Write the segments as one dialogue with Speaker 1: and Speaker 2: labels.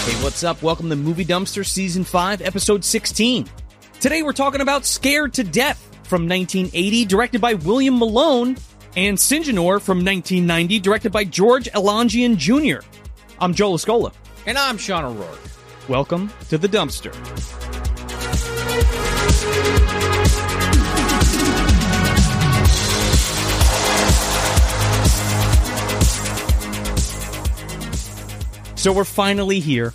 Speaker 1: Hey, what's up? Welcome to Movie Dumpster Season 5, Episode 16. Today we're talking about Scared to Death from 1980, directed by William Malone, and Sinjanor from 1990, directed by George Elangian Jr. I'm Joel Escola.
Speaker 2: And I'm Sean O'Rourke.
Speaker 1: Welcome to the dumpster. So we're finally here.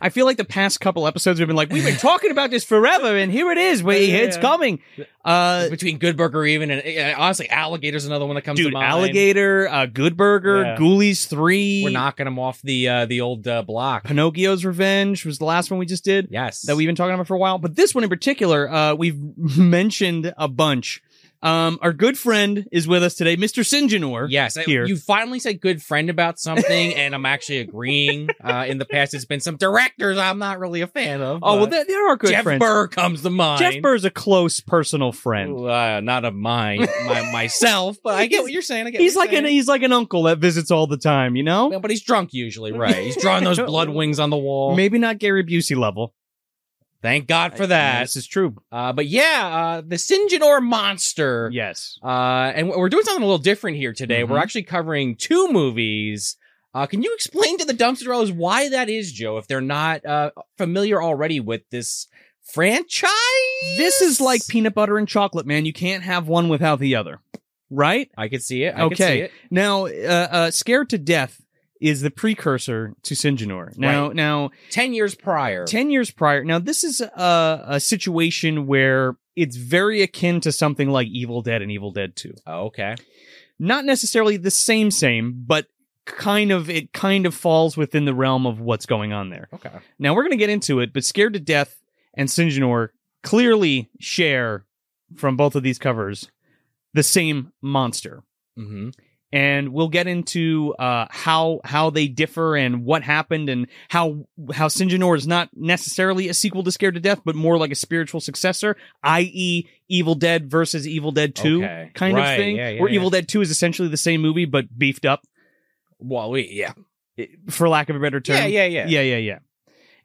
Speaker 1: I feel like the past couple episodes we've been like, we've been talking about this forever, and here it is. We, It's
Speaker 2: Yeah.
Speaker 1: coming. Uh,
Speaker 2: Between Good Burger even and, and honestly, Alligator's another one that comes to
Speaker 1: dude,
Speaker 2: mind.
Speaker 1: Alligator, uh, Good Burger,
Speaker 2: Yeah.
Speaker 1: Ghoulies 3,
Speaker 2: We're knocking them off the uh, the old uh, block.
Speaker 1: Pinocchio's Revenge was the last one we just did.
Speaker 2: Yes.
Speaker 1: that we've been talking about for a while. But this one in particular, uh, we've mentioned a bunch. Um, our good friend is with us today, Mr. Sinjanor.
Speaker 2: Yes, I-
Speaker 1: Here.
Speaker 2: you finally said good friend about something, and I'm actually agreeing. Uh, in the past, it's been some directors I'm not really a fan of.
Speaker 1: Oh, well,
Speaker 2: but
Speaker 1: they, they are good
Speaker 2: Jeff
Speaker 1: friends.
Speaker 2: Burr comes to mind.
Speaker 1: Jeff Burr's a close personal friend.
Speaker 2: Ooh, uh, not of mine, my, myself, but I get what you're saying. I get
Speaker 1: He's
Speaker 2: what
Speaker 1: like
Speaker 2: you're
Speaker 1: an
Speaker 2: saying.
Speaker 1: he's like an uncle that visits all the time, you know?
Speaker 2: Yeah, but he's drunk usually, right? He's drawing those blood wings on the wall.
Speaker 1: Maybe not Gary Busey level.
Speaker 2: Thank God for
Speaker 1: Yeah,
Speaker 2: that.
Speaker 1: This is true.
Speaker 2: Uh, but yeah, uh, the Sinjanor monster.
Speaker 1: Yes.
Speaker 2: Uh, and we're doing something a little different here today. We're
Speaker 1: Mhm.
Speaker 2: actually covering two movies. Uh, can you explain to the dumpster dwellers why that is, Joe, if they're not uh, familiar already with this franchise?
Speaker 1: This is like peanut butter and chocolate, man. You can't have one without the other. Right?
Speaker 2: I could see it. I could
Speaker 1: Okay.
Speaker 2: see it.
Speaker 1: Now, uh, uh, Scared to Death is the precursor to Sinjanor. Now, now
Speaker 2: Ten years prior.
Speaker 1: 10 years prior. Now, this is a, a situation where it's very akin to something like Evil Dead and Evil Dead 2.
Speaker 2: Oh, okay.
Speaker 1: Not necessarily the same, same, but kind of, it kind of falls within the realm of what's going on there.
Speaker 2: Okay.
Speaker 1: Now, we're going to get into it, but Scared to Death and Sinjanor clearly share from both of these covers the same monster.
Speaker 2: Mm-hmm.
Speaker 1: And we'll get into uh, how how they differ and what happened and how how Sinjanor is not necessarily a sequel to Scared to Death, but more like a spiritual successor, i.e., Evil Dead versus Evil Dead Two
Speaker 2: Okay.
Speaker 1: kind
Speaker 2: Right,
Speaker 1: of thing.
Speaker 2: yeah, yeah,
Speaker 1: where
Speaker 2: yeah.
Speaker 1: Evil Dead Two is essentially the same movie but beefed up,
Speaker 2: Well, we, yeah.
Speaker 1: for lack of a better term.
Speaker 2: yeah. Yeah, yeah,
Speaker 1: yeah, yeah, yeah.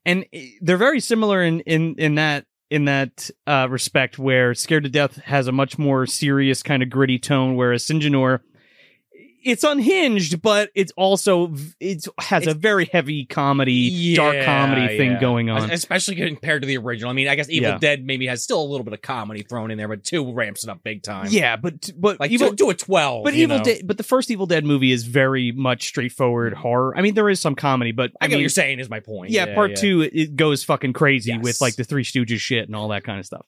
Speaker 1: And eh, they're very similar in in in that in that uh, respect, where Scared to Death has a much more serious kind of gritty tone, whereas Sinjanor, it's unhinged, but it's also v- it's has a
Speaker 2: It's-
Speaker 1: very heavy comedy, dark
Speaker 2: Yeah,
Speaker 1: comedy thing
Speaker 2: yeah.
Speaker 1: going on.
Speaker 2: Especially compared to the original. I mean, I guess Evil
Speaker 1: Yeah.
Speaker 2: Dead maybe has still a little bit of comedy thrown in there, but two ramps it up big time.
Speaker 1: yeah, but but
Speaker 2: Like
Speaker 1: Evil
Speaker 2: do, do a twelve.
Speaker 1: but
Speaker 2: you
Speaker 1: Evil
Speaker 2: know? Mm-hmm.
Speaker 1: Dead but the first Evil Dead movie is very much straightforward horror. I mean, there is some comedy, but
Speaker 2: I,
Speaker 1: I,
Speaker 2: get what
Speaker 1: mean,
Speaker 2: you're saying is my point.
Speaker 1: yeah, part two it- it goes fucking crazy with
Speaker 2: Yes.
Speaker 1: like the Three Stooges shit and all that kind of stuff.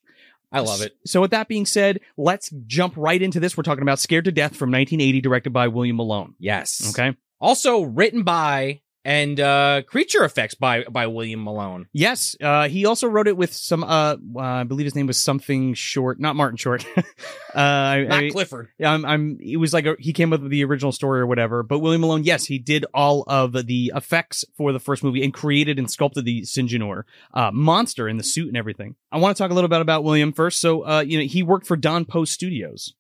Speaker 2: I love it.
Speaker 1: So, with that being said, let's jump right into this. We're talking about Scared to Death from 1980, directed by William Malone.
Speaker 2: Yes.
Speaker 1: Okay.
Speaker 2: Also written by and uh creature effects by by William Malone.
Speaker 1: Yes. Uh, he also wrote it with some, uh, uh, I believe his name was something short, not Martin Short. uh, I-
Speaker 2: Not
Speaker 1: I-
Speaker 2: Clifford.
Speaker 1: I'm, I'm, it was like a, he came up with the original story or whatever. But William Malone, yes, he did all of the effects for the first movie and created and sculpted the Sinjanor uh, monster in the suit and everything. I want to talk a little bit about William first. So, uh, you know, he worked for Don Post Studios,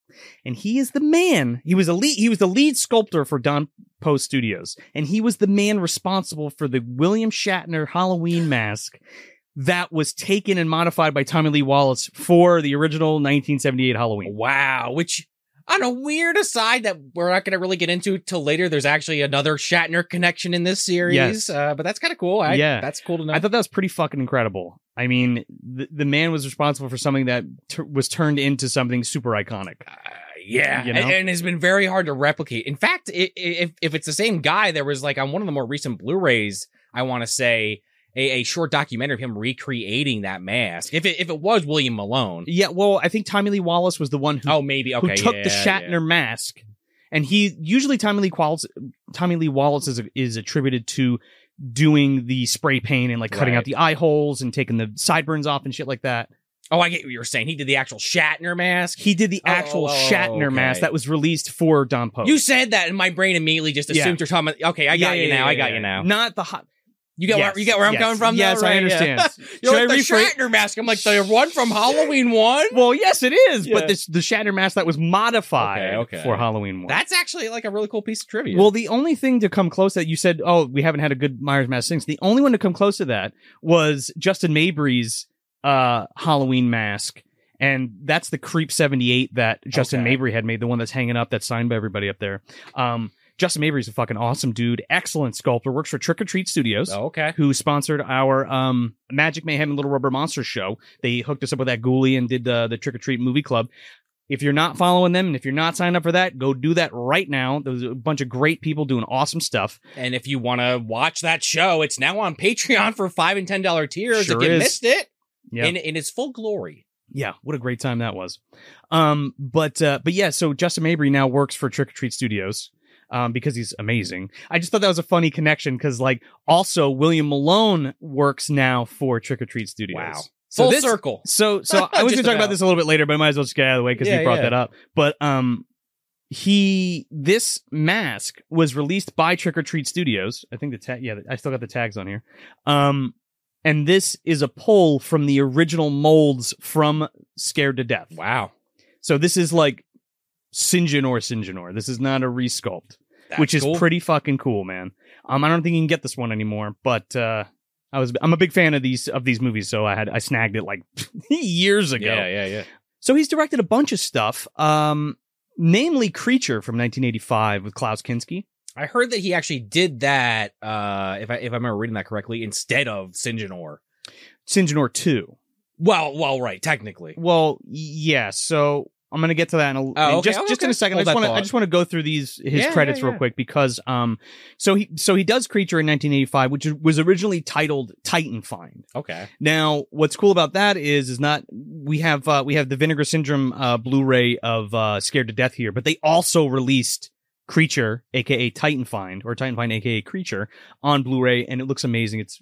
Speaker 1: and he is the man. He was a lead, he was the lead sculptor for Don Post Studios, and he was the man responsible for the William Shatner Halloween mask. That was taken and modified by Tommy Lee Wallace for the original 1978 Halloween.
Speaker 2: Wow. Which on a weird aside that we're not gonna really get into till later, there's actually another Shatner connection in this series.
Speaker 1: Yes.
Speaker 2: Uh, but that's kind of cool. I,
Speaker 1: Yeah.
Speaker 2: That's cool to know.
Speaker 1: I thought that was pretty fucking incredible. I mean, the, the man was responsible for something that tur was turned into something super iconic.
Speaker 2: Uh, yeah,
Speaker 1: You
Speaker 2: and-
Speaker 1: know?
Speaker 2: and, it's been very hard to replicate. In fact, i- i- if if it's the same guy, there was like on one of the more recent Blu-rays, I want to say a, a short documentary of him recreating that mask. If it if it was William Malone,
Speaker 1: Yeah, well, I think Tommy Lee Wallace was the one who,
Speaker 2: oh maybe okay,
Speaker 1: who took the
Speaker 2: yeah,
Speaker 1: Shatner
Speaker 2: yeah.
Speaker 1: mask, and he usually Tommy Lee Wallace, Tommy Lee Wallace is is attributed to doing the spray paint and like cutting
Speaker 2: Right.
Speaker 1: out the eye holes and taking the sideburns off and shit like that.
Speaker 2: Oh, I get what you're saying. He did the actual Shatner mask.
Speaker 1: He did the
Speaker 2: Oh,
Speaker 1: actual
Speaker 2: oh, oh,
Speaker 1: Shatner mask
Speaker 2: okay.
Speaker 1: that was released for Don Post.
Speaker 2: You said that, and my brain immediately just
Speaker 1: Oh. Yeah.
Speaker 2: assumed you're talking. About, okay, I
Speaker 1: Yeah,
Speaker 2: got you
Speaker 1: yeah,
Speaker 2: now.
Speaker 1: yeah,
Speaker 2: I got
Speaker 1: yeah,
Speaker 2: you
Speaker 1: yeah.
Speaker 2: now.
Speaker 1: Not the hot.
Speaker 2: You get where, you get where I'm
Speaker 1: yes,
Speaker 2: coming from. though,
Speaker 1: Yes,
Speaker 2: right?
Speaker 1: I
Speaker 2: Yeah.
Speaker 1: understand. Should
Speaker 2: You're like
Speaker 1: I
Speaker 2: the
Speaker 1: rephrase-
Speaker 2: Shatner mask. I'm like the one from Halloween one.
Speaker 1: Well, yes, it is.
Speaker 2: Yeah.
Speaker 1: But this the Shatter Mask that was modified
Speaker 2: Okay, okay.
Speaker 1: for Halloween one.
Speaker 2: That's actually like a really cool piece of trivia.
Speaker 1: Well, the only thing to come close that you said, oh, we haven't had a good Myers mask since. The only one to come close to that was Justin Mabry's uh, Halloween mask, and that's the Creep seventy eight that Justin
Speaker 2: Okay.
Speaker 1: Mabry had made, the one that's hanging up, that's signed by everybody up there. Um, Justin Mabry's a fucking awesome dude, excellent sculptor, works for Trick or Treat Studios.
Speaker 2: Oh, okay.
Speaker 1: Who sponsored our um, Magic Mayhem and Little Rubber Monster show? They hooked us up with that ghoulie and did the, the Trick or Treat movie club. If you're not following them and if you're not signed up for that, go do that right now. There's a bunch of great people doing awesome stuff.
Speaker 2: And if you want to watch that show, it's now on Patreon for five and ten dollar tiers.
Speaker 1: Sure
Speaker 2: if you
Speaker 1: is.
Speaker 2: missed it,
Speaker 1: Yeah.
Speaker 2: in in its full glory.
Speaker 1: yeah, what a great time that was. Um, but uh, but yeah, so Justin Mabry now works for Trick or Treat Studios. Um, because he's amazing. I just thought that was a funny connection because, like, also William Malone works now for Trick or Treat Studios.
Speaker 2: Wow.
Speaker 1: So
Speaker 2: full
Speaker 1: this-
Speaker 2: circle.
Speaker 1: So so I was gonna
Speaker 2: Just
Speaker 1: talk
Speaker 2: about.
Speaker 1: about this a little bit later, but I might as well just get out of the way because
Speaker 2: Yeah,
Speaker 1: he brought
Speaker 2: yeah.
Speaker 1: that up. But um he this mask was released by Trick or Treat Studios. I think the tag yeah, I still got the tags on here. Um and this is a pull from the original molds from Scared to Death.
Speaker 2: Wow.
Speaker 1: So this is like Sinjanor Sinjanor. This is not a resculpt
Speaker 2: That's
Speaker 1: which is
Speaker 2: cool.
Speaker 1: pretty fucking cool, man. Um, I don't think you can get this one anymore, but uh, I was I'm a big fan of these of these movies, so I had I snagged it like years ago.
Speaker 2: Yeah, yeah, yeah.
Speaker 1: So he's directed a bunch of stuff, um, namely Creature from 1985 with Klaus Kinski.
Speaker 2: I heard that he actually did that. Uh, if I if I remember reading that correctly, instead of Sinjanor.
Speaker 1: Sinjanor 2.
Speaker 2: Well, well, right, technically.
Speaker 1: Well, yeah. So I'm gonna get to that in a
Speaker 2: okay,
Speaker 1: in just
Speaker 2: oh,
Speaker 1: just in
Speaker 2: okay.
Speaker 1: a second.
Speaker 2: Hold
Speaker 1: I
Speaker 2: that
Speaker 1: just want to
Speaker 2: thought.
Speaker 1: I just want to go through these his
Speaker 2: Yeah,
Speaker 1: credits
Speaker 2: yeah, yeah.
Speaker 1: real quick because um so he so he does Creature in 1985, which was originally titled Titan Find.
Speaker 2: Okay.
Speaker 1: Now, what's cool about that is is not we have uh, we have the Vinegar Syndrome uh, Blu-ray of uh, Scared to Death here, but they also released Creature, aka Titan Find, or Titan Find, aka Creature, on Blu-ray, and it looks amazing. It's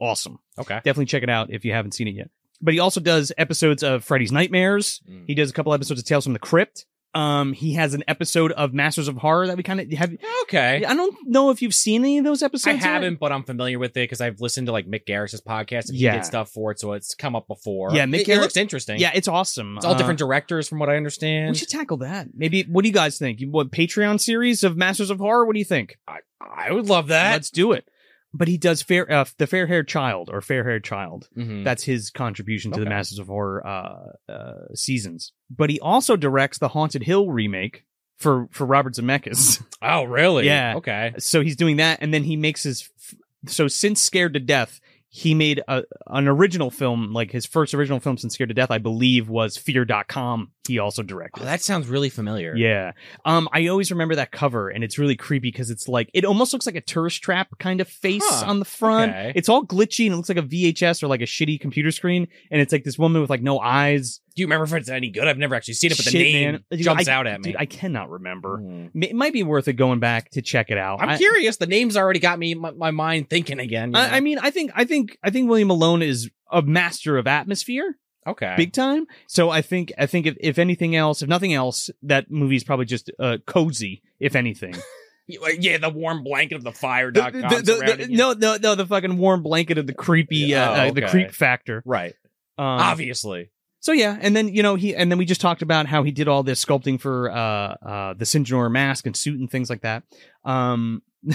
Speaker 1: awesome.
Speaker 2: Okay.
Speaker 1: Definitely check it out if you haven't seen it yet. But he also does episodes of Freddy's Nightmares.
Speaker 2: Mm.
Speaker 1: He does a couple episodes of Tales from the Crypt. Um, he has an episode of Masters of Horror that we kind of have.
Speaker 2: Okay.
Speaker 1: I don't know if you've seen any of those
Speaker 2: I
Speaker 1: episodes. yet.
Speaker 2: haven't, but I'm familiar with it because I've listened to like Mick Garris's podcast and he
Speaker 1: Yeah.
Speaker 2: did stuff for it, so it's come up before.
Speaker 1: Yeah, Mick
Speaker 2: it, it
Speaker 1: Garris-
Speaker 2: looks interesting.
Speaker 1: Yeah, it's awesome.
Speaker 2: it's all
Speaker 1: Uh,
Speaker 2: different directors from what I understand.
Speaker 1: We should tackle that. Maybe. What do you guys think? You want Patreon series of Masters of Horror? What do you think?
Speaker 2: I, I would love that.
Speaker 1: Let's do it. But he does fair uh, the fair haired child or fair haired child.
Speaker 2: Mhm.
Speaker 1: That's his contribution to the
Speaker 2: Okay.
Speaker 1: Masters of Horror uh, uh, seasons. But he also directs the Haunted Hill remake for for Robert Zemeckis.
Speaker 2: Oh, really?
Speaker 1: Yeah.
Speaker 2: Okay.
Speaker 1: so he's doing that, and then he makes his. F- so since Scared to Death, he made a, an original film, like his first original film since Scared to Death, I believe, was Fear.com. He also directed.
Speaker 2: Oh, that sounds really familiar.
Speaker 1: Yeah. Um, I always remember that cover, and it's really creepy because it's like it almost looks like a tourist trap kind of face
Speaker 2: Huh,
Speaker 1: on the front.
Speaker 2: okay.
Speaker 1: It's all glitchy and it looks like a VHS or like a shitty computer screen, and it's like this woman with like no eyes.
Speaker 2: Do you remember if it's any good? I've never actually seen it, but the
Speaker 1: Shit,
Speaker 2: name
Speaker 1: man. Dude,
Speaker 2: jumps
Speaker 1: I-
Speaker 2: out at me.
Speaker 1: Dude, I cannot remember.
Speaker 2: Mm.
Speaker 1: M- It might be worth it going back to check it out.
Speaker 2: I'm
Speaker 1: I-
Speaker 2: curious. The name's already got me my, my mind thinking again. you know?
Speaker 1: I, I mean, I think I think I think William Malone is a master of atmosphere,
Speaker 2: okay.
Speaker 1: big time. So I think I think if, if anything else, if nothing else, that movie's probably just uh, cozy, if anything.
Speaker 2: uh, yeah, the warm blanket of the fire.
Speaker 1: the, the- the- the- no, no, no, the fucking warm blanket of the creepy, uh,
Speaker 2: Oh,
Speaker 1: uh, the
Speaker 2: okay.
Speaker 1: creep factor.
Speaker 2: right.
Speaker 1: Um,
Speaker 2: Obviously.
Speaker 1: So yeah, and then you know he, and then we just talked about how he did all this sculpting for uh, uh, the Sinjor mask and suit and things like that. Um,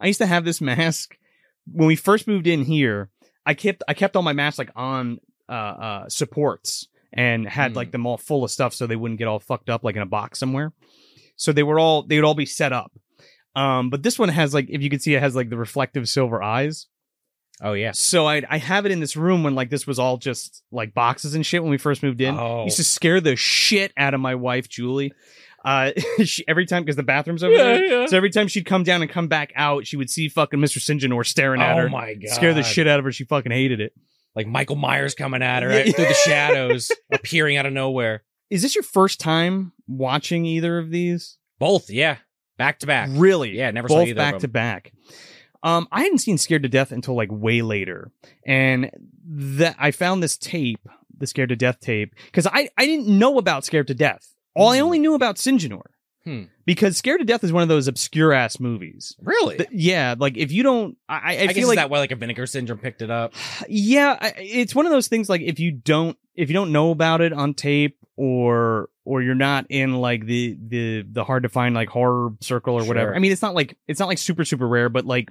Speaker 1: I used to have this mask when we first moved in here. I kept I kept all my masks like on uh, uh, supports and had
Speaker 2: Hmm.
Speaker 1: like them all full of stuff so they wouldn't get all fucked up like in a box somewhere. So they were all they would all be set up. Um, but this one has like if you can see it has like the reflective silver eyes.
Speaker 2: Oh yeah.
Speaker 1: So I I have it in this room when like this was all just like boxes and shit when we first moved in.
Speaker 2: Oh.
Speaker 1: Used to scare the shit out of my wife Julie. Uh, she, every time because the bathroom's over there. So every time she'd come down and come back out, she would see fucking Mr. St. John or staring at
Speaker 2: oh
Speaker 1: her.
Speaker 2: my god.
Speaker 1: Scare the shit out of her. She fucking hated it.
Speaker 2: Like Michael Myers coming at her
Speaker 1: Yeah.
Speaker 2: right, through the shadows, appearing out of nowhere.
Speaker 1: Is this your first time watching either of these?
Speaker 2: Both, yeah. Back to back.
Speaker 1: Really?
Speaker 2: Yeah, never saw
Speaker 1: both
Speaker 2: either
Speaker 1: back
Speaker 2: of
Speaker 1: to
Speaker 2: them.
Speaker 1: back. Um, I hadn't seen Scared to Death until like way later, and that I found this tape, the Scared to Death tape, because I I didn't know about Scared to Death. All I
Speaker 2: Hmm.
Speaker 1: only knew about Sinjanor.
Speaker 2: Hmm.
Speaker 1: because Scared to Death is one of those obscure ass movies.
Speaker 2: Really?
Speaker 1: Th- yeah, like if you don't, I, I, I
Speaker 2: I, guess
Speaker 1: feel
Speaker 2: is
Speaker 1: like
Speaker 2: that why like a vinegar syndrome picked it up.
Speaker 1: yeah, I- it's one of those things like if you don't if you don't know about it on tape or or you're not in like the the the hard to find like horror circle or whatever.
Speaker 2: Sure.
Speaker 1: I mean, it's not like it's not like super super rare, but like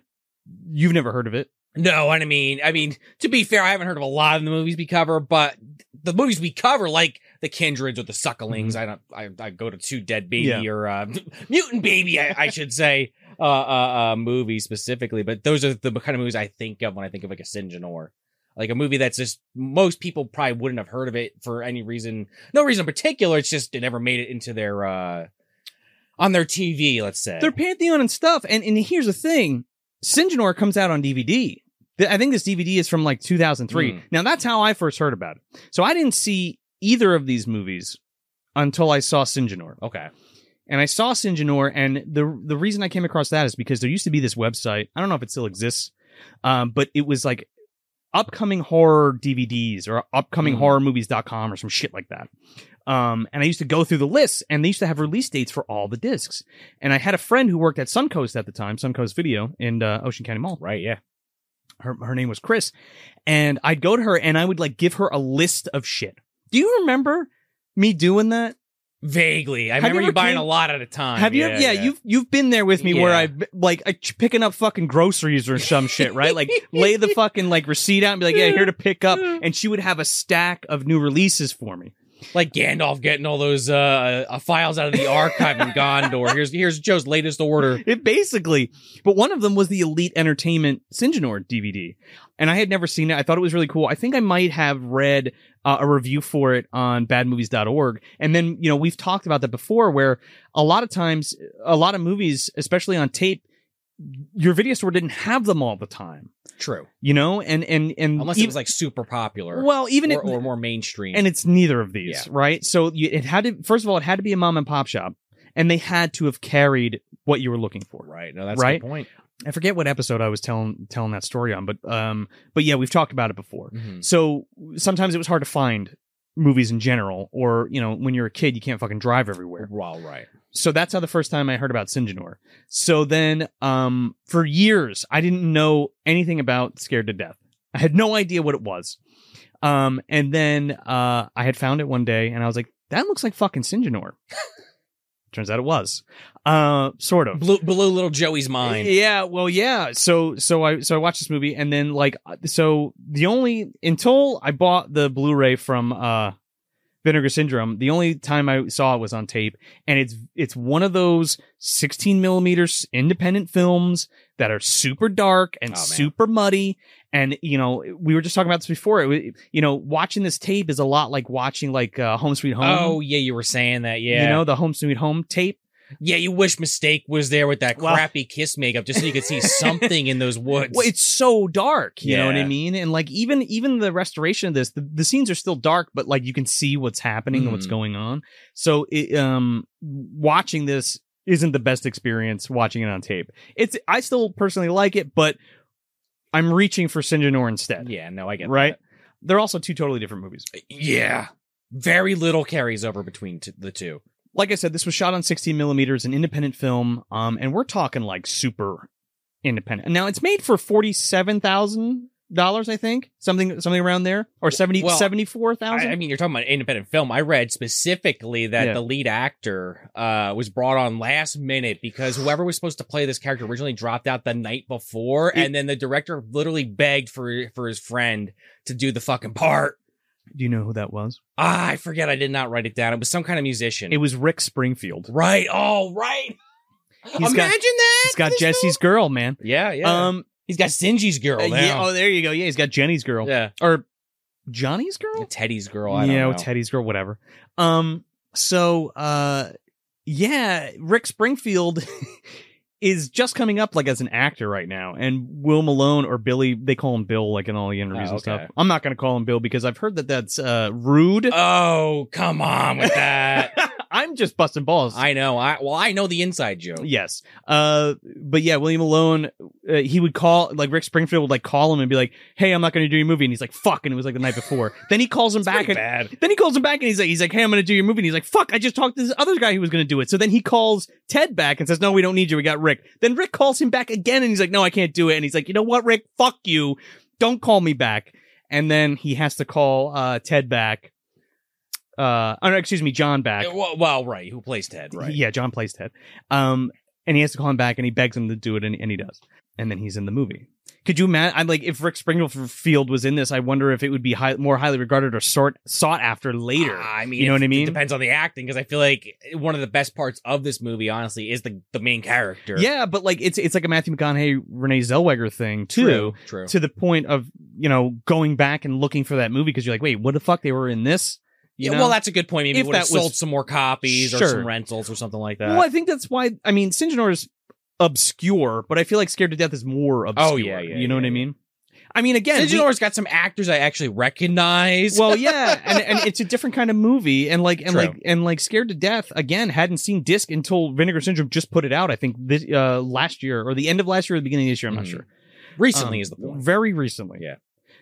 Speaker 1: you've never heard of it.
Speaker 2: No, and I mean, I mean, to be fair, I haven't heard of a lot of the movies we cover, but the movies we cover, like the Kindreds or the Sucklings, I don't, I, I go to two Dead Baby
Speaker 1: Yeah.
Speaker 2: or uh, Mutant Baby, I, I should say, uh, uh, uh, movies specifically. But those are the kind of movies I think of when I think of like a Sinjanor, like a movie that's just most people probably wouldn't have heard of it for any reason, no reason in particular. It's just it never made it into their uh on their TV, let's say.
Speaker 1: They're Pantheon and stuff. And and here's the thing, Sinjanor comes out on DVD. Th- I think this DVD is from like 2003.
Speaker 2: Hmm.
Speaker 1: Now that's how I first heard about it. So I didn't see either of these movies until I saw Sinjanor.
Speaker 2: okay,
Speaker 1: and I saw Sinjanor, and the the reason I came across that is because there used to be this website. I don't know if it still exists, um, but it was like upcoming horror DVDs or upcoming
Speaker 2: Mm.
Speaker 1: horror movies.com or some shit like that. Um, and I used to go through the lists, and they used to have release dates for all the discs. And I had a friend who worked at Suncoast at the time, Suncoast Video in uh, Ocean County Mall
Speaker 2: right, yeah,
Speaker 1: her her name was Chris, and I'd go to her and I would like give her a list of shit. Do you remember me doing that?
Speaker 2: vaguely. I
Speaker 1: Have you
Speaker 2: remember you,
Speaker 1: ever
Speaker 2: buying
Speaker 1: came-
Speaker 2: a lot at a time.
Speaker 1: Have you? Yeah, you've you've been there with me where
Speaker 2: Yeah.
Speaker 1: I like I, ch- picking up fucking groceries or some shit, right? Like lay the fucking like receipt out and be like, yeah, here to pick up, and she would have a stack of new releases for me.
Speaker 2: like Gandalf getting all those uh, uh files out of the archive in Gondor. Here's here's Joe's latest order.
Speaker 1: It basically, but one of them was the Elite Entertainment Sinjanor DVD, and I had never seen it. I thought it was really cool. I think I might have read uh, a review for it on badmovies.org, and then you know we've talked about that before, where a lot of times, a lot of movies, especially on tape, your video store didn't have them all the time,
Speaker 2: True,
Speaker 1: you know, and and and
Speaker 2: unless
Speaker 1: ev-
Speaker 2: it was like super popular
Speaker 1: well, even
Speaker 2: or,
Speaker 1: if-
Speaker 2: or more mainstream.
Speaker 1: and it's neither of these,
Speaker 2: Yeah.
Speaker 1: right? So you, it had to first of all, it had to be a mom and pop shop, and they had to have carried what you were looking for.
Speaker 2: right, no, that's
Speaker 1: Right?
Speaker 2: a good point.
Speaker 1: I forget what episode I was telling telling that story on, but um, but yeah, we've talked about it before.
Speaker 2: Mhm.
Speaker 1: So sometimes it was hard to find movies in general, or you know, when you're a kid, you can't fucking drive everywhere.
Speaker 2: Well, right,
Speaker 1: So that's how the first time I heard about Sinjanor. So then, um, for years I didn't know anything about Scared to Death. I had no idea what it was. Um, and then uh, I had found it one day, and I was like, "That looks like fucking Sinjanor." Turns out it was, uh, sort of.
Speaker 2: blew, blew little Joey's mind.
Speaker 1: Yeah, well, yeah. So, so I, so I watched this movie, and then like, uh, so the only until I bought the Blu-ray from uh Vinegar Syndrome, the only time I saw it was on tape, and it's it's one of those 16 millimeters independent films that are super dark and
Speaker 2: Oh, man.
Speaker 1: super muddy. And you know, we were just talking about this before. It, wa- you know, watching this tape is a lot like watching like uh, Home Sweet Home.
Speaker 2: Oh yeah, you were saying that. Yeah,
Speaker 1: you know, the Home Sweet Home tape.
Speaker 2: yeah. You wish mistake was there with that
Speaker 1: Well-
Speaker 2: crappy kiss makeup, just so you could see something in those woods.
Speaker 1: well, it's so dark you know what i
Speaker 2: Yeah.
Speaker 1: mean and like even even the restoration of this the, the scenes are still dark but like you can see what's happening and what's
Speaker 2: Mhm.
Speaker 1: going on so it, um watching this isn't the best experience watching it on tape it's i still personally like it but i'm reaching for sinjanor instead
Speaker 2: yeah, no, I get
Speaker 1: right they're also two totally different movies
Speaker 2: that. Yeah, very little carries over between t- the two.
Speaker 1: like i said this was shot on 16 millimeters an independent film um and we're talking like super independent now it's made for 47000 dollars i think something something around there or 70
Speaker 2: Well,
Speaker 1: 74000
Speaker 2: I, I mean, you're talking about independent film. I read specifically that
Speaker 1: Yeah.
Speaker 2: the lead actor uh, was brought on last minute because whoever was supposed to play this character originally dropped out the night before,
Speaker 1: It-
Speaker 2: and then the director literally begged for for his friend to do the fucking part.
Speaker 1: do you know who that was
Speaker 2: Ah, I forget. I did not write it down. It was some kind of musician.
Speaker 1: it was rick springfield
Speaker 2: right. Oh, right.
Speaker 1: got-
Speaker 2: Imagine that.
Speaker 1: he's got
Speaker 2: for this
Speaker 1: jesse's girl man
Speaker 2: film. Yeah, yeah.
Speaker 1: um
Speaker 2: he's got Sinji's girl
Speaker 1: uh, yeah
Speaker 2: now.
Speaker 1: oh there you go yeah he's got jenny's girl
Speaker 2: Yeah.
Speaker 1: or johnny's girl
Speaker 2: Teddy's girl. I don't
Speaker 1: yeah,
Speaker 2: know.
Speaker 1: or Teddy's girl, whatever. Um, so uh, yeah, Rick Springfield is just coming up like as an actor right now, and Will Malone or Billy, they call him Bill like in all the interviews
Speaker 2: Oh,
Speaker 1: and stuff.
Speaker 2: okay.
Speaker 1: I'm not gonna call him Bill because I've heard that that's uh rude.
Speaker 2: oh, come on with that.
Speaker 1: I'm just busting balls.
Speaker 2: I know. I well, I know the inside joke.
Speaker 1: Yes. Uh, but yeah, William Malone uh, he would call like Rick Springfield would like call him and be like, "Hey, I'm not going to do your movie," and he's like, "Fuck," and it was like the night before. then he calls him back
Speaker 2: Pretty
Speaker 1: and
Speaker 2: bad.
Speaker 1: then he calls him back and he's like, he's like, hey, I'm gonna do your movie. And he's like, fuck, I just talked to this other guy who was gonna do it. So then he calls Ted back and says, no, we don't need you. We got Rick. Then Rick calls him back again and he's like, no, I can't do it. And he's like, you know what, Rick, fuck you. Don't call me back. And then he has to call uh, Ted back. Uh, oh, no, excuse me, John back.
Speaker 2: Well, well, right. Who plays Ted? Right.
Speaker 1: Yeah, John plays Ted. Um, and he has to call him back and he begs him to do it and, and he does. And then he's in the movie. Could you imagine? I'm like, if Rick Springfield was in this, I wonder if it would be high, more highly regarded or sort, sought after later.
Speaker 2: Ah, I mean,
Speaker 1: You know
Speaker 2: it-
Speaker 1: what I mean?
Speaker 2: It depends on the acting because I feel like one of the best parts of this movie, honestly, is the the main character.
Speaker 1: Yeah, but like it's it's like a Matthew McConaughey Renee Zellweger thing too.
Speaker 2: true, true.
Speaker 1: To the point of you know going back and looking for that movie because you're like, wait, what the fuck? They were in this. You
Speaker 2: yeah,
Speaker 1: know?
Speaker 2: well, that's a good point. Maybe
Speaker 1: If
Speaker 2: would have
Speaker 1: that was-
Speaker 2: sold some more copies or
Speaker 1: Sure.
Speaker 2: some rentals or something like that.
Speaker 1: Well, I think that's why. I mean, Sinjanor is obscure, but I feel like Scared to Death is more obscure.
Speaker 2: Oh, yeah, yeah,
Speaker 1: you know
Speaker 2: yeah,
Speaker 1: what I
Speaker 2: yeah.
Speaker 1: mean? I mean, again,
Speaker 2: Sinjin
Speaker 1: we-
Speaker 2: Orr's got some actors I actually recognize.
Speaker 1: well, yeah, and, and it's a different kind of movie, and like and
Speaker 2: True.
Speaker 1: like and like Scared to Death again hadn't seen Disc until Vinegar Syndrome just put it out. I think this uh, last year or the end of last year or the beginning of this year. I'm not
Speaker 2: Mhm.
Speaker 1: sure.
Speaker 2: recently
Speaker 1: Um,
Speaker 2: is the point.
Speaker 1: Very recently.
Speaker 2: Yeah.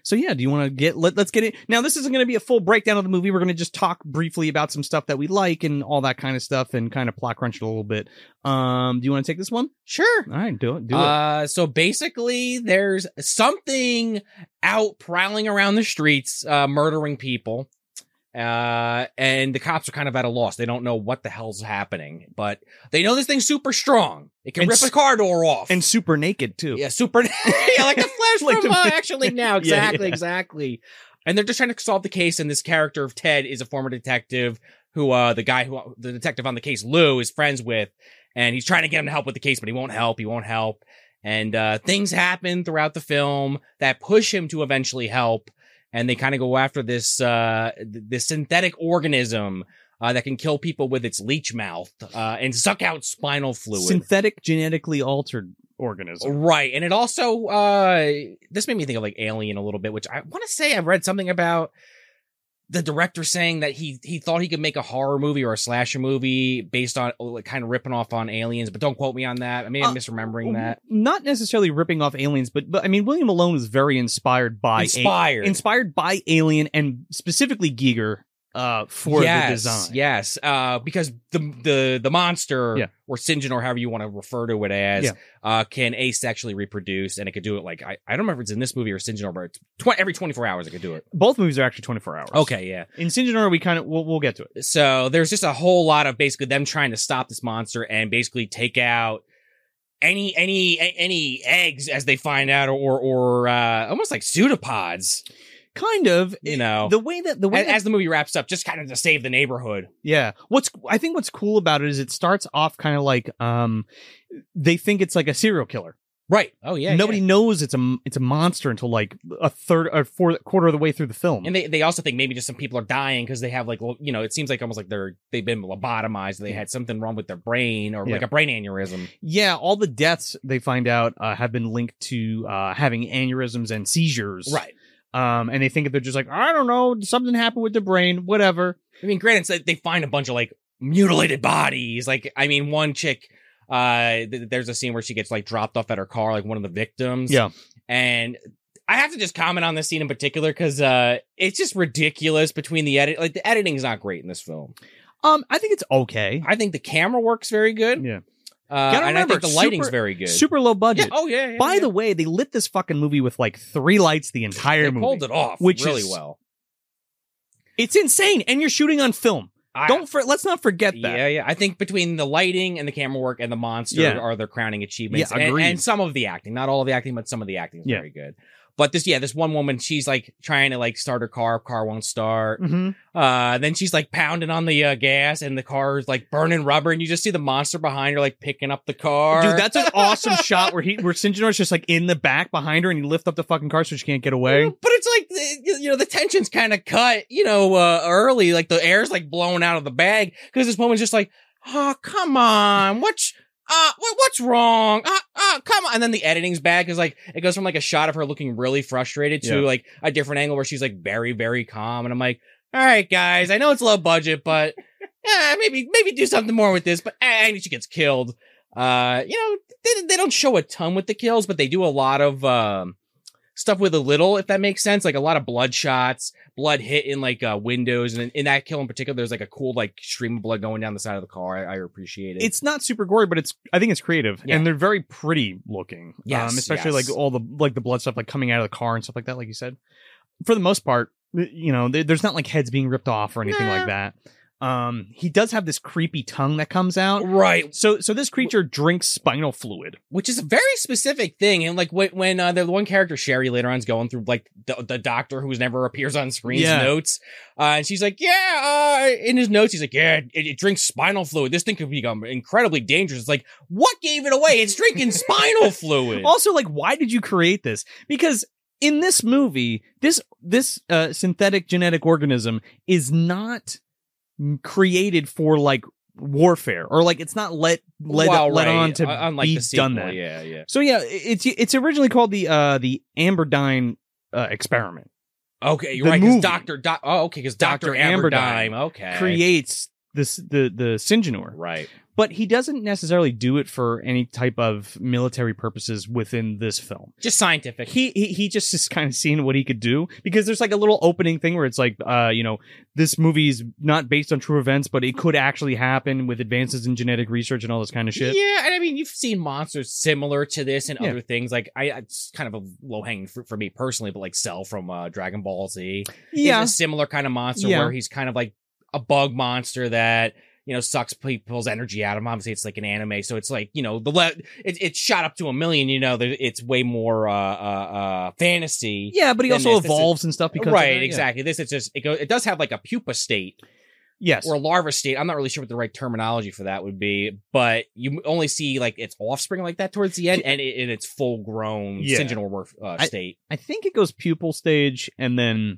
Speaker 1: So yeah, do you want to get let, let's get it. Now this isn't going to be a full breakdown of the movie. We're going to just talk briefly about some stuff that we like and all that kind of stuff and kind of plot crunch it a little bit. Um do you want to take this one?
Speaker 2: Sure.
Speaker 1: All right, do it. Do it.
Speaker 2: Uh, so basically, there's something out prowling around the streets, uh, murdering people. Uh, and the cops are kind of at a loss. They don't know what the hell's happening, but they know this thing's super strong. It can
Speaker 1: And
Speaker 2: rip
Speaker 1: s-
Speaker 2: a car door off.
Speaker 1: And super naked too.
Speaker 2: yeah, super. yeah, like the flash
Speaker 1: Like
Speaker 2: from
Speaker 1: the-
Speaker 2: uh, actually now.
Speaker 1: Yeah, yeah.
Speaker 2: Exactly, exactly. And they're just trying to solve the case. And this character of Ted is a former detective who, uh, the guy who, the detective on the case, Lou, is friends with. And he's trying to get him to help with the case, but he won't help. He won't help. And, uh, things happen throughout the film that push him to eventually help. And they kind of go after this, uh, th- this synthetic organism. Uh, that can kill people with its leech mouth uh, and suck out spinal fluid.
Speaker 1: Synthetic genetically altered organism.
Speaker 2: Right. And it also uh this made me think of like Alien a little bit, which I want to say I read something about the director saying that he he thought he could make a horror movie or a slasher movie based on oh, like kind of ripping off on aliens, but don't quote me on that. I may
Speaker 1: Uh,
Speaker 2: be misremembering that.
Speaker 1: Not necessarily ripping off aliens, but but I mean William Malone was very inspired by a-
Speaker 2: Inspired.
Speaker 1: inspired by Alien and specifically Giger uh for
Speaker 2: yes,
Speaker 1: the design.
Speaker 2: Yes, uh, because the the the monster
Speaker 1: Yeah.
Speaker 2: or Sinjin or however you want to refer to it as
Speaker 1: Yeah.
Speaker 2: uh, can asexually reproduce, and it could do it like I, I don't remember if it's in this movie or Sinjin or but it's tw- every twenty four hours it could do it.
Speaker 1: Both movies are actually 24 hours.
Speaker 2: Okay, yeah.
Speaker 1: In Sinjanor, we kind of we'll, we'll get to it.
Speaker 2: so there's just a whole lot of basically them trying to stop this monster and basically take out any any a- any eggs as they find out or or uh almost like pseudopods
Speaker 1: kind of
Speaker 2: you
Speaker 1: It-
Speaker 2: know
Speaker 1: the way that the way
Speaker 2: A-
Speaker 1: that,
Speaker 2: as the movie wraps up just kind of to save the neighborhood
Speaker 1: yeah what's i think what's cool about it is it starts off kind of like um they think it's like a serial killer
Speaker 2: right oh yeah
Speaker 1: nobody
Speaker 2: yeah.
Speaker 1: knows it's a it's a monster until like a third or fourth quarter of the way through the film
Speaker 2: and they, they also think maybe just some people are dying because they have like lo- you know it seems like almost like they're they've been lobotomized they had something wrong with their brain or
Speaker 1: Yeah.
Speaker 2: like a brain aneurysm
Speaker 1: yeah all the deaths they find out uh, have been linked to uh having aneurysms and seizures
Speaker 2: right
Speaker 1: um and they think they're just like i don't know something happened with the brain whatever
Speaker 2: I mean, granted, it's like they find a bunch of like mutilated bodies. Like, I mean, one chick, uh, th- there's a scene where she gets like dropped off at her car, like one of the victims.
Speaker 1: Yeah.
Speaker 2: And I have to just comment on this scene in particular because uh, it's just ridiculous between the edit. Like, the editing's not great in this film.
Speaker 1: um i think it's okay
Speaker 2: I think the camera works very good.
Speaker 1: Yeah.
Speaker 2: Uh, and I
Speaker 1: remember,
Speaker 2: think the lighting's
Speaker 1: super-
Speaker 2: very good.
Speaker 1: super low
Speaker 2: Yeah.
Speaker 1: budget
Speaker 2: Oh, yeah. yeah
Speaker 1: by
Speaker 2: yeah.
Speaker 1: the way they lit this fucking movie with like three lights the entire
Speaker 2: they
Speaker 1: movie
Speaker 2: pulled it off
Speaker 1: which
Speaker 2: really
Speaker 1: is-
Speaker 2: well.
Speaker 1: It's insane, and you're shooting on film.
Speaker 2: I-
Speaker 1: Don't for, let's not forget that.
Speaker 2: Yeah, yeah. I think between the lighting and the camera work and the monster
Speaker 1: Yeah.
Speaker 2: are their crowning achievements.
Speaker 1: Yeah,
Speaker 2: and,
Speaker 1: agreed.
Speaker 2: and some of the acting, not all of the acting, but some of the acting is
Speaker 1: Yeah.
Speaker 2: very good. But this, yeah, this one woman, she's like trying to like start her car, car won't start.
Speaker 1: Mhm.
Speaker 2: Uh, then she's like pounding on the uh, gas, and the car's like burning rubber, and you just see the monster behind her like picking up the car.
Speaker 1: Dude, that's an awesome shot where he where Sinjanor's just like in the back behind her, and he lift up the fucking car so she can't get away.
Speaker 2: But it's like the- you know the tension's kind of cut, you know, uh, early. Like the air's like blown out of the bag because this woman's just like, "Oh, come on, what's uh, what, what's wrong? Uh, uh, come on." And then the editing's bad because like it goes from like a shot of her looking really frustrated to
Speaker 1: Yeah.
Speaker 2: like a different angle where she's like very very calm, and I'm like, "All right, guys, I know it's low budget, but yeah, maybe maybe do something more with this." But eh, and she gets killed. Uh, you know, they, they don't show a ton with the kills, but they do a lot of um stuff with a little, if that makes sense. Like a lot of blood shots, blood hitting like uh, windows, and in, in that kill in particular, there's like a cool like stream of blood going down the side of the car. I, I appreciate it.
Speaker 1: It's not super gory, but it's I think it's creative
Speaker 2: Yeah.
Speaker 1: and they're very pretty looking. um,
Speaker 2: Yes,
Speaker 1: especially
Speaker 2: yes.
Speaker 1: like all the like the blood stuff like coming out of the car and stuff like that. Like you said, for the most part, th- you know, there- there's not like heads being ripped off or anything like that. Um, he does have this creepy tongue that comes out.
Speaker 2: right,
Speaker 1: So so this creature drinks spinal fluid.
Speaker 2: which is a very specific thing. And like when, when uh, the one character Sherry later on is going through like the, the doctor who's never appears on screen's
Speaker 1: Yeah.
Speaker 2: notes, uh, and she's like, "Yeah," uh, in his notes, he's like, "Yeah, it, it drinks spinal fluid. This thing could become incredibly dangerous." It's like, what gave it away? It's drinking spinal fluid.
Speaker 1: Also, like, why did you create this? Because in this movie, this this uh, synthetic genetic organism is not created for like warfare or like it's not let led,
Speaker 2: Well,
Speaker 1: let
Speaker 2: right,
Speaker 1: on to
Speaker 2: uh, unlike
Speaker 1: be
Speaker 2: the sequel,
Speaker 1: done that.
Speaker 2: Yeah, yeah.
Speaker 1: So yeah, i- it's it's originally called the uh the Amberdine uh, experiment.
Speaker 2: Okay, you're
Speaker 1: The
Speaker 2: right. Because
Speaker 1: movie.
Speaker 2: Doctor, Do- oh, okay, because Doctor
Speaker 1: Dr. Amberdime
Speaker 2: Amberdime, okay,
Speaker 1: Creates this the the Syngenor.
Speaker 2: right,
Speaker 1: But he doesn't necessarily do it for any type of military purposes within this film.
Speaker 2: just scientific.
Speaker 1: he, he he just is kind of seeing what he could do because there's like a little opening thing where it's like uh you know this movie's not based on true events but it could actually happen with advances in genetic research and all this kind of shit
Speaker 2: Yeah, and I mean, you've seen monsters similar to this and
Speaker 1: Yeah.
Speaker 2: other things. Like, I it's kind of a low hanging fruit for me personally, but like Cell from uh, Dragon Ball Z, is a similar kind of monster
Speaker 1: Yeah.
Speaker 2: where he's kind of like a bug monster that you know sucks people's energy out of him. Obviously, it's like an anime, so it's like you know the le- it, it's shot up to a million. You know, there, it's way more uh, uh, uh, fantasy.
Speaker 1: yeah but he
Speaker 2: Then
Speaker 1: also
Speaker 2: this- this is-
Speaker 1: evolves and stuff because of
Speaker 2: right,
Speaker 1: that, yeah.
Speaker 2: exactly. This is just it, go, it does have like a pupa state
Speaker 1: yes
Speaker 2: or larva state. I'm not really sure what the right terminology for that would be, but you only see like its offspring like that towards the end, and it, in its full grown
Speaker 1: Yeah.
Speaker 2: syngenor worth uh,
Speaker 1: I-
Speaker 2: state.
Speaker 1: i think it goes pupal stage and then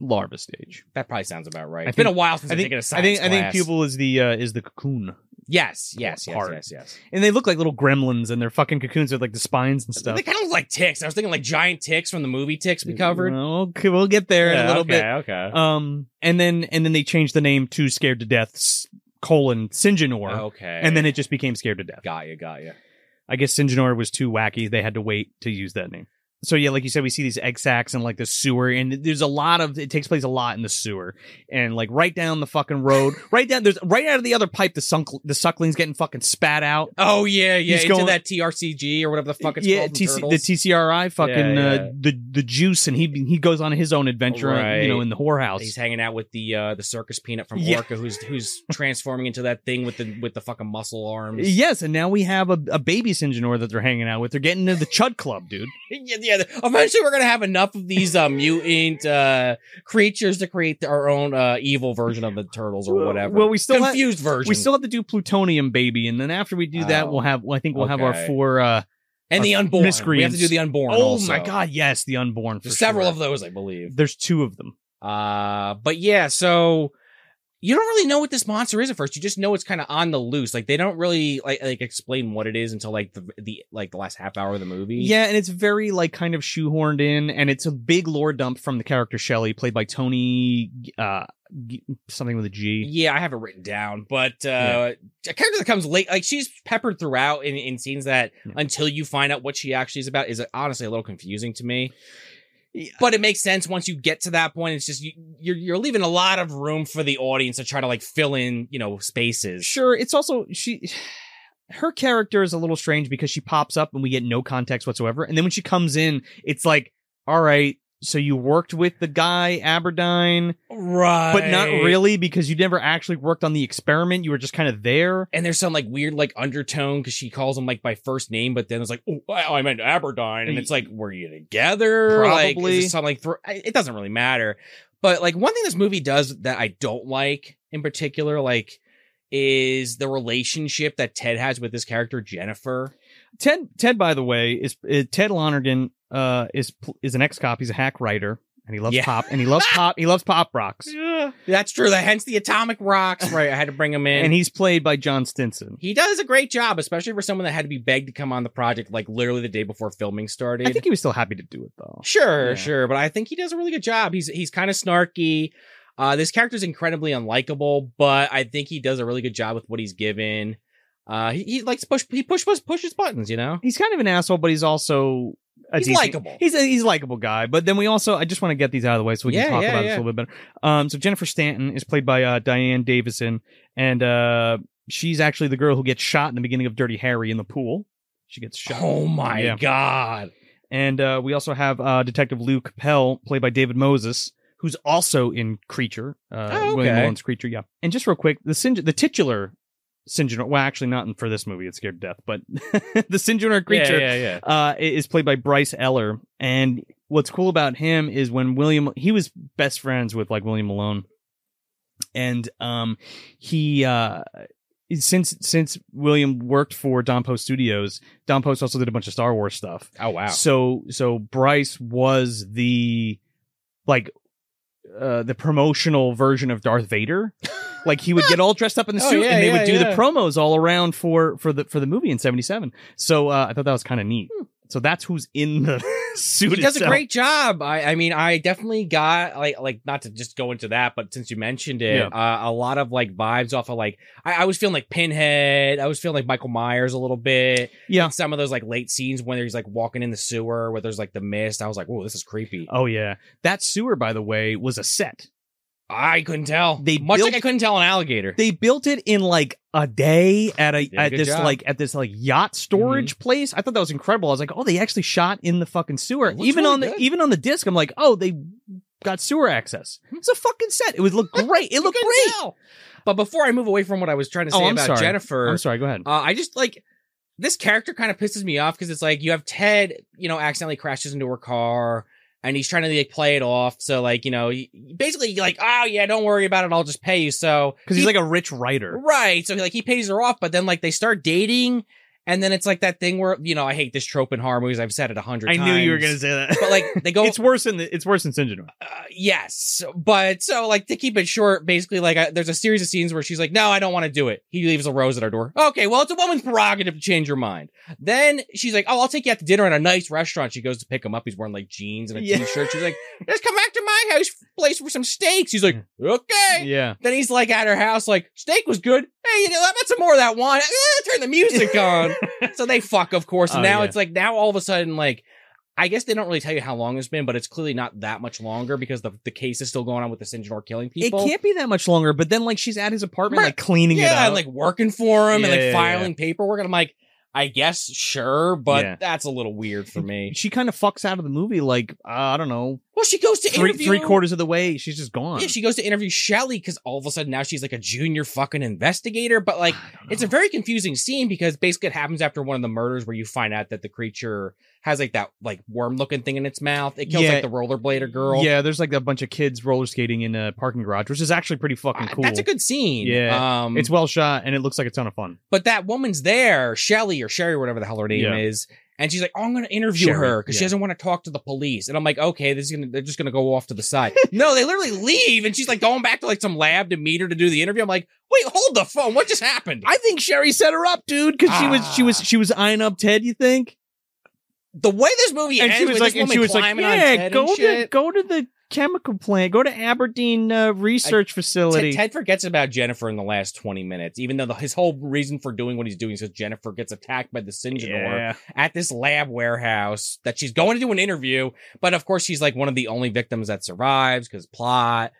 Speaker 1: larva stage
Speaker 2: That probably sounds about right.
Speaker 1: I
Speaker 2: It's been a
Speaker 1: think-
Speaker 2: while since
Speaker 1: i
Speaker 2: I've
Speaker 1: think
Speaker 2: taken a
Speaker 1: i
Speaker 2: science
Speaker 1: think i think
Speaker 2: class.
Speaker 1: pupal is the uh is the cocoon
Speaker 2: Yes, yes, yes,
Speaker 1: Part.
Speaker 2: yes, yes.
Speaker 1: and they look like little gremlins and their fucking cocoons with like the spines and stuff Mm,
Speaker 2: They kind of look like ticks. I was thinking like giant ticks from the movie Ticks we covered.
Speaker 1: okay we'll get there in a little bit
Speaker 2: Okay.
Speaker 1: Um, and then and then they changed the name to Scared to Death s- colon Singenor,
Speaker 2: Oh, okay.
Speaker 1: and then it just became Scared to Death.
Speaker 2: got you, got you.
Speaker 1: I guess Singenor was too wacky; they had to wait to use that name. So yeah, like you said, we see these egg sacs and like the sewer, and there's a lot of it takes place a lot in the sewer, and like right down the fucking road, right down there's right out of the other pipe, the sunk the suckling's getting fucking spat out.
Speaker 2: Oh yeah, yeah.
Speaker 1: He's
Speaker 2: into
Speaker 1: going-
Speaker 2: that TRCG or whatever the fuck it's
Speaker 1: yeah,
Speaker 2: called. in
Speaker 1: TC, the
Speaker 2: Turtles.
Speaker 1: TCRI fucking
Speaker 2: Yeah,
Speaker 1: Uh, the the juice, and he he goes on his own adventure,
Speaker 2: Right.
Speaker 1: you know, in the whorehouse.
Speaker 2: He's hanging out with the uh, the circus peanut from
Speaker 1: Yeah.
Speaker 2: Orca, who's who's transforming into that thing with the with the fucking muscle arms.
Speaker 1: Yes, and now we have a, a baby Singenor that they're hanging out with. They're getting into the Chud Club, dude.
Speaker 2: yeah, yeah. Eventually, we're gonna have enough of these uh, mutant uh, creatures to create our own uh, evil version of the turtles or whatever.
Speaker 1: Well, we still have,
Speaker 2: confused version.
Speaker 1: we still have to do Plutonium Baby, and then after we do that,
Speaker 2: Oh.
Speaker 1: we'll have well, I think we'll have our
Speaker 2: Okay.
Speaker 1: four. Uh,
Speaker 2: and the unborn. We have
Speaker 1: miscreants.
Speaker 2: to do the unborn.
Speaker 1: oh
Speaker 2: also.
Speaker 1: my God, yes, the unborn. For
Speaker 2: There's several
Speaker 1: sure.
Speaker 2: of those, I believe.
Speaker 1: There's two of them.
Speaker 2: Uh, but yeah, so you don't really know what this monster is at first. You just know it's kind of on the loose. Like they don't really like like explain what it is until like the the like the last half hour of the movie.
Speaker 1: Yeah, and it's very like kind of shoehorned in, and it's a big lore dump from the character Shelly, played by Tony uh, G- something with a G.
Speaker 2: Yeah, I have it written down, but uh,
Speaker 1: Yeah.
Speaker 2: a character that comes late, like she's peppered throughout in, in scenes that
Speaker 1: Yeah.
Speaker 2: until you find out what she actually is about is honestly a little confusing to me.
Speaker 1: Yeah.
Speaker 2: But it makes sense once you get to that point. It's just you, you're you're leaving a lot of room for the audience to try to like fill in, you know, spaces.
Speaker 1: Sure, it's also she. Her character is a little strange because she pops up and we get no context whatsoever, and then when she comes in, it's like, all right, so you worked with the guy Aberdeen,
Speaker 2: Right.
Speaker 1: but not really because you never actually worked on the experiment. You were just kind of there.
Speaker 2: And there's some like weird like undertone because she calls him like by first name, but then it's like, oh, I I meant Aberdeen, and it's like, were you together? Like,
Speaker 1: Probably.
Speaker 2: is this some, like thr- I- it doesn't really matter. But like one thing this movie does that I don't like in particular, like is the relationship that Ted has with this character Jennifer.
Speaker 1: Ted, Ted, by the way, is, is Ted Lonergan uh, is pl- is an ex cop. He's a hack writer, and he loves
Speaker 2: Yeah.
Speaker 1: pop, and he loves pop, he loves pop rocks,
Speaker 2: That's true. That hence the atomic rocks. Right, I had to bring him in.
Speaker 1: and he's played by John Stinson.
Speaker 2: he does a great job, especially for someone that had to be begged to come on the project like literally the day before filming started.
Speaker 1: I think he was still happy to do it though.
Speaker 2: Sure,
Speaker 1: Yeah.
Speaker 2: sure, but I think he does a really good job. He's he's kind of snarky. Uh, this character's incredibly unlikable, but I think he does a really good job with what he's given. Uh, he, he likes to push he push push pushes buttons. You know,
Speaker 1: He's kind of an asshole, but he's also a
Speaker 2: he's
Speaker 1: decent-
Speaker 2: likable.
Speaker 1: He's a, he's a likable guy, but then we also I just want to get these out of the way so we
Speaker 2: Yeah,
Speaker 1: can talk
Speaker 2: yeah,
Speaker 1: about
Speaker 2: yeah.
Speaker 1: this a little bit better. Um, so Jennifer Stanton is played by uh, Diane Davison, and uh, she's actually the girl who gets shot in the beginning of Dirty Harry in the pool. She gets shot,
Speaker 2: Oh my
Speaker 1: Yeah.
Speaker 2: god!
Speaker 1: and uh, we also have uh, Detective Lou Capel, played by David Moses, who's also in Creature, uh,
Speaker 2: Oh, okay.
Speaker 1: William Malone's Creature. Yeah, and just real quick, the Sinj- the titular. Sinjinor, well, actually, not in- for this movie. It's scared to death, but the Sinjinor creature
Speaker 2: Yeah, yeah, yeah.
Speaker 1: uh, i- is played by Bryce Eller. And what's cool about him is when William, he was best friends with like William Malone, and um, he uh, since since William worked for Don Post Studios, Don Post also did a bunch of Star Wars stuff.
Speaker 2: Oh wow.
Speaker 1: So so Bryce was the like uh, the promotional version of Darth Vader. Like he would get all dressed up in the
Speaker 2: Oh,
Speaker 1: suit,
Speaker 2: yeah,
Speaker 1: and they would
Speaker 2: yeah,
Speaker 1: do
Speaker 2: yeah.
Speaker 1: the promos all around for for the for the movie in '77. So uh, I thought that was kind of neat. So that's who's in the suit.
Speaker 2: Hmm. he does a
Speaker 1: itself.
Speaker 2: great job. I, I mean, I definitely got like like not to just go into that, but since you mentioned it,
Speaker 1: Yeah.
Speaker 2: uh, a lot of like vibes off of like I, I was feeling like Pinhead. I was feeling like Michael Myers a little bit.
Speaker 1: Yeah.
Speaker 2: Some of those like late scenes when he's like walking in the sewer where there's like the mist. I was like, whoa, this is creepy.
Speaker 1: Oh yeah, that sewer, by the way, was a set.
Speaker 2: I couldn't tell.
Speaker 1: They
Speaker 2: much
Speaker 1: built-
Speaker 2: like I couldn't tell an alligator.
Speaker 1: They built it in like a day at a
Speaker 2: did a
Speaker 1: at
Speaker 2: good
Speaker 1: this
Speaker 2: job. Mm-hmm.
Speaker 1: like at this like yacht storage place. I thought that was incredible. I was like, oh, they actually shot in the fucking sewer.
Speaker 2: It looks
Speaker 1: Even
Speaker 2: really
Speaker 1: on the
Speaker 2: good.
Speaker 1: even on the disc, I'm like, oh, they got sewer access. It's a fucking set. It would look great. It
Speaker 2: Hmm. You
Speaker 1: looked
Speaker 2: couldn't
Speaker 1: great.
Speaker 2: tell. But before I move away from what I was trying to
Speaker 1: Oh,
Speaker 2: say
Speaker 1: I'm
Speaker 2: about
Speaker 1: sorry.
Speaker 2: Jennifer,
Speaker 1: I'm sorry. Go ahead.
Speaker 2: Uh, I just like this character kind of pisses me off because it's like you have Ted, you know, accidentally crashes into her car and he's trying to like play it off. So like you know, he, basically like, oh yeah, don't worry about it, I'll just pay you. So
Speaker 1: Because he's
Speaker 2: he-
Speaker 1: like a rich writer.
Speaker 2: right, so he, like he pays her off, but then like they start dating, and then it's like that thing where you know I hate this trope in horror movies. I've said it a hundred.
Speaker 1: I knew you were
Speaker 2: times.
Speaker 1: gonna say that.
Speaker 2: But like they go
Speaker 1: it's worse than the, it's worse than Sinjin.
Speaker 2: uh, yes, but so like to keep it short, basically like I, there's a series of scenes where she's like, "No, I don't want to do it." He leaves a rose at our door. Okay, well, it's a woman's prerogative to change your mind. Then she's like, "Oh, I'll take you out to dinner at a nice restaurant." She goes to pick him up. He's wearing like jeans and a
Speaker 1: Yeah.
Speaker 2: shirt She's like, "Just come back to my house place for some steaks." He's like, "Okay."
Speaker 1: Mm. Yeah.
Speaker 2: Then he's like at her house, like steak was good. Hey, you know, how about some more of that wine? Eh, turn the music on. so they fuck, of course. And
Speaker 1: Oh,
Speaker 2: now
Speaker 1: yeah.
Speaker 2: it's like now all of a sudden, like I guess they don't really tell you how long it's been, but it's clearly not that much longer because the the case is still going on with the Sinjinor killing people.
Speaker 1: It can't be that much longer. But then like she's at his apartment,
Speaker 2: Right.
Speaker 1: like cleaning it
Speaker 2: yeah,
Speaker 1: up.
Speaker 2: and like working for him and
Speaker 1: Yeah,
Speaker 2: like
Speaker 1: yeah, yeah.
Speaker 2: filing paperwork. And I'm like, I guess sure, but
Speaker 1: Yeah.
Speaker 2: that's a little weird for me.
Speaker 1: she kind of fucks out of the movie. Like uh, I don't know,
Speaker 2: Well, she goes to
Speaker 1: three
Speaker 2: interview
Speaker 1: three quarters of the way, she's just gone.
Speaker 2: Yeah, she goes to interview Shelly because all of a sudden now she's like a junior fucking investigator, but like. It's a very confusing scene because basically it happens after one of the murders where you find out that the creature has like that like worm looking thing in its mouth. It kills
Speaker 1: Yeah.
Speaker 2: like the rollerblader girl.
Speaker 1: Yeah, there's like a bunch of kids roller skating in a parking garage, which is actually pretty fucking
Speaker 2: Uh,
Speaker 1: cool.
Speaker 2: That's a good scene.
Speaker 1: Yeah.
Speaker 2: Um,
Speaker 1: It's well shot and it looks like a ton of fun.
Speaker 2: but that woman's there, Shelly or Sherry, whatever the hell her name
Speaker 1: Yeah.
Speaker 2: is. And she's like, oh, I'm going to interview
Speaker 1: Sherry,
Speaker 2: her because she
Speaker 1: yeah.
Speaker 2: doesn't want to talk to the police. And I'm like, okay, this is gonna, they're just going to go off to the side. no, they literally leave. And she's like going back to like some lab to meet her to do the interview. I'm like, wait, hold the phone. What just happened?
Speaker 1: I think Sherry set her up, dude, because she was she was
Speaker 2: Ah.
Speaker 1: she was eyeing up Ted. You think?
Speaker 2: the way this movie
Speaker 1: And
Speaker 2: ends
Speaker 1: she was
Speaker 2: with
Speaker 1: like,
Speaker 2: this
Speaker 1: and she
Speaker 2: woman
Speaker 1: was like,
Speaker 2: climbing on
Speaker 1: yeah,
Speaker 2: Ted
Speaker 1: go
Speaker 2: and
Speaker 1: to
Speaker 2: shit.
Speaker 1: go to the chemical plant, go to Aberdeen uh, research facility.
Speaker 2: Ted, Ted forgets about Jennifer in the last 20 minutes, even though the, his whole reason for doing what he's doing is because Jennifer gets attacked by the Sinjinor
Speaker 1: yeah,
Speaker 2: at this lab warehouse that she's going to do an interview. But of course, she's like one of the only victims that survives because plot.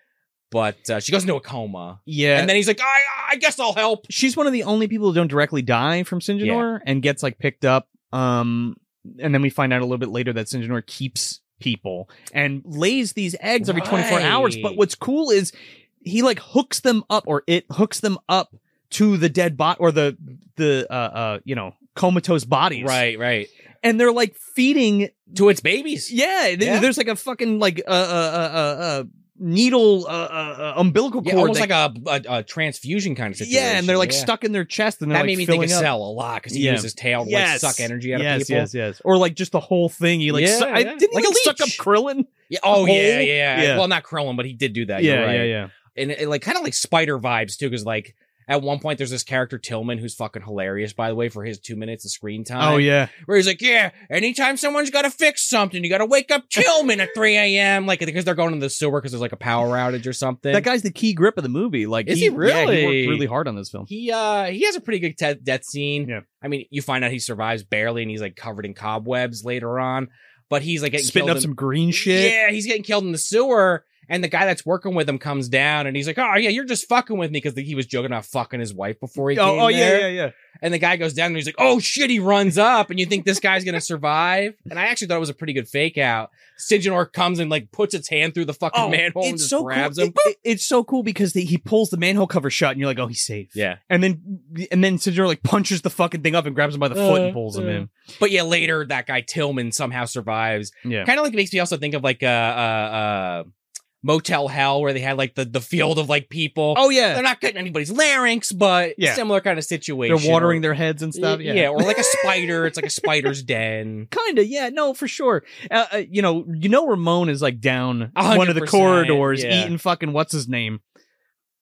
Speaker 2: But uh, she goes into a coma.
Speaker 1: yeah.
Speaker 2: And then he's like, I, I guess I'll help.
Speaker 1: she's one of the only people who don't directly die from Sinjinor and gets like picked up. Um, and then we find out a little bit later that Sinjinor keeps people and lays these eggs every 24 hours. But
Speaker 2: Right.
Speaker 1: what's cool is he like hooks them up or it hooks them up to the dead bot or the, the, uh, uh, you know, comatose bodies.
Speaker 2: Right, right.
Speaker 1: And they're like feeding.
Speaker 2: To its babies.
Speaker 1: Yeah. th-
Speaker 2: Yeah.
Speaker 1: There's like a fucking like, uh, uh, uh, uh, uh needle, uh, uh, uh umbilical
Speaker 2: Yeah,
Speaker 1: cord.
Speaker 2: almost
Speaker 1: that-
Speaker 2: like a, a, a transfusion kind of situation.
Speaker 1: yeah. And they're like
Speaker 2: Yeah.
Speaker 1: stuck in their chest and they're
Speaker 2: That
Speaker 1: like
Speaker 2: made me think
Speaker 1: filling
Speaker 2: of
Speaker 1: up.
Speaker 2: Cell a lot because he
Speaker 1: Yeah.
Speaker 2: uses his tail to
Speaker 1: Yes.
Speaker 2: like suck energy out
Speaker 1: yes,
Speaker 2: of people.
Speaker 1: Yes, yes, Or like just the whole thing. He like
Speaker 2: Yeah,
Speaker 1: su- I,
Speaker 2: yeah.
Speaker 1: didn't
Speaker 2: Like
Speaker 1: he,
Speaker 2: a
Speaker 1: like, suck up
Speaker 2: leech.
Speaker 1: Krillin.
Speaker 2: Yeah, oh
Speaker 1: The
Speaker 2: yeah,
Speaker 1: hole?
Speaker 2: yeah, yeah.
Speaker 1: Yeah.
Speaker 2: Well, not Krillin, but he did do that.
Speaker 1: yeah,
Speaker 2: you're right.
Speaker 1: yeah, yeah.
Speaker 2: And it, like kind of like spider vibes too, because like At one point, there's this character Tillman who's fucking hilarious, by the way, for his two minutes of screen time.
Speaker 1: Oh yeah,
Speaker 2: where he's like, yeah, anytime someone's got to fix something, you got to wake up Tillman at 3 a.m. Like because they're going to the sewer because there's like a power outage or something.
Speaker 1: that guy's the key grip of the movie. Like,
Speaker 2: Is he
Speaker 1: yeah, he
Speaker 2: really?
Speaker 1: worked really hard on this film.
Speaker 2: He uh he has a pretty good te- death scene.
Speaker 1: Yeah.
Speaker 2: I mean, you find out he survives barely, and he's like covered in cobwebs later on. But he's like getting
Speaker 1: Spitting up
Speaker 2: killed in-
Speaker 1: some green shit.
Speaker 2: Yeah, he's getting killed in the sewer. And the guy that's working with him comes down and he's like, Oh, yeah, you're just fucking with me because he was joking about fucking his wife before he came
Speaker 1: oh, oh
Speaker 2: there.
Speaker 1: yeah, yeah, yeah.
Speaker 2: And the guy goes down and he's like, Oh shit, he runs up. And you think this guy's going to survive? And I actually thought it was a pretty good fake out. Sinjinor comes and like puts its hand through the fucking manhole and just grabs
Speaker 1: Oh, cool.
Speaker 2: him.
Speaker 1: It- it- it's so cool because they, he pulls the manhole cover shut, and you're like, oh, he's safe.
Speaker 2: Yeah.
Speaker 1: And then and then Sidor like punches the fucking thing up and grabs him by the foot and
Speaker 2: Uh,
Speaker 1: pulls
Speaker 2: uh.
Speaker 1: him
Speaker 2: But yeah, later that guy Tillman somehow survives.
Speaker 1: in. Yeah.
Speaker 2: Kind of like makes me also think of like uh, uh, uh, Motel Hell where they had like the, the field of like people.
Speaker 1: Oh yeah.
Speaker 2: They're not cutting anybody's larynx, but
Speaker 1: Yeah.
Speaker 2: similar kind of situation.
Speaker 1: They're watering their heads and stuff.
Speaker 2: yeah, or like a spider. It's like a spider's den.
Speaker 1: kind of yeah no for sure uh, uh, you know you know ramon is like down
Speaker 2: A hundred
Speaker 1: one of the
Speaker 2: percent,
Speaker 1: corridors
Speaker 2: yeah.
Speaker 1: eating fucking what's his name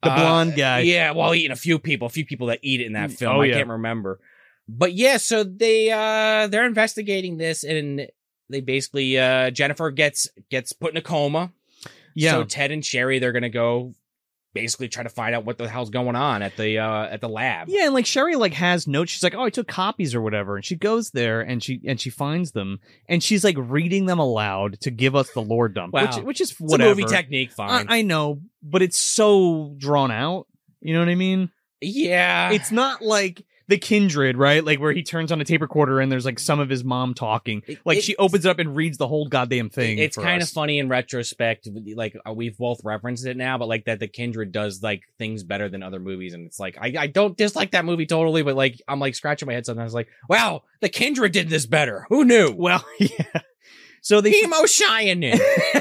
Speaker 1: the
Speaker 2: Uh,
Speaker 1: blonde guy
Speaker 2: yeah, while eating a few people, a few people that eat it in that film.
Speaker 1: Oh,
Speaker 2: I
Speaker 1: yeah.
Speaker 2: can't remember. But yeah, so they uh they're investigating this and they basically uh Jennifer gets gets put in a coma.
Speaker 1: yeah
Speaker 2: So Ted and Sherry they're gonna go basically try to find out what the hell's going on at the uh at the lab.
Speaker 1: yeah and like sherry like has notes she's like oh i took copies or whatever and she goes there and she and she finds them and she's like reading them aloud to give us the lore dump
Speaker 2: Wow.
Speaker 1: which, which is
Speaker 2: It's a
Speaker 1: whatever
Speaker 2: movie technique, fine.
Speaker 1: I, I know but it's so drawn out you know what i mean
Speaker 2: yeah.
Speaker 1: it's not like the kindred right like where he turns on a tape recorder and there's like some of his mom talking
Speaker 2: It-
Speaker 1: like
Speaker 2: it-
Speaker 1: she opens it up and reads the whole goddamn thing
Speaker 2: It's
Speaker 1: for
Speaker 2: kind
Speaker 1: us.
Speaker 2: of funny in retrospect. Like uh, we've both referenced it now, but like that the Kindred does like things better than other movies, and it's like I, I don't dislike that movie totally, but like I'm like scratching my head sometimes, like wow, the Kindred did this better. Who knew?
Speaker 1: Well, yeah. So they
Speaker 2: Emo Cheyenne. knew.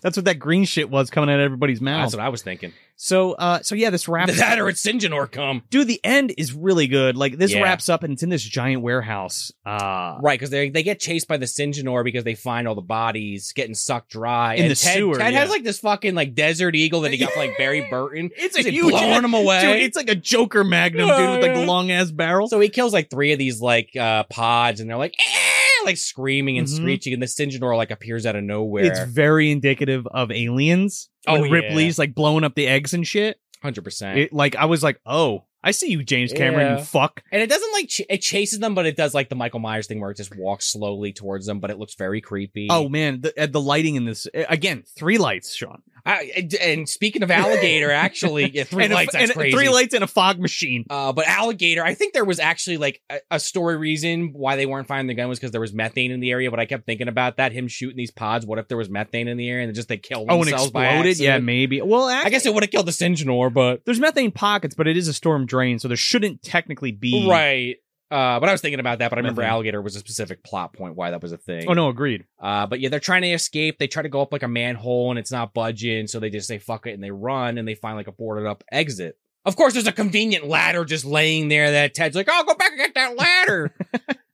Speaker 1: that's what that green shit was coming out of everybody's mouth.
Speaker 2: That's what I was thinking.
Speaker 1: So uh so yeah, this wraps
Speaker 2: that or it's Sinjinor come
Speaker 1: Dude, the end is really good. Like this
Speaker 2: Yeah.
Speaker 1: wraps up and it's in this giant warehouse. Uh
Speaker 2: right because they they get chased by the Sinjinor because they find all the bodies getting sucked dry
Speaker 1: In
Speaker 2: and
Speaker 1: the
Speaker 2: Ted,
Speaker 1: sewer,
Speaker 2: Ted has
Speaker 1: yeah.
Speaker 2: like this fucking like desert eagle that he got from like Barry Burton.
Speaker 1: it's
Speaker 2: He's like, blowing him away.
Speaker 1: Dude, it's like a Joker Magnum,
Speaker 2: Yeah,
Speaker 1: dude, with like the
Speaker 2: yeah.
Speaker 1: long ass barrel.
Speaker 2: So he kills like three of these like uh pods, and they're like "Eh," like screaming and
Speaker 1: Mhm.
Speaker 2: screeching, and the Sinjinor like appears out of nowhere.
Speaker 1: it's very indicative of aliens.
Speaker 2: Oh,
Speaker 1: when
Speaker 2: yeah.
Speaker 1: Ripley's like blowing up the eggs and shit.
Speaker 2: hundred percent.
Speaker 1: It, like I was like, oh, I see you, James Cameron. you
Speaker 2: Yeah.
Speaker 1: fuck.
Speaker 2: And it doesn't like ch- it chases them, but it does like the Michael Myers thing where it just walks slowly towards them, but it looks very creepy.
Speaker 1: Oh man, the, uh, the lighting in this again, three lights, Sean.
Speaker 2: I, and- and speaking of alligator, actually, yeah, three
Speaker 1: And a-
Speaker 2: lights.
Speaker 1: and
Speaker 2: that's
Speaker 1: a-
Speaker 2: crazy.
Speaker 1: Three lights and a fog machine.
Speaker 2: Uh, but alligator, I think there was actually like a, a story reason why they weren't finding the gun was because there was methane in the area. But I kept thinking about that him shooting these pods. What if there was methane in the air and just they killed
Speaker 1: Oh, and
Speaker 2: themselves by
Speaker 1: exploded? Yeah,
Speaker 2: accident?
Speaker 1: maybe. Well,
Speaker 2: I guess it would have killed the Sinjinor, but
Speaker 1: there's methane pockets, but it is a storm drain, so there shouldn't technically be.
Speaker 2: Right. Uh, but I was thinking about that, but I remember
Speaker 1: Nothing.
Speaker 2: alligator was a specific plot point why that was a thing.
Speaker 1: Mm-hmm. Oh no, agreed.
Speaker 2: Uh, but yeah, they're trying to escape. They try to go up like a manhole, and it's not budging, so they just say fuck it and they run, and they find like a boarded up exit. Of course, there's a convenient ladder just laying there that Ted's like, "Oh, go back and get that ladder."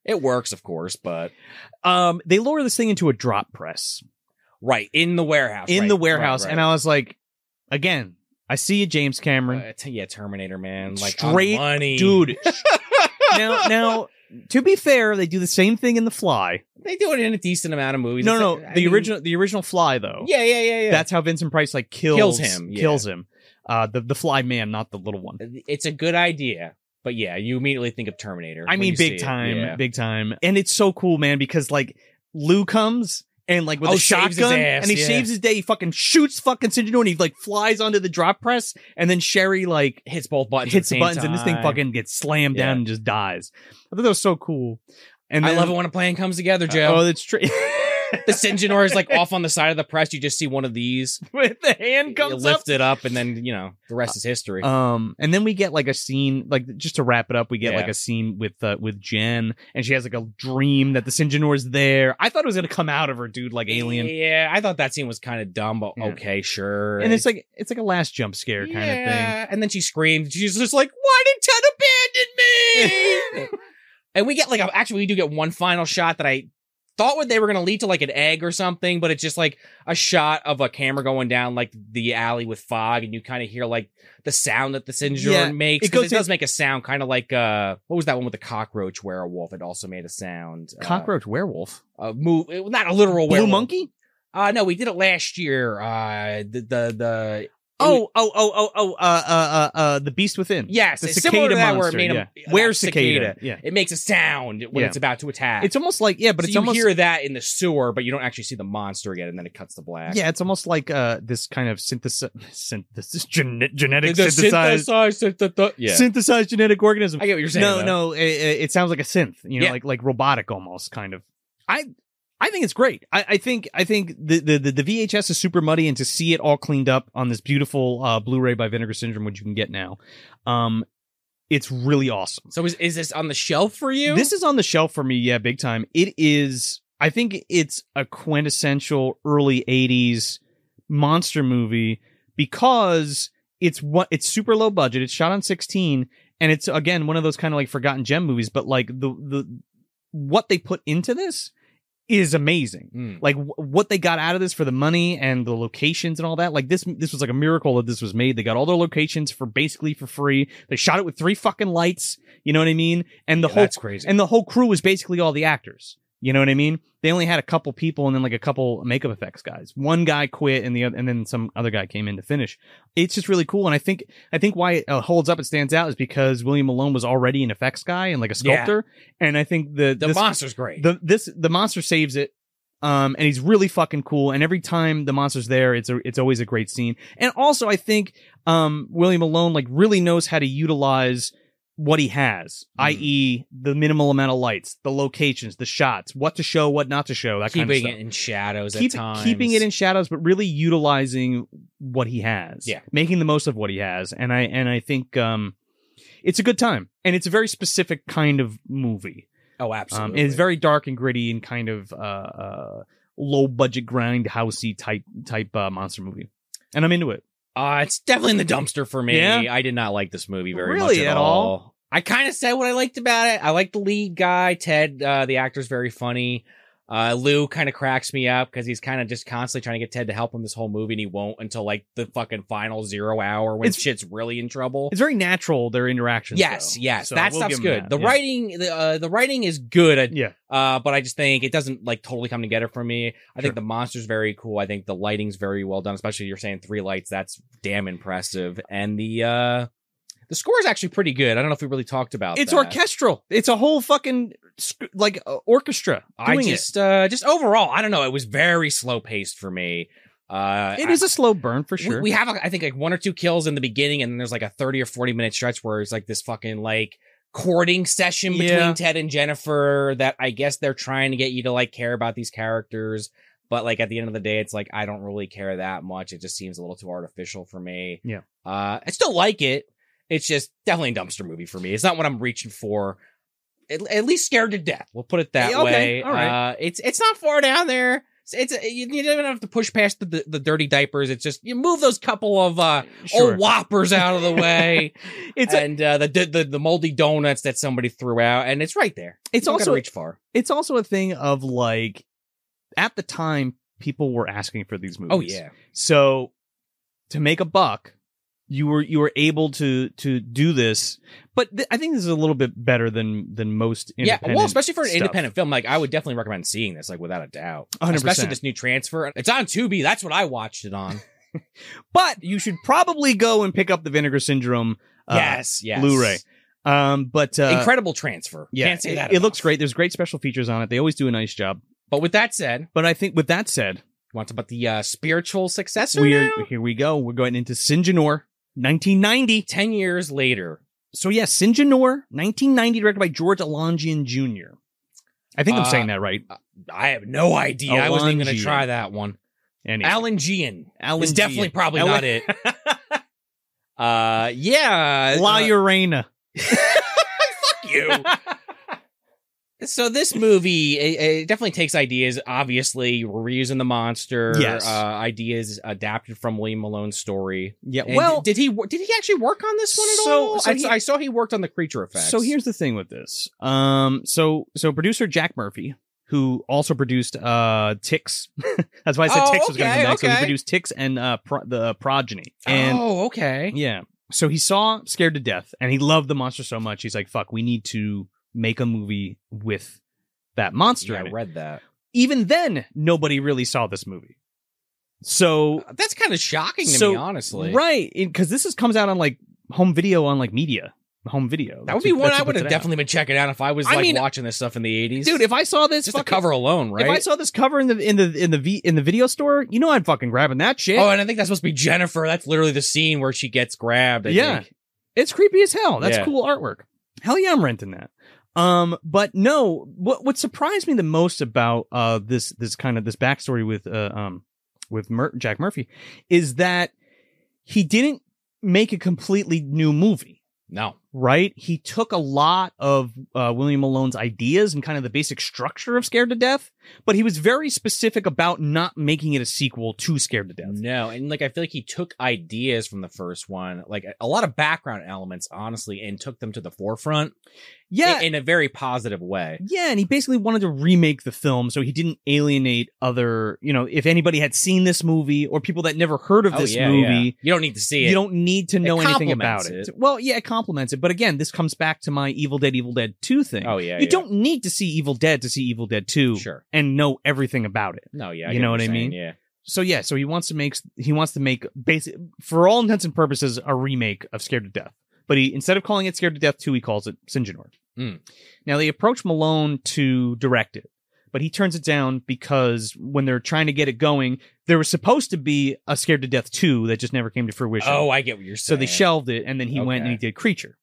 Speaker 2: it works, of course, but
Speaker 1: Um, they lower this thing into a drop press
Speaker 2: right in the warehouse,
Speaker 1: in
Speaker 2: right,
Speaker 1: the warehouse,
Speaker 2: right,
Speaker 1: and
Speaker 2: right.
Speaker 1: I was like, again, I see you, James Cameron,
Speaker 2: Uh, t- yeah, Terminator man, like
Speaker 1: Straight
Speaker 2: on money.
Speaker 1: dude. now, now, to be fair, they do the same thing in The Fly.
Speaker 2: They do it in a decent amount of movies.
Speaker 1: No,
Speaker 2: It's
Speaker 1: no,
Speaker 2: like- I
Speaker 1: the
Speaker 2: mean-
Speaker 1: original, the original Fly though.
Speaker 2: Yeah, yeah, yeah, yeah.
Speaker 1: that's how Vincent Price like kills,
Speaker 2: Kills him, yeah.
Speaker 1: kills him. Uh, the the Fly man, not the little one.
Speaker 2: it's a good idea, but yeah, you immediately think of Terminator.
Speaker 1: I
Speaker 2: when
Speaker 1: mean,
Speaker 2: you see
Speaker 1: big
Speaker 2: it.
Speaker 1: time,
Speaker 2: Yeah.
Speaker 1: big time. And it's so cool, man, because like Lou comes and like with
Speaker 2: Oh,
Speaker 1: a
Speaker 2: shaves his
Speaker 1: shotgun
Speaker 2: ass,
Speaker 1: and he
Speaker 2: yeah.
Speaker 1: shaves his day, he fucking shoots fucking Sinjinor and he like flies onto the drop press. And then Sherry like
Speaker 2: Hits both buttons.
Speaker 1: hits
Speaker 2: at the,
Speaker 1: the
Speaker 2: same
Speaker 1: buttons and this thing
Speaker 2: time.
Speaker 1: fucking gets slammed
Speaker 2: Yeah.
Speaker 1: down and just dies. I thought that was so cool. And
Speaker 2: I
Speaker 1: then,
Speaker 2: love it when a plan comes together,
Speaker 1: Oh,
Speaker 2: Joe.
Speaker 1: that's true.
Speaker 2: the Sinjinor is like off on the side of the press. You just see one of these.
Speaker 1: With the hand
Speaker 2: You
Speaker 1: comes
Speaker 2: lift it up, and then you know the rest is history.
Speaker 1: up. Um, and then we get like a scene, like just to wrap it up, we get
Speaker 2: Yeah.
Speaker 1: like a scene with uh, with Jen, and she has like a dream that the Sinjinor is there. I thought it was gonna come out of her, dude, like alien.
Speaker 2: Yeah, I thought that scene was kind of dumb, but
Speaker 1: Yeah.
Speaker 2: okay, sure.
Speaker 1: and it's like it's like a last jump scare kind of thing.
Speaker 2: Yeah, And then she screams. She's just like, "Why did Ted abandon me?" and we get like a- actually we do get one final shot that I thought what they were going to lead to like an egg or something, but it's just like a shot of a camera going down like the alley with fog, and you kind of hear like the sound that the Sinjor
Speaker 1: Yeah,
Speaker 2: makes.
Speaker 1: it
Speaker 2: 'cause It,
Speaker 1: goes to-
Speaker 2: does make a sound, kind of like uh, what was that one with the cockroach werewolf? It also made a sound. uh,
Speaker 1: Cockroach werewolf.
Speaker 2: a move, not a literal
Speaker 1: Blue
Speaker 2: werewolf.
Speaker 1: monkey?
Speaker 2: Uh, no, we did it last year. Uh, the the, the
Speaker 1: Oh, oh, oh, oh, oh, uh, uh, uh, uh, the beast within.
Speaker 2: Yes,
Speaker 1: The
Speaker 2: it's similar
Speaker 1: cicada
Speaker 2: to that
Speaker 1: monster.
Speaker 2: where it made
Speaker 1: yeah.
Speaker 2: him.
Speaker 1: Where's
Speaker 2: that
Speaker 1: cicada? Yeah.
Speaker 2: It makes a sound when
Speaker 1: Yeah.
Speaker 2: it's about to attack.
Speaker 1: It's almost like yeah, but
Speaker 2: So
Speaker 1: it's
Speaker 2: you
Speaker 1: almost
Speaker 2: hear that in the sewer, but you don't actually see the monster yet, and then it cuts to black.
Speaker 1: yeah, it's almost like uh this kind of synthesis, synthesis gene-
Speaker 2: The,
Speaker 1: genetic
Speaker 2: the
Speaker 1: synthesized
Speaker 2: synthesized, synth- th- yeah.
Speaker 1: synthesized genetic organism.
Speaker 2: I get what you're saying.
Speaker 1: No,
Speaker 2: though.
Speaker 1: no, it, it it sounds like a synth, you know,
Speaker 2: Yeah.
Speaker 1: like like robotic almost kind of. I I think it's great. I, I think I think the, the the the VHS is super muddy, and to see it all cleaned up on this beautiful uh, Blu-ray by Vinegar Syndrome, which you can get now, um, it's really awesome.
Speaker 2: So is, is this on the shelf for you?
Speaker 1: This is on the shelf for me, yeah, big time. It is. I think it's a quintessential early '80s monster movie because it's what it's super low budget. It's shot on 16, and it's again one of those kind of like forgotten gem movies. But like the the what they put into this is amazing.
Speaker 2: Mm.
Speaker 1: Like wh- what they got out of this for the money and the locations and all that. Like this, this was like a miracle that this was made. They got all their locations for basically for free. They shot it with three fucking lights. You know what I mean? And the
Speaker 2: Yeah,
Speaker 1: whole
Speaker 2: that's crazy.
Speaker 1: and the whole crew was basically all the actors. You know what I mean? They only had a couple people and then like a couple makeup effects guys. One guy quit and the other, and then some other guy came in to finish. It's just really cool. And I think, I think why it uh, holds up and stands out is because William Malone was already an effects guy and like a
Speaker 2: Yeah.
Speaker 1: sculptor. And I think the,
Speaker 2: the
Speaker 1: this-
Speaker 2: monster's great.
Speaker 1: the this the monster saves it um and he's really fucking cool and every time the monster's there it's a, it's always a great scene and also i think um william malone like really knows how to utilize what he has
Speaker 2: Mhm.
Speaker 1: i.e the minimal amount of lights the locations the shots what to show what not to show that
Speaker 2: keeping
Speaker 1: kind of stuff
Speaker 2: it in shadows
Speaker 1: Keep-
Speaker 2: at times.
Speaker 1: keeping it in shadows, but really utilizing what he has.
Speaker 2: Yeah.
Speaker 1: making the most of what he has, and I and I think um, it's a good time, and it's a very specific kind of movie. Um,
Speaker 2: Oh, absolutely.
Speaker 1: it's very dark and gritty and kind of uh, uh, low budget grind housey type type uh, monster movie, and I'm into it.
Speaker 2: Uh, it's definitely in the dumpster for me.
Speaker 1: Yeah?
Speaker 2: I did not like this movie very
Speaker 1: Really,
Speaker 2: much
Speaker 1: at
Speaker 2: at all. I kind of said what I liked about it. I like the lead guy, Ted. Uh, the actor's very funny. Uh, Lou kind of cracks me up because he's kind of just constantly trying to get Ted to help him this whole movie, and he won't until like the fucking final zero hour when
Speaker 1: It's-
Speaker 2: shit's really in trouble.
Speaker 1: It's very natural their interactions.
Speaker 2: Yes,
Speaker 1: though.
Speaker 2: yes,
Speaker 1: So
Speaker 2: that
Speaker 1: we'll give
Speaker 2: stuff's
Speaker 1: 'em
Speaker 2: good.
Speaker 1: that,
Speaker 2: The
Speaker 1: yeah.
Speaker 2: writing, the uh, the writing is good. I-
Speaker 1: yeah,
Speaker 2: uh, but I just think it doesn't like totally come together for me. I
Speaker 1: Sure.
Speaker 2: think the monster's very cool. I think the lighting's very well done, especially you're saying three lights. That's damn impressive. And the uh the score is actually pretty good. I don't know if we really talked about
Speaker 1: it's
Speaker 2: that.
Speaker 1: orchestral. It's a whole fucking sc- like uh, orchestra.
Speaker 2: I
Speaker 1: doing
Speaker 2: just uh just overall, I don't know. It was very slow paced for me. Uh,
Speaker 1: it. it
Speaker 2: I-
Speaker 1: is a slow burn for
Speaker 2: we-
Speaker 1: sure.
Speaker 2: We, have, like, I think, like one or two kills in the beginning, and then there's like a thirty or forty minute stretch where it's like this fucking like courting session between
Speaker 1: Yeah.
Speaker 2: Ted and Jennifer. That I guess they're trying to get you to like care about these characters, but like at the end of the day, it's like I don't really care that much. It just seems a little too artificial for me.
Speaker 1: Yeah.
Speaker 2: uh, I still like it. It's just definitely a dumpster movie for me. It's not what I'm reaching for. At, at least scared to death. We'll put it that
Speaker 1: Yeah, okay.
Speaker 2: way.
Speaker 1: All right.
Speaker 2: Uh, it's it's not far down there. It's, it's you, you don't even have to push past the, the the dirty diapers. It's just you move those couple of uh
Speaker 1: sure.
Speaker 2: old whoppers out of the way,
Speaker 1: it's a,
Speaker 2: and uh, the, the the moldy donuts that somebody threw out, and it's right there.
Speaker 1: It's
Speaker 2: You don't gotta
Speaker 1: also-
Speaker 2: reach far.
Speaker 1: it's also a thing of like at the time people were asking for these movies.
Speaker 2: Oh yeah,
Speaker 1: So to make a buck, you were you were able to to do this, but th- I think this is a little bit better than than most.
Speaker 2: yeah. Well, especially for an
Speaker 1: stuff.
Speaker 2: independent film, like I would definitely recommend seeing this, like without a doubt.
Speaker 1: 100%.
Speaker 2: Especially this new transfer. It's on Tubi. That's what I watched it on.
Speaker 1: But you should probably go and pick up the Vinegar Syndrome. Uh,
Speaker 2: yes, yes.
Speaker 1: Blu-ray. Um, but uh,
Speaker 2: Incredible transfer.
Speaker 1: Yeah,
Speaker 2: Can't say
Speaker 1: it-
Speaker 2: that.
Speaker 1: It,
Speaker 2: enough.
Speaker 1: looks great. There's great special features on it. They always do a nice job.
Speaker 2: But with that said,
Speaker 1: But I think with that said,
Speaker 2: want to about the uh, spiritual successor?
Speaker 1: we're
Speaker 2: now?
Speaker 1: here we go. We're going into Sinjanor. 1990.
Speaker 2: Ten years later,
Speaker 1: So yeah, Sinjanor, 1990, directed by George Alangian Jr. I think I'm
Speaker 2: Uh,
Speaker 1: saying that right.
Speaker 2: I have no idea. I wasn't even going to
Speaker 1: Alangian.
Speaker 2: try that one.
Speaker 1: Anyway.
Speaker 2: Alan Gian
Speaker 1: Alan
Speaker 2: is definitely probably
Speaker 1: Alan-
Speaker 2: not it. uh, yeah, uh,
Speaker 1: La Urena.
Speaker 2: fuck you. so this movie it, it definitely takes ideas. Obviously, we're reusing the monster.
Speaker 1: Yes.
Speaker 2: uh, ideas adapted from William Malone's story.
Speaker 1: Yeah.
Speaker 2: And
Speaker 1: well,
Speaker 2: did he wor- did he actually work on this one at
Speaker 1: So-
Speaker 2: all?
Speaker 1: so
Speaker 2: I,
Speaker 1: he-
Speaker 2: I saw he worked on the creature effects.
Speaker 1: so here's the thing with this. Um, so so producer Jack Murphy who also produced uh Ticks. That's why I said
Speaker 2: Oh,
Speaker 1: Ticks was going to
Speaker 2: okay,
Speaker 1: come next. So he
Speaker 2: okay.
Speaker 1: produced Ticks and uh pro- the Progeny. And
Speaker 2: oh, okay.
Speaker 1: yeah. So he saw Scared to Death and he loved the monster so much. He's like, fuck, we need to make a movie with that monster.
Speaker 2: Yeah,
Speaker 1: in
Speaker 2: I
Speaker 1: it.
Speaker 2: read that.
Speaker 1: Even then, nobody really saw this movie. So,
Speaker 2: Uh, That's kind of shocking to
Speaker 1: So,
Speaker 2: me, honestly.
Speaker 1: right. Because this is comes out on like home video on like media, home video.
Speaker 2: That
Speaker 1: That's
Speaker 2: would be
Speaker 1: who-
Speaker 2: one
Speaker 1: that's
Speaker 2: I
Speaker 1: who
Speaker 2: would
Speaker 1: puts it
Speaker 2: have
Speaker 1: out.
Speaker 2: definitely been checking out if I was
Speaker 1: I
Speaker 2: like
Speaker 1: mean-
Speaker 2: watching this stuff in the 80s.
Speaker 1: Dude, if I saw this,
Speaker 2: just the
Speaker 1: fucking-
Speaker 2: cover alone, right?
Speaker 1: If I saw this cover in the in the in the v, in the video store, you know I'm fucking grabbing that shit.
Speaker 2: oh, and I think that's supposed to be Jennifer. That's literally the scene where she gets grabbed. I
Speaker 1: Yeah.
Speaker 2: think.
Speaker 1: it's creepy as hell. That's
Speaker 2: Yeah.
Speaker 1: cool artwork. Hell yeah, I'm renting that. Um, but no, what what surprised me the most about uh this this kind of this backstory with uh um with Mur- Jack Murphy is that he didn't make a completely new movie.
Speaker 2: No.
Speaker 1: right? He took a lot of uh, William Malone's ideas and kind of the basic structure of Scared to Death, but he was very specific about not making it a sequel to Scared to Death.
Speaker 2: No, and like I feel like he took ideas from the first one, like a- a lot of background elements, honestly, and took them to the forefront
Speaker 1: Yeah.
Speaker 2: i- in a very positive way.
Speaker 1: yeah, and he basically wanted to remake the film so he didn't alienate other, you know, if anybody had seen this movie or people that never heard of this
Speaker 2: Oh, yeah,
Speaker 1: movie,
Speaker 2: yeah. you don't need to see it.
Speaker 1: you don't need to know anything about
Speaker 2: complements
Speaker 1: it.
Speaker 2: it.
Speaker 1: Well, yeah, it complements it, but again, this comes back to my Evil Dead Evil Dead 2 thing.
Speaker 2: Oh yeah,
Speaker 1: you
Speaker 2: yeah.
Speaker 1: don't need to see Evil Dead to see Evil Dead 2
Speaker 2: Sure.
Speaker 1: and know everything about it.
Speaker 2: No, yeah,
Speaker 1: You
Speaker 2: get
Speaker 1: know what
Speaker 2: you're
Speaker 1: I
Speaker 2: saying,
Speaker 1: mean?
Speaker 2: Yeah,
Speaker 1: so yeah, so he wants to make he wants to make basic for all intents and purposes a remake of Scared to Death. But he instead of calling it Scared to Death 2, he calls it Sinjinor.
Speaker 2: Mm.
Speaker 1: Now they approach Malone to direct it, but he turns it down because when they're trying to get it going, there was supposed to be a Scared to Death 2 that just never came to fruition.
Speaker 2: Oh, I get what you're
Speaker 1: so
Speaker 2: saying.
Speaker 1: they shelved it and then he went and
Speaker 2: Okay.
Speaker 1: he did Creature.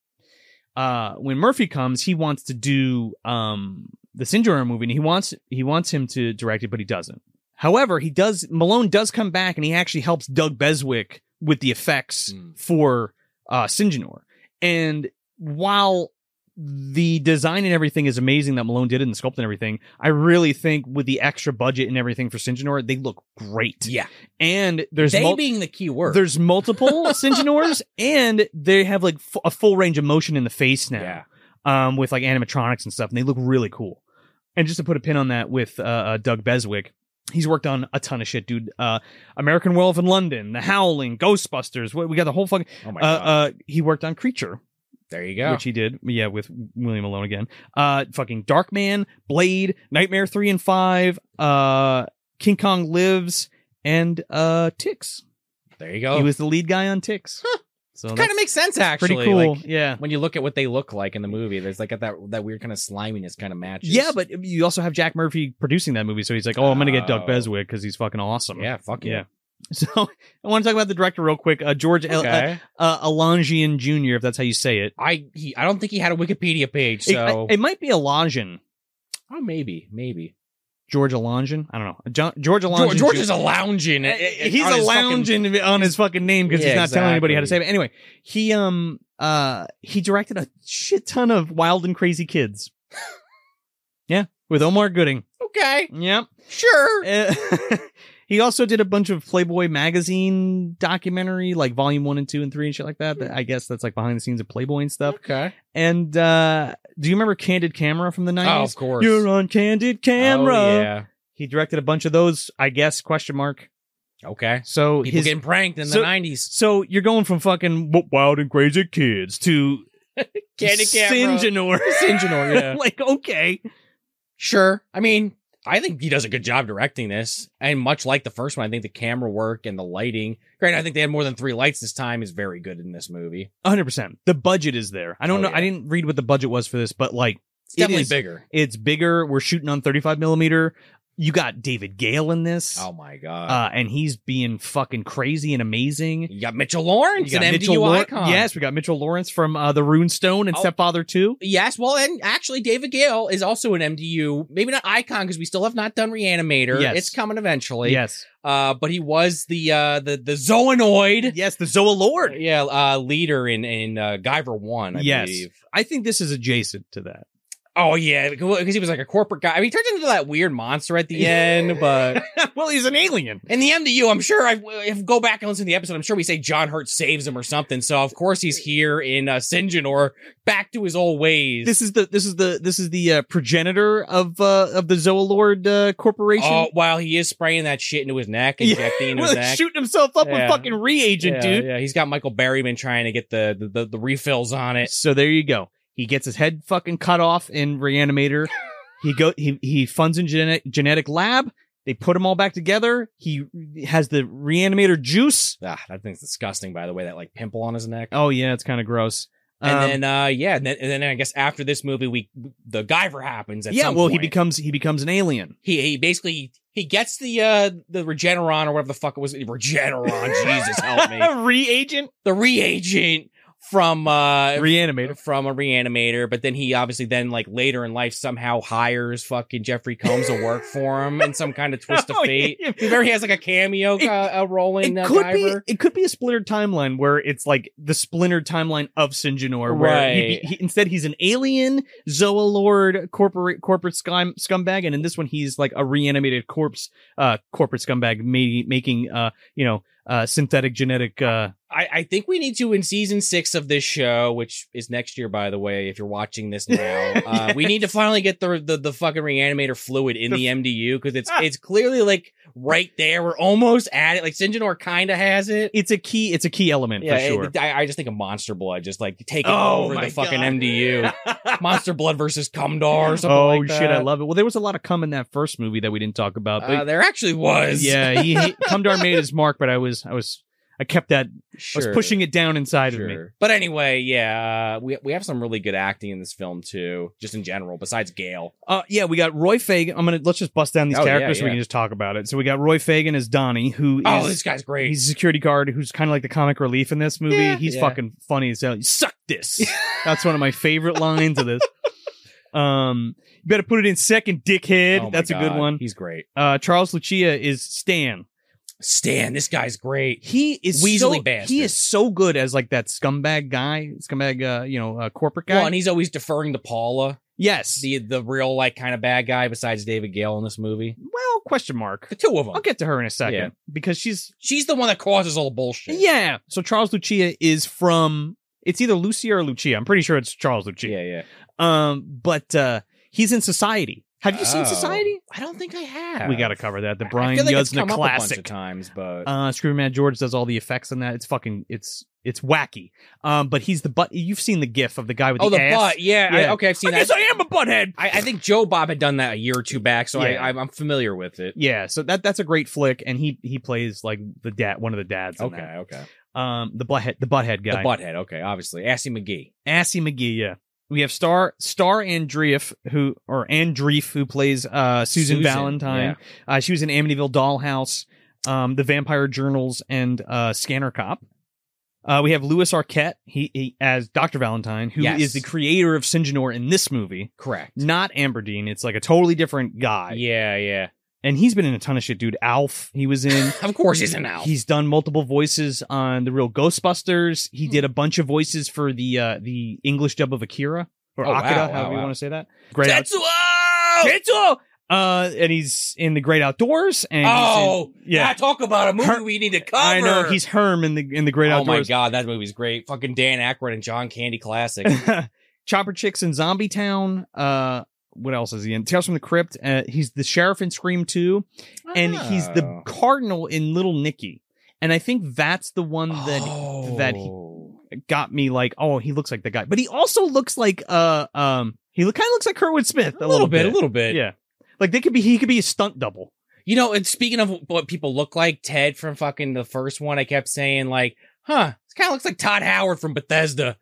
Speaker 1: Uh when Murphy comes, he wants to do um the Sinjinor movie and he wants he wants him to direct it, but he doesn't. However, he does Malone does come back and he actually helps Doug Beswick with the effects
Speaker 2: Mm.
Speaker 1: for uh Sinjinor. And while the design and everything is amazing that Malone did it and the sculpt and everything, I really think with the extra budget and everything for Sinjinor, they look great.
Speaker 2: Yeah,
Speaker 1: And there's
Speaker 2: they
Speaker 1: mul-
Speaker 2: being the key word.
Speaker 1: there's multiple Sinjinors and they have like f- a full range of motion in the face now
Speaker 2: yeah,
Speaker 1: um, with like animatronics and stuff, and they look really cool. And just to put a pin on that with uh, uh, Doug Beswick, he's worked on a ton of shit, dude. Uh, American Werewolf in London, The Howling, Ghostbusters. What we got the whole fucking.
Speaker 2: oh my
Speaker 1: Uh,
Speaker 2: god,
Speaker 1: uh, he worked on Creature,
Speaker 2: there you go.
Speaker 1: which he did, yeah, with William Malone again. Uh, fucking Darkman, Blade, Nightmare Three and Five, uh, King Kong Lives, and uh, Ticks.
Speaker 2: there you go.
Speaker 1: He was the lead guy on Ticks. So
Speaker 2: kind
Speaker 1: that's
Speaker 2: of makes sense actually.
Speaker 1: pretty cool.
Speaker 2: Like,
Speaker 1: yeah.
Speaker 2: when you look at what they look like in the movie, there's like that that weird kind of sliminess kind of matches.
Speaker 1: Yeah, but you also have Jack Murphy producing that movie, so he's like, "Oh, I'm gonna get Doug
Speaker 2: Oh.
Speaker 1: Beswick because he's fucking awesome."
Speaker 2: yeah, fuck
Speaker 1: yeah.
Speaker 2: yeah.
Speaker 1: So I want to talk about the director real quick, uh, George El- uh,
Speaker 2: Okay.
Speaker 1: uh, Alangian Jr. If that's how you say it.
Speaker 2: I he, I don't think he had a Wikipedia page,
Speaker 1: It-
Speaker 2: so
Speaker 1: I- it, might be Alangian,
Speaker 2: oh maybe maybe
Speaker 1: George Alangian. I don't know. Jo- George Alangian.
Speaker 2: George, George
Speaker 1: Ju-
Speaker 2: is a lounging.
Speaker 1: Uh, he's a lounging on his fucking name because
Speaker 2: Yeah,
Speaker 1: he's not telling anybody how to say it.
Speaker 2: exactly.
Speaker 1: But anyway, he um uh he directed a shit ton of Wild and Crazy Kids. yeah, with Omar Gooding.
Speaker 2: okay,
Speaker 1: Yep.
Speaker 2: sure.
Speaker 1: Uh, he also did a bunch of Playboy magazine documentary, like volume one and two and three and shit like that. that- I guess that's like behind the scenes of Playboy and stuff.
Speaker 2: Okay.
Speaker 1: And uh, do you remember Candid Camera from the
Speaker 2: Oh,
Speaker 1: nineties?
Speaker 2: of course.
Speaker 1: You're on Candid Camera.
Speaker 2: Oh, yeah.
Speaker 1: He directed a bunch of those, I guess? Question mark.
Speaker 2: Okay.
Speaker 1: So
Speaker 2: People
Speaker 1: his.
Speaker 2: getting pranked in
Speaker 1: so-
Speaker 2: the '90s.
Speaker 1: so you're going from fucking w- wild and crazy kids to
Speaker 2: Candid Camera.
Speaker 1: Singenor.
Speaker 2: Singenor, yeah.
Speaker 1: like okay,
Speaker 2: Sure. I mean, I think he does a good job directing this. And much like the first one, I think the camera work and the lighting. Great. I think they had more than three lights this time is very good in this movie.
Speaker 1: 100. percent The budget is there. I don't
Speaker 2: Oh,
Speaker 1: know.
Speaker 2: yeah.
Speaker 1: I didn't read what the budget was for this, but like
Speaker 2: It's
Speaker 1: It
Speaker 2: definitely
Speaker 1: is-
Speaker 2: bigger.
Speaker 1: It's bigger. We're shooting on 35 millimeter. You got David Gale in this,
Speaker 2: Oh my god.
Speaker 1: uh, and he's being fucking crazy and amazing.
Speaker 2: you got Mitchell Lawrence, an MDU
Speaker 1: Lawrence.
Speaker 2: icon.
Speaker 1: Yes, we got Mitchell Lawrence from uh, the Rune Stone and
Speaker 2: Oh.
Speaker 1: Stepfather 2.
Speaker 2: Yes, well, and actually, David Gale is also an MDU, maybe not icon because we still have not done Reanimator.
Speaker 1: Yes.
Speaker 2: It's coming eventually.
Speaker 1: Yes,
Speaker 2: Uh, but he was the uh the the Zoanoid.
Speaker 1: yes, the Zoa Lord.
Speaker 2: Yeah, uh, leader in in uh, Guyver One. I
Speaker 1: Yes.
Speaker 2: believe.
Speaker 1: I think this is adjacent to that.
Speaker 2: Oh yeah, because he was like a corporate guy. I mean, he turns into that weird monster at the end, but
Speaker 1: well, he's an alien.
Speaker 2: in the MDU, I'm sure I if go back and listen to the episode. I'm sure we say John Hurt saves him or something. So of course he's here in uh, Sinjin or back to his old ways.
Speaker 1: This is the this is the this is the uh, progenitor of uh, of the Zoolord uh, Corporation.
Speaker 2: Oh, while he is spraying that shit into his neck,
Speaker 1: Yeah.
Speaker 2: injecting into
Speaker 1: Well,
Speaker 2: his neck.
Speaker 1: shooting himself up
Speaker 2: Yeah.
Speaker 1: with fucking reagent,
Speaker 2: yeah,
Speaker 1: dude.
Speaker 2: yeah, he's got Michael Berryman trying to get the the, the, the refills on it.
Speaker 1: So there you go. He gets his head fucking cut off in Reanimator. he go he he funds in genetic genetic lab. They put them all back together. He has the Reanimator juice.
Speaker 2: Ah, that thing's disgusting. By the way, that like pimple on his neck.
Speaker 1: Oh yeah, it's kind of gross.
Speaker 2: And
Speaker 1: Um,
Speaker 2: then, uh, yeah, and then, and then I guess after this movie, we the Guyver happens. At
Speaker 1: yeah,
Speaker 2: some
Speaker 1: well he
Speaker 2: point.
Speaker 1: becomes he becomes an alien.
Speaker 2: he he basically he gets the uh the Regeneron or whatever the fuck it was Regeneron. Jesus help me,
Speaker 1: reagent
Speaker 2: the reagent from uh
Speaker 1: Reanimator.
Speaker 2: from a reanimator. But then he obviously then like later in life somehow hires fucking Jeffrey Combs to work for him in some kind of twist of
Speaker 1: Oh,
Speaker 2: fate.
Speaker 1: yeah.
Speaker 2: Remember he has like a cameo
Speaker 1: It-
Speaker 2: uh, uh, role in
Speaker 1: it
Speaker 2: uh,
Speaker 1: could
Speaker 2: Guyver?
Speaker 1: be it could be a splintered timeline where it's like the splintered timeline of Sinjinor, where he,
Speaker 2: Right.
Speaker 1: he, instead he's an alien Zoa Lord corporate corporate scum, scumbag, and in this one he's like a reanimated corpse uh, corporate scumbag ma- making uh, you know uh, synthetic genetic. Uh,
Speaker 2: I, I think we need to in season six of this show, which is next year, by the way, if you're watching this now, uh, we need to finally get the, the the fucking reanimator fluid in the, MDU because
Speaker 1: Ah.
Speaker 2: it's it's clearly like right there. We're almost at it. Like Sinjinor kind of has it.
Speaker 1: it's a key. It's a key element
Speaker 2: Yeah,
Speaker 1: for sure.
Speaker 2: it- I, I just think of Monster Blood, just like taking
Speaker 1: Oh
Speaker 2: over
Speaker 1: my
Speaker 2: the fucking
Speaker 1: God.
Speaker 2: MDU. Monster Blood versus Cumdar or something
Speaker 1: oh
Speaker 2: like
Speaker 1: shit, I
Speaker 2: that.
Speaker 1: love it. Well, there was a lot of cum in that first movie that we didn't talk about.
Speaker 2: Uh, there actually was.
Speaker 1: yeah, he, he Cumdar made his mark, but I was I was I kept that
Speaker 2: sure.
Speaker 1: I was pushing it down inside of me.
Speaker 2: Sure. But anyway, yeah, uh, we we have some really good acting in this film too, just in general. Besides Gail,
Speaker 1: Uh, yeah, we got Roy Fagan. I'm gonna let's just bust down these
Speaker 2: Oh, yeah,
Speaker 1: characters so we
Speaker 2: yeah.
Speaker 1: can just talk about it. So we got Roy Fagan as Donnie, who is
Speaker 2: Oh, this guy's great.
Speaker 1: he's a security guard who's kind of like the comic relief in this movie.
Speaker 2: Yeah.
Speaker 1: he's
Speaker 2: Yeah.
Speaker 1: fucking funny as hell. Suck this. That's one of my favorite lines of this. Um, you better put it in second, dickhead.
Speaker 2: Oh my
Speaker 1: That's a good
Speaker 2: God,
Speaker 1: one.
Speaker 2: He's great.
Speaker 1: Uh, Charles Lucia is Stan.
Speaker 2: Stan, this guy's great.
Speaker 1: He is
Speaker 2: Weasley
Speaker 1: so,
Speaker 2: bastard.
Speaker 1: He is so good as like that scumbag guy, scumbag, uh, you know, uh, corporate guy.
Speaker 2: Well, and he's always deferring to Paula,
Speaker 1: yes.
Speaker 2: the the real like kind of bad guy besides David Gale in this movie.
Speaker 1: well, question mark.
Speaker 2: The two of them.
Speaker 1: I'll get to her in a second
Speaker 2: Yeah.
Speaker 1: because she's
Speaker 2: She's the one that causes all the bullshit.
Speaker 1: Yeah. So Charles Lucia is from it's either Lucia or Lucia. I'm pretty sure it's Charles Lucia.
Speaker 2: yeah, yeah.
Speaker 1: Um, but uh he's in Society. Have you
Speaker 2: Oh.
Speaker 1: seen Society?
Speaker 2: I don't think I have.
Speaker 1: We got to cover that. The
Speaker 2: I- I
Speaker 1: Brian
Speaker 2: feel like it's
Speaker 1: Yuzna
Speaker 2: come up a bunch of
Speaker 1: classic.
Speaker 2: times, but
Speaker 1: Uh, Screaming Mad George does all the effects on that. It's fucking it's it's wacky. Um, but he's the butt. You've seen the gif of the guy with
Speaker 2: oh, the
Speaker 1: ass.
Speaker 2: butt. Yeah, I-
Speaker 1: Yeah.
Speaker 2: okay, I've seen
Speaker 1: I
Speaker 2: that.
Speaker 1: guess I am a butthead.
Speaker 2: I, I think Joe Bob had done that a year or two back, so
Speaker 1: Yeah.
Speaker 2: I, I'm, I'm familiar with it.
Speaker 1: yeah. So that that's a great flick, and he he plays like the dad, one of the dads. in
Speaker 2: Okay, okay.
Speaker 1: that. Um, the butthead, the butthead guy.
Speaker 2: The butthead. Okay, obviously. Assy McGee.
Speaker 1: Assy McGee, yeah. We have Star Star Andreef, who or Andreef, who plays uh, Susan, Valentine. Uh, she was in Amityville Dollhouse, um, The Vampire Journals, and uh, Scanner Cop. Uh, we have Louis Arquette, he, he as Doctor Valentine, who is
Speaker 2: Yes.
Speaker 1: the creator of Sinjinor in this movie,
Speaker 2: Correct.
Speaker 1: not Amberdeen. It's like a totally different guy,
Speaker 2: yeah, yeah.
Speaker 1: and he's been in a ton of shit, dude. Alf, he was in.
Speaker 2: Of course he's an owl.
Speaker 1: He's done multiple voices on the real Ghostbusters.
Speaker 2: Hmm.
Speaker 1: He did a bunch of voices for the uh, the English dub of Akira or
Speaker 2: Oh, wow,
Speaker 1: Akira,
Speaker 2: wow,
Speaker 1: however you
Speaker 2: wow.
Speaker 1: want to say that. Great Out-
Speaker 2: Tetsuo!
Speaker 1: Tetsuo! Uh, and he's in the Great Outdoors. And he's
Speaker 2: Oh,
Speaker 1: in- yeah.
Speaker 2: yeah. Talk about a movie
Speaker 1: Her-
Speaker 2: we need to cover.
Speaker 1: I know he's Herm in the in the Great
Speaker 2: Oh my
Speaker 1: Outdoors.
Speaker 2: god, that movie's great. Fucking Dan Aykroyd and John Candy classic.
Speaker 1: Chopper Chicks in Zombie Town. Uh, what else is he in? Tales from the Crypt. Uh, he's the sheriff in Scream Two, and he's the
Speaker 2: Oh.
Speaker 1: cardinal in Little Nicky. And I think that's the one that that he-
Speaker 2: Oh.
Speaker 1: got me like, oh, he looks like the guy, but he also looks like uh um he kind of looks like Kurtwood Smith
Speaker 2: a little bit, a little bit.
Speaker 1: yeah. Like they could be he could be a stunt double.
Speaker 2: You know, and speaking of what people look like, Ted from fucking the first one, I kept saying like, huh, this kind of looks like Todd Howard from Bethesda.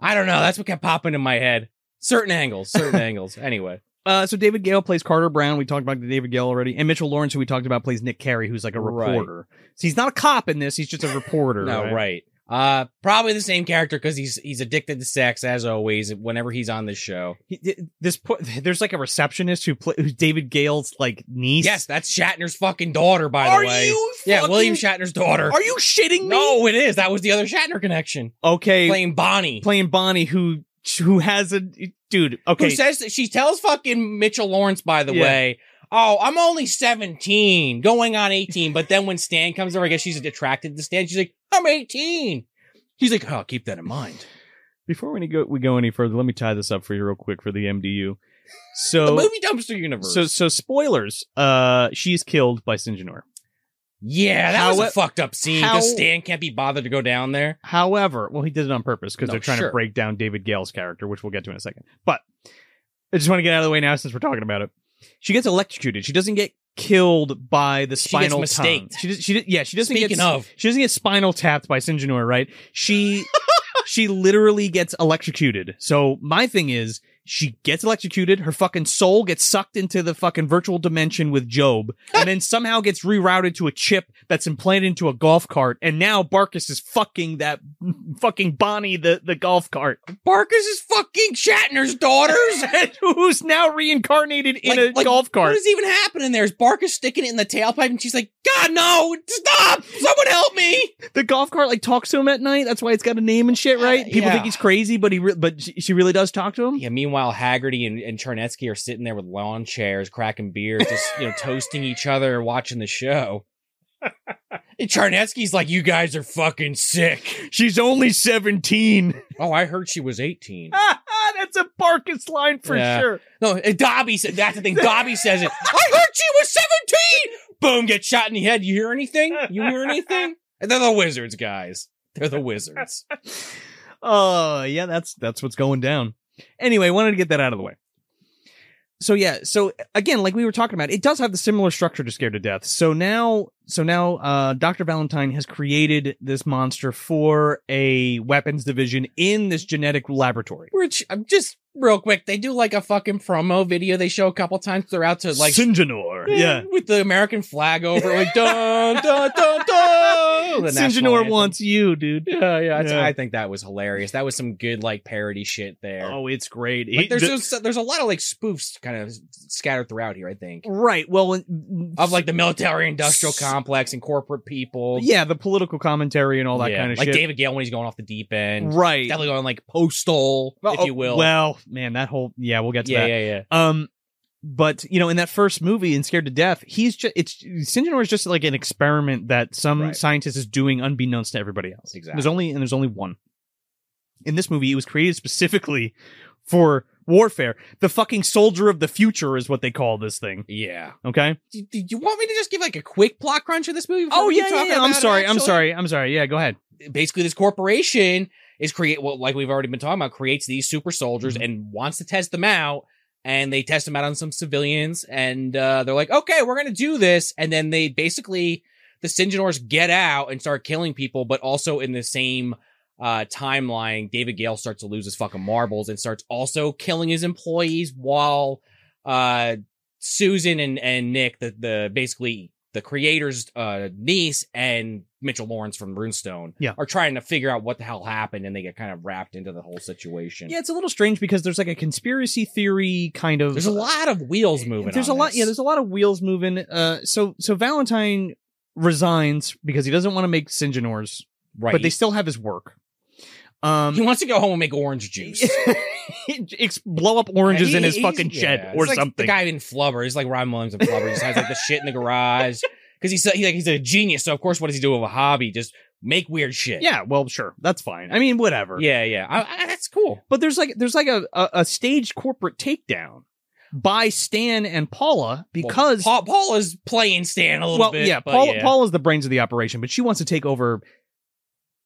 Speaker 2: I don't know. That's what kept popping in my head. Certain angles, certain angles. Anyway,
Speaker 1: Uh, so David Gale plays Carter Brown. We talked about the David Gale already, and Mitchell Lawrence, who we talked about, plays Nick Carey, who's like a
Speaker 2: Right.
Speaker 1: reporter. So he's not a cop in this; he's just a reporter.
Speaker 2: no,
Speaker 1: right?
Speaker 2: right. Uh, probably the same character because he's he's addicted to sex as always. Whenever he's on this show,
Speaker 1: He- th- this po- there's like a receptionist who play who's David Gale's like niece.
Speaker 2: yes, that's Shatner's fucking daughter, by
Speaker 1: Are
Speaker 2: the way.
Speaker 1: you
Speaker 2: yeah,
Speaker 1: fucking-
Speaker 2: William Shatner's daughter.
Speaker 1: Are you shitting me?
Speaker 2: no, it is. That was the other Shatner connection.
Speaker 1: Okay,
Speaker 2: Playing Bonnie.
Speaker 1: playing Bonnie, who who has a dude. Okay,
Speaker 2: Who says that she tells fucking Mitchell Lawrence, by the
Speaker 1: Yeah.
Speaker 2: way, oh, I'm only 17, going on 18. But then when Stan comes over, I guess she's attracted to Stan. She's like, I'm 18. He's like, oh, keep that in mind.
Speaker 1: before we go we go any further, let me tie this up for you real quick for the MDU.
Speaker 2: The
Speaker 1: So
Speaker 2: movie dumpster universe.
Speaker 1: so so spoilers. Uh, she's killed by Sinjinor.
Speaker 2: yeah, that was
Speaker 1: How-
Speaker 2: a fucked up scene because
Speaker 1: how-
Speaker 2: Stan can't be bothered to go down there.
Speaker 1: However, well, he did it on purpose because
Speaker 2: No,
Speaker 1: they're trying to
Speaker 2: sure.
Speaker 1: break down David Gale's character, which we'll get to in a second. But I just want to get out of the way now since we're talking about it. She gets electrocuted. She doesn't get killed by the
Speaker 2: She
Speaker 1: spinal
Speaker 2: gets
Speaker 1: tongue.
Speaker 2: mistaked.
Speaker 1: She, does, she does- yeah, she doesn't
Speaker 2: Speaking
Speaker 1: get
Speaker 2: of,
Speaker 1: she doesn't get spinal tapped by Sinjinor, right? She she literally gets electrocuted. So my thing is she gets electrocuted, her fucking soul gets sucked into the fucking virtual dimension with Job, and then somehow gets rerouted to a chip that's implanted into a golf cart, and now Barkus is fucking that fucking Bonnie the, the golf cart.
Speaker 2: Barker's is fucking Shatner's daughters.
Speaker 1: Who's now reincarnated in
Speaker 2: Like-
Speaker 1: a
Speaker 2: like,
Speaker 1: golf
Speaker 2: What
Speaker 1: cart.
Speaker 2: is even happening there? Is Barker sticking it in the tailpipe and she's like, God, no, stop! Someone help me!
Speaker 1: the golf cart like talks to him at night. That's why it's got a name and shit, right?
Speaker 2: Uh,
Speaker 1: People
Speaker 2: yeah.
Speaker 1: think he's crazy, but he re- but she, she really does talk to him.
Speaker 2: Yeah. Meanwhile, Haggerty and, and Charnetsky are sitting there with lawn chairs, cracking beer, just you know, toasting each other, watching the show. And Charnetsky's like, "You guys are fucking sick."
Speaker 1: She's only 17.
Speaker 2: Oh, I heard she was eighteen.
Speaker 1: That's a Barkus line for
Speaker 2: Yeah.
Speaker 1: sure.
Speaker 2: No, and Dobby said that's the thing. Dobby says it. I heard she was seventeen. Boom, get shot in the head. You hear anything? You hear anything? And they're the wizards, guys. They're the wizards.
Speaker 1: Oh, yeah, that's that's what's going down. Anyway, wanted to get that out of the way. So yeah, so again, like we were talking about, it does have the similar structure to Scared to Death. So now, so now, uh, Doctor Valentine has created this monster for a weapons division in this genetic laboratory.
Speaker 2: Which I'm just real quick. They do like a fucking promo video. They show a couple times. They're out to like
Speaker 1: Syngenor, yeah.
Speaker 2: with the American flag over it, like dun dun dun dun. The national
Speaker 1: Syngenor
Speaker 2: anthem.
Speaker 1: wants you, dude.
Speaker 2: Yeah, yeah. it's-
Speaker 1: Yeah.
Speaker 2: I think that was hilarious. That was some good like parody shit there.
Speaker 1: Oh, it's great.
Speaker 2: like,
Speaker 1: He-
Speaker 2: there's
Speaker 1: the-
Speaker 2: just, there's a lot of like spoofs kind of scattered throughout here. I think
Speaker 1: right. Well, when-
Speaker 2: of like the military industrial
Speaker 1: S-
Speaker 2: complex and corporate people.
Speaker 1: yeah, the political commentary and all that
Speaker 2: Yeah,
Speaker 1: kind of
Speaker 2: like
Speaker 1: shit.
Speaker 2: David Gale when he's going off the deep end.
Speaker 1: right.
Speaker 2: Definitely going like postal,
Speaker 1: Well, oh,
Speaker 2: if you will.
Speaker 1: Well, man, that whole yeah, we'll get to
Speaker 2: yeah,
Speaker 1: that.
Speaker 2: yeah, yeah.
Speaker 1: Um, but you know, in that first movie, in Scared to Death, he's just it's Sinjinor is just like an experiment that some
Speaker 2: Right.
Speaker 1: scientist is doing unbeknownst to everybody else.
Speaker 2: Exactly.
Speaker 1: There's only and there's only one. In this movie, it was created specifically for warfare. The fucking soldier of the future is what they call this thing.
Speaker 2: Yeah.
Speaker 1: Okay. Oh,
Speaker 2: Do, do you want me to just give like a quick plot crunch of this movie? before we keep Oh, talking about
Speaker 1: I'm
Speaker 2: it,
Speaker 1: sorry. I'm
Speaker 2: actually?
Speaker 1: sorry. I'm sorry. Yeah. Go ahead.
Speaker 2: basically this corporation is create well, like we've already been talking about, creates these super soldiers
Speaker 1: Mhm.
Speaker 2: and wants to test them out. And they test them out on some civilians, and uh, they're like, "Okay, we're gonna do this." And then they basically the Singenors get out and start killing people, but also in the same uh, timeline, David Gale starts to lose his fucking marbles and starts also killing his employees while uh, Susan and, and Nick, the the basically the creator's uh, niece and Mitchell Lawrence from Runestone,
Speaker 1: Yeah.
Speaker 2: are trying to figure out what the hell happened, and they get kind of wrapped into the whole situation.
Speaker 1: Yeah, it's a little strange because there's like a conspiracy theory kind of.
Speaker 2: there's a lot of wheels moving.
Speaker 1: There's
Speaker 2: on
Speaker 1: a lot.
Speaker 2: this.
Speaker 1: Yeah, there's a lot of wheels moving. Uh, so so Valentine resigns because he doesn't want to make Singenors,
Speaker 2: right.
Speaker 1: but they still have his work. Um,
Speaker 2: he wants to go home and make orange juice.
Speaker 1: ex- blow up oranges
Speaker 2: And
Speaker 1: in
Speaker 2: he-
Speaker 1: his
Speaker 2: he's-
Speaker 1: fucking
Speaker 2: yeah,
Speaker 1: shed
Speaker 2: it's
Speaker 1: or
Speaker 2: like
Speaker 1: something.
Speaker 2: The guy in Flubber, he's like Ron Williams in Flubber. He just has like the shit in the garage because he's he, like he's a genius. So of course, what does he do with a hobby? Just make weird shit.
Speaker 1: yeah, well, sure, that's fine. I mean, whatever.
Speaker 2: yeah, yeah. I, I, that's cool.
Speaker 1: but there's like there's like a a, a staged corporate takedown by Stan and Paula because.
Speaker 2: Paul, Paul is playing Stan a little
Speaker 1: well,
Speaker 2: bit.
Speaker 1: yeah,
Speaker 2: but
Speaker 1: Paula Paula's the brains of the operation, but she wants to take over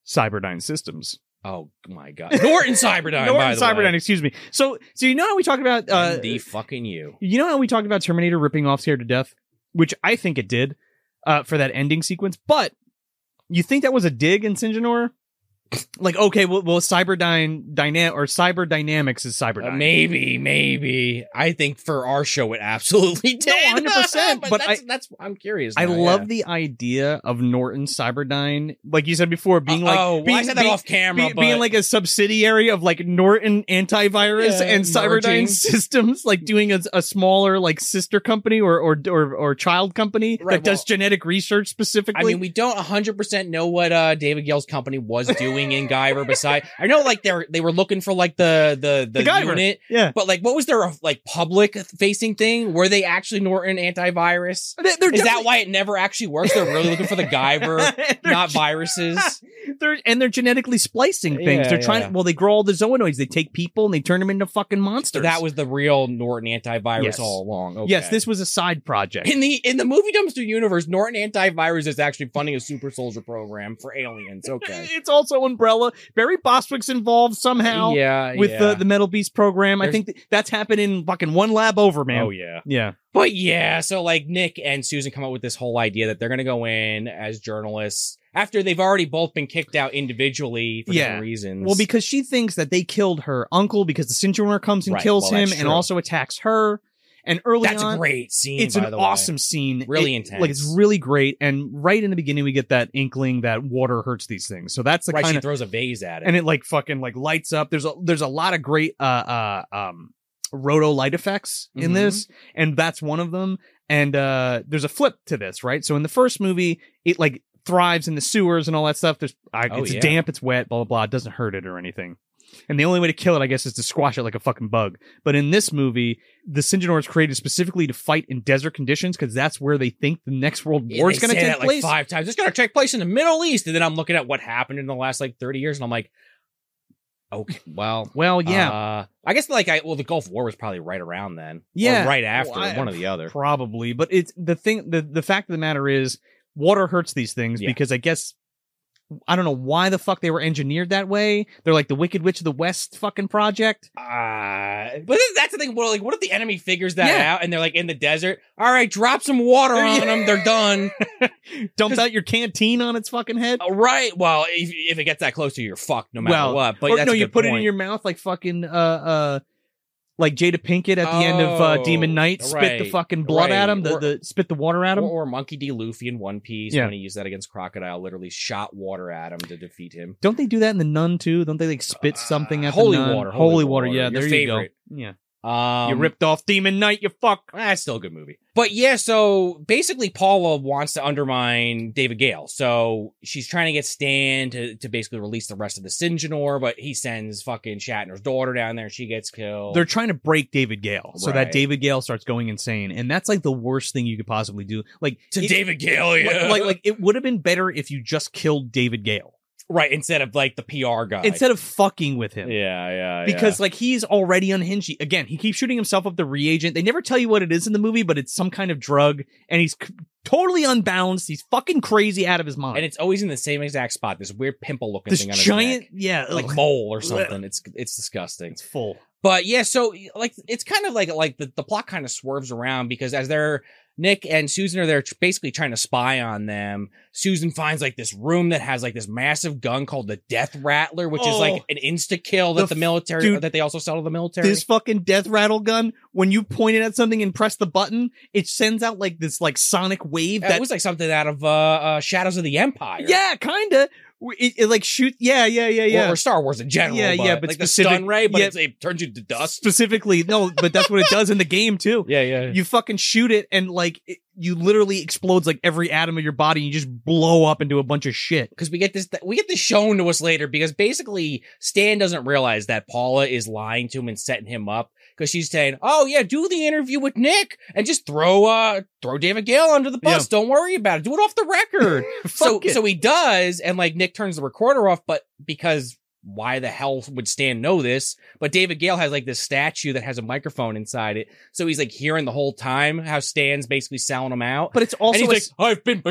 Speaker 1: Cyberdyne Systems.
Speaker 2: Oh my god, Norton Cyberdyne.
Speaker 1: Norton
Speaker 2: by the
Speaker 1: Cyberdyne,
Speaker 2: way.
Speaker 1: excuse me. So, so you know how we talked about, uh,
Speaker 2: MD fucking you.
Speaker 1: you know how we talked about Terminator ripping off Scared to Death, which I think it did, uh, for that ending sequence. But you think that was a dig in Singenor? like, okay, well, well Cyberdyne Dyna- or Cyber Dynamics is
Speaker 2: Uh,
Speaker 1: Cyberdyne.
Speaker 2: maybe, maybe. I think for our show, it absolutely did.
Speaker 1: 100%, but
Speaker 2: that's, that's I'm curious.
Speaker 1: I
Speaker 2: now,
Speaker 1: love
Speaker 2: yeah.
Speaker 1: the idea of Norton Cyberdyne, like you said before, being like
Speaker 2: oh, well,
Speaker 1: being,
Speaker 2: I said that
Speaker 1: being-
Speaker 2: off camera,
Speaker 1: be-
Speaker 2: but
Speaker 1: being like a subsidiary of like Norton Antivirus
Speaker 2: Yeah,
Speaker 1: and
Speaker 2: merging.
Speaker 1: Cyberdyne Systems, like doing a, a smaller like sister company or or or, or child company
Speaker 2: Right,
Speaker 1: that does genetic research
Speaker 2: I
Speaker 1: specifically.
Speaker 2: mean, we don't 100 percent know what uh, David Gale's company was doing doing in Guyver beside? I know like they're they were looking for like the the the,
Speaker 1: The Guyver.
Speaker 2: unit,
Speaker 1: Yeah.
Speaker 2: but like what was their like public facing thing? Were they actually Norton antivirus?
Speaker 1: They- They're
Speaker 2: Is that
Speaker 1: definitely-
Speaker 2: why it never actually works? They're really looking for the Guyver,
Speaker 1: They're
Speaker 2: not
Speaker 1: gen-
Speaker 2: viruses.
Speaker 1: they're and they're genetically splicing things.
Speaker 2: Yeah,
Speaker 1: they're trying.
Speaker 2: yeah.
Speaker 1: Well, they grow all the zoonoids. They take people and they turn them into fucking monsters.
Speaker 2: That was the real Norton antivirus
Speaker 1: Yes.
Speaker 2: all along. Okay.
Speaker 1: yes. This was a side project.
Speaker 2: in the in the movie dumpster universe, Norton antivirus is actually funding a super soldier program for aliens. Okay.
Speaker 1: It's also Umbrella. Barry Bostwick's involved somehow
Speaker 2: yeah.
Speaker 1: with
Speaker 2: yeah.
Speaker 1: the the Metal Beast program. I
Speaker 2: There's-
Speaker 1: think th- that's happened in fucking one lab over, man.
Speaker 2: Oh yeah.
Speaker 1: yeah.
Speaker 2: But yeah, so like Nick and Susan come up with this whole idea that they're gonna go in as journalists after they've already both been kicked out individually for
Speaker 1: Yeah.
Speaker 2: different reasons.
Speaker 1: Well, because she thinks that they killed her uncle because the Cinturioner comes and
Speaker 2: Right,
Speaker 1: kills
Speaker 2: well,
Speaker 1: him
Speaker 2: that's
Speaker 1: and
Speaker 2: true.
Speaker 1: also attacks her. And early
Speaker 2: that's
Speaker 1: on,
Speaker 2: a great scene.
Speaker 1: it's
Speaker 2: by
Speaker 1: an
Speaker 2: the
Speaker 1: awesome scene.
Speaker 2: Really
Speaker 1: It-
Speaker 2: intense.
Speaker 1: Like it's really great. And right in the beginning, we get that inkling that water hurts these things. So that's the
Speaker 2: Way. Right,
Speaker 1: kind
Speaker 2: she
Speaker 1: of
Speaker 2: throws a vase at it.
Speaker 1: and it like fucking like lights up. There's a there's a lot of great uh uh um roto light effects in
Speaker 2: Mhm.
Speaker 1: this, and that's one of them. And uh there's a flip to this, right? So in the first movie, it like thrives in the sewers and all that stuff. There's I,
Speaker 2: Oh,
Speaker 1: it's
Speaker 2: yeah.
Speaker 1: damp, it's wet, blah blah blah. It doesn't hurt it or anything. And the only way to kill it, I guess, is to squash it like a fucking bug. But in this movie, the Sinjinor is created specifically to fight in desert conditions because that's where they think the next world
Speaker 2: Yeah,
Speaker 1: war is
Speaker 2: they
Speaker 1: going to
Speaker 2: say
Speaker 1: take
Speaker 2: that,
Speaker 1: place.
Speaker 2: like five times. It's gonna take place in the Middle East, and then I'm looking at what happened in the last like 30 years, and I'm like, okay, well,
Speaker 1: well, yeah,
Speaker 2: Uh, I guess like I well, the Gulf War was probably right around then. Or
Speaker 1: Yeah.
Speaker 2: right after
Speaker 1: Well, I-
Speaker 2: one or the other.
Speaker 1: probably but it's the thing the, the fact of the matter is water hurts these things
Speaker 2: Yeah.
Speaker 1: because i guess i don't know why the fuck they were engineered that way they're like the wicked witch of the west fucking project
Speaker 2: Uh, but this- that's the thing. Well, like, what if the enemy figures that
Speaker 1: Yeah.
Speaker 2: out and they're like in the desert? All right, drop some water on
Speaker 1: Yeah.
Speaker 2: them. They're done.
Speaker 1: dumps out your canteen on its fucking head
Speaker 2: All right. Well, if, if it gets that close to you, you're fucked no matter
Speaker 1: Well,
Speaker 2: what. But
Speaker 1: or
Speaker 2: that's
Speaker 1: no
Speaker 2: a
Speaker 1: you
Speaker 2: good
Speaker 1: put it in
Speaker 2: point.
Speaker 1: your mouth like fucking uh uh like jada pinkett at the end of uh,
Speaker 2: Oh,
Speaker 1: demon knight spit the
Speaker 2: right,
Speaker 1: fucking blood at
Speaker 2: right.
Speaker 1: him the,
Speaker 2: Or-
Speaker 1: the spit the water at him
Speaker 2: or, or Monkey D. Luffy in One Piece
Speaker 1: Yeah.
Speaker 2: when he used that against Crocodile, literally shot water at him to defeat him.
Speaker 1: don't they do that in the nun too don't they like spit something
Speaker 2: Uh,
Speaker 1: at
Speaker 2: holy
Speaker 1: the nun?
Speaker 2: water,
Speaker 1: holy,
Speaker 2: holy
Speaker 1: water,
Speaker 2: water.
Speaker 1: yeah
Speaker 2: Your
Speaker 1: there
Speaker 2: favorite.
Speaker 1: you go yeah
Speaker 2: Um,
Speaker 1: you ripped off demon knight you fuck
Speaker 2: Ah, it's still a good movie. But yeah, so basically Paula wants to undermine David Gale. So she's trying to get Stan to, to basically release the rest of the Singenor, but he sends fucking Shatner's daughter down there. She gets killed.
Speaker 1: they're trying to break David Gale so that
Speaker 2: Right.
Speaker 1: David Gale starts going insane, and that's like the worst thing you could possibly do. Like
Speaker 2: to
Speaker 1: it-
Speaker 2: David Gale,
Speaker 1: like-
Speaker 2: yeah.
Speaker 1: like, like it would have been better if you just killed David Gale
Speaker 2: right, instead of like the PR guy.
Speaker 1: instead of fucking with
Speaker 2: yeah,
Speaker 1: him.
Speaker 2: yeah, yeah.
Speaker 1: Because like he's already unhinged. He- Again, he keeps shooting himself up the reagent. They never tell you what it is in the movie, but it's some kind of drug, and he's c- totally unbalanced. He's fucking crazy out of his mind.
Speaker 2: and it's always in the same exact spot. This weird pimple looking
Speaker 1: this
Speaker 2: thing on his
Speaker 1: giant,
Speaker 2: neck.
Speaker 1: yeah,
Speaker 2: like
Speaker 1: ugh,
Speaker 2: mole or something. It's it's disgusting.
Speaker 1: it's full.
Speaker 2: But yeah, so like it's kind of like like the, the plot kind of swerves around because as they're Nick and Susan are there tr- basically trying to spy on them. Susan finds like this room that has like this massive gun called the Death Rattler, which is like
Speaker 1: Oh.
Speaker 2: an insta kill that
Speaker 1: The
Speaker 2: the,
Speaker 1: f-
Speaker 2: military
Speaker 1: dude,
Speaker 2: that they also sell to the military.
Speaker 1: This fucking death rattle gun. When you point it at something and press the button, it sends out like this like sonic wave
Speaker 2: that
Speaker 1: that
Speaker 2: was like something out of uh, uh Shadows of the Empire.
Speaker 1: Yeah, kinda. W- It, it like shoot. Yeah, yeah, yeah,
Speaker 2: Or-
Speaker 1: yeah.
Speaker 2: Or, Star Wars in general.
Speaker 1: Yeah,
Speaker 2: but,
Speaker 1: yeah, but
Speaker 2: like the
Speaker 1: specific-
Speaker 2: stun ray, but
Speaker 1: yeah.
Speaker 2: it's, it turns you to dust.
Speaker 1: Specifically, no, but that's what it does in the game too.
Speaker 2: Yeah, yeah.
Speaker 1: You fucking shoot it, and like it, you literally explodes like every atom of your body. And you just blow up into a bunch of shit.
Speaker 2: because we get this we get this shown to us later because basically Stan doesn't realize that Paula is lying to him and setting him up because she's saying, "Oh yeah, do the interview with Nick and just throw uh throw David Gale under the bus. Don't worry about it. Do it off the record." so
Speaker 1: Fuck it.
Speaker 2: so he does, and like Nick turns the recorder off, but because why the hell would Stan know this? But David Gale has like this statue that has a microphone inside it, so he's like hearing the whole time how Stan's basically selling him out.
Speaker 1: but it's also
Speaker 2: and
Speaker 1: a,
Speaker 2: he's like, I've been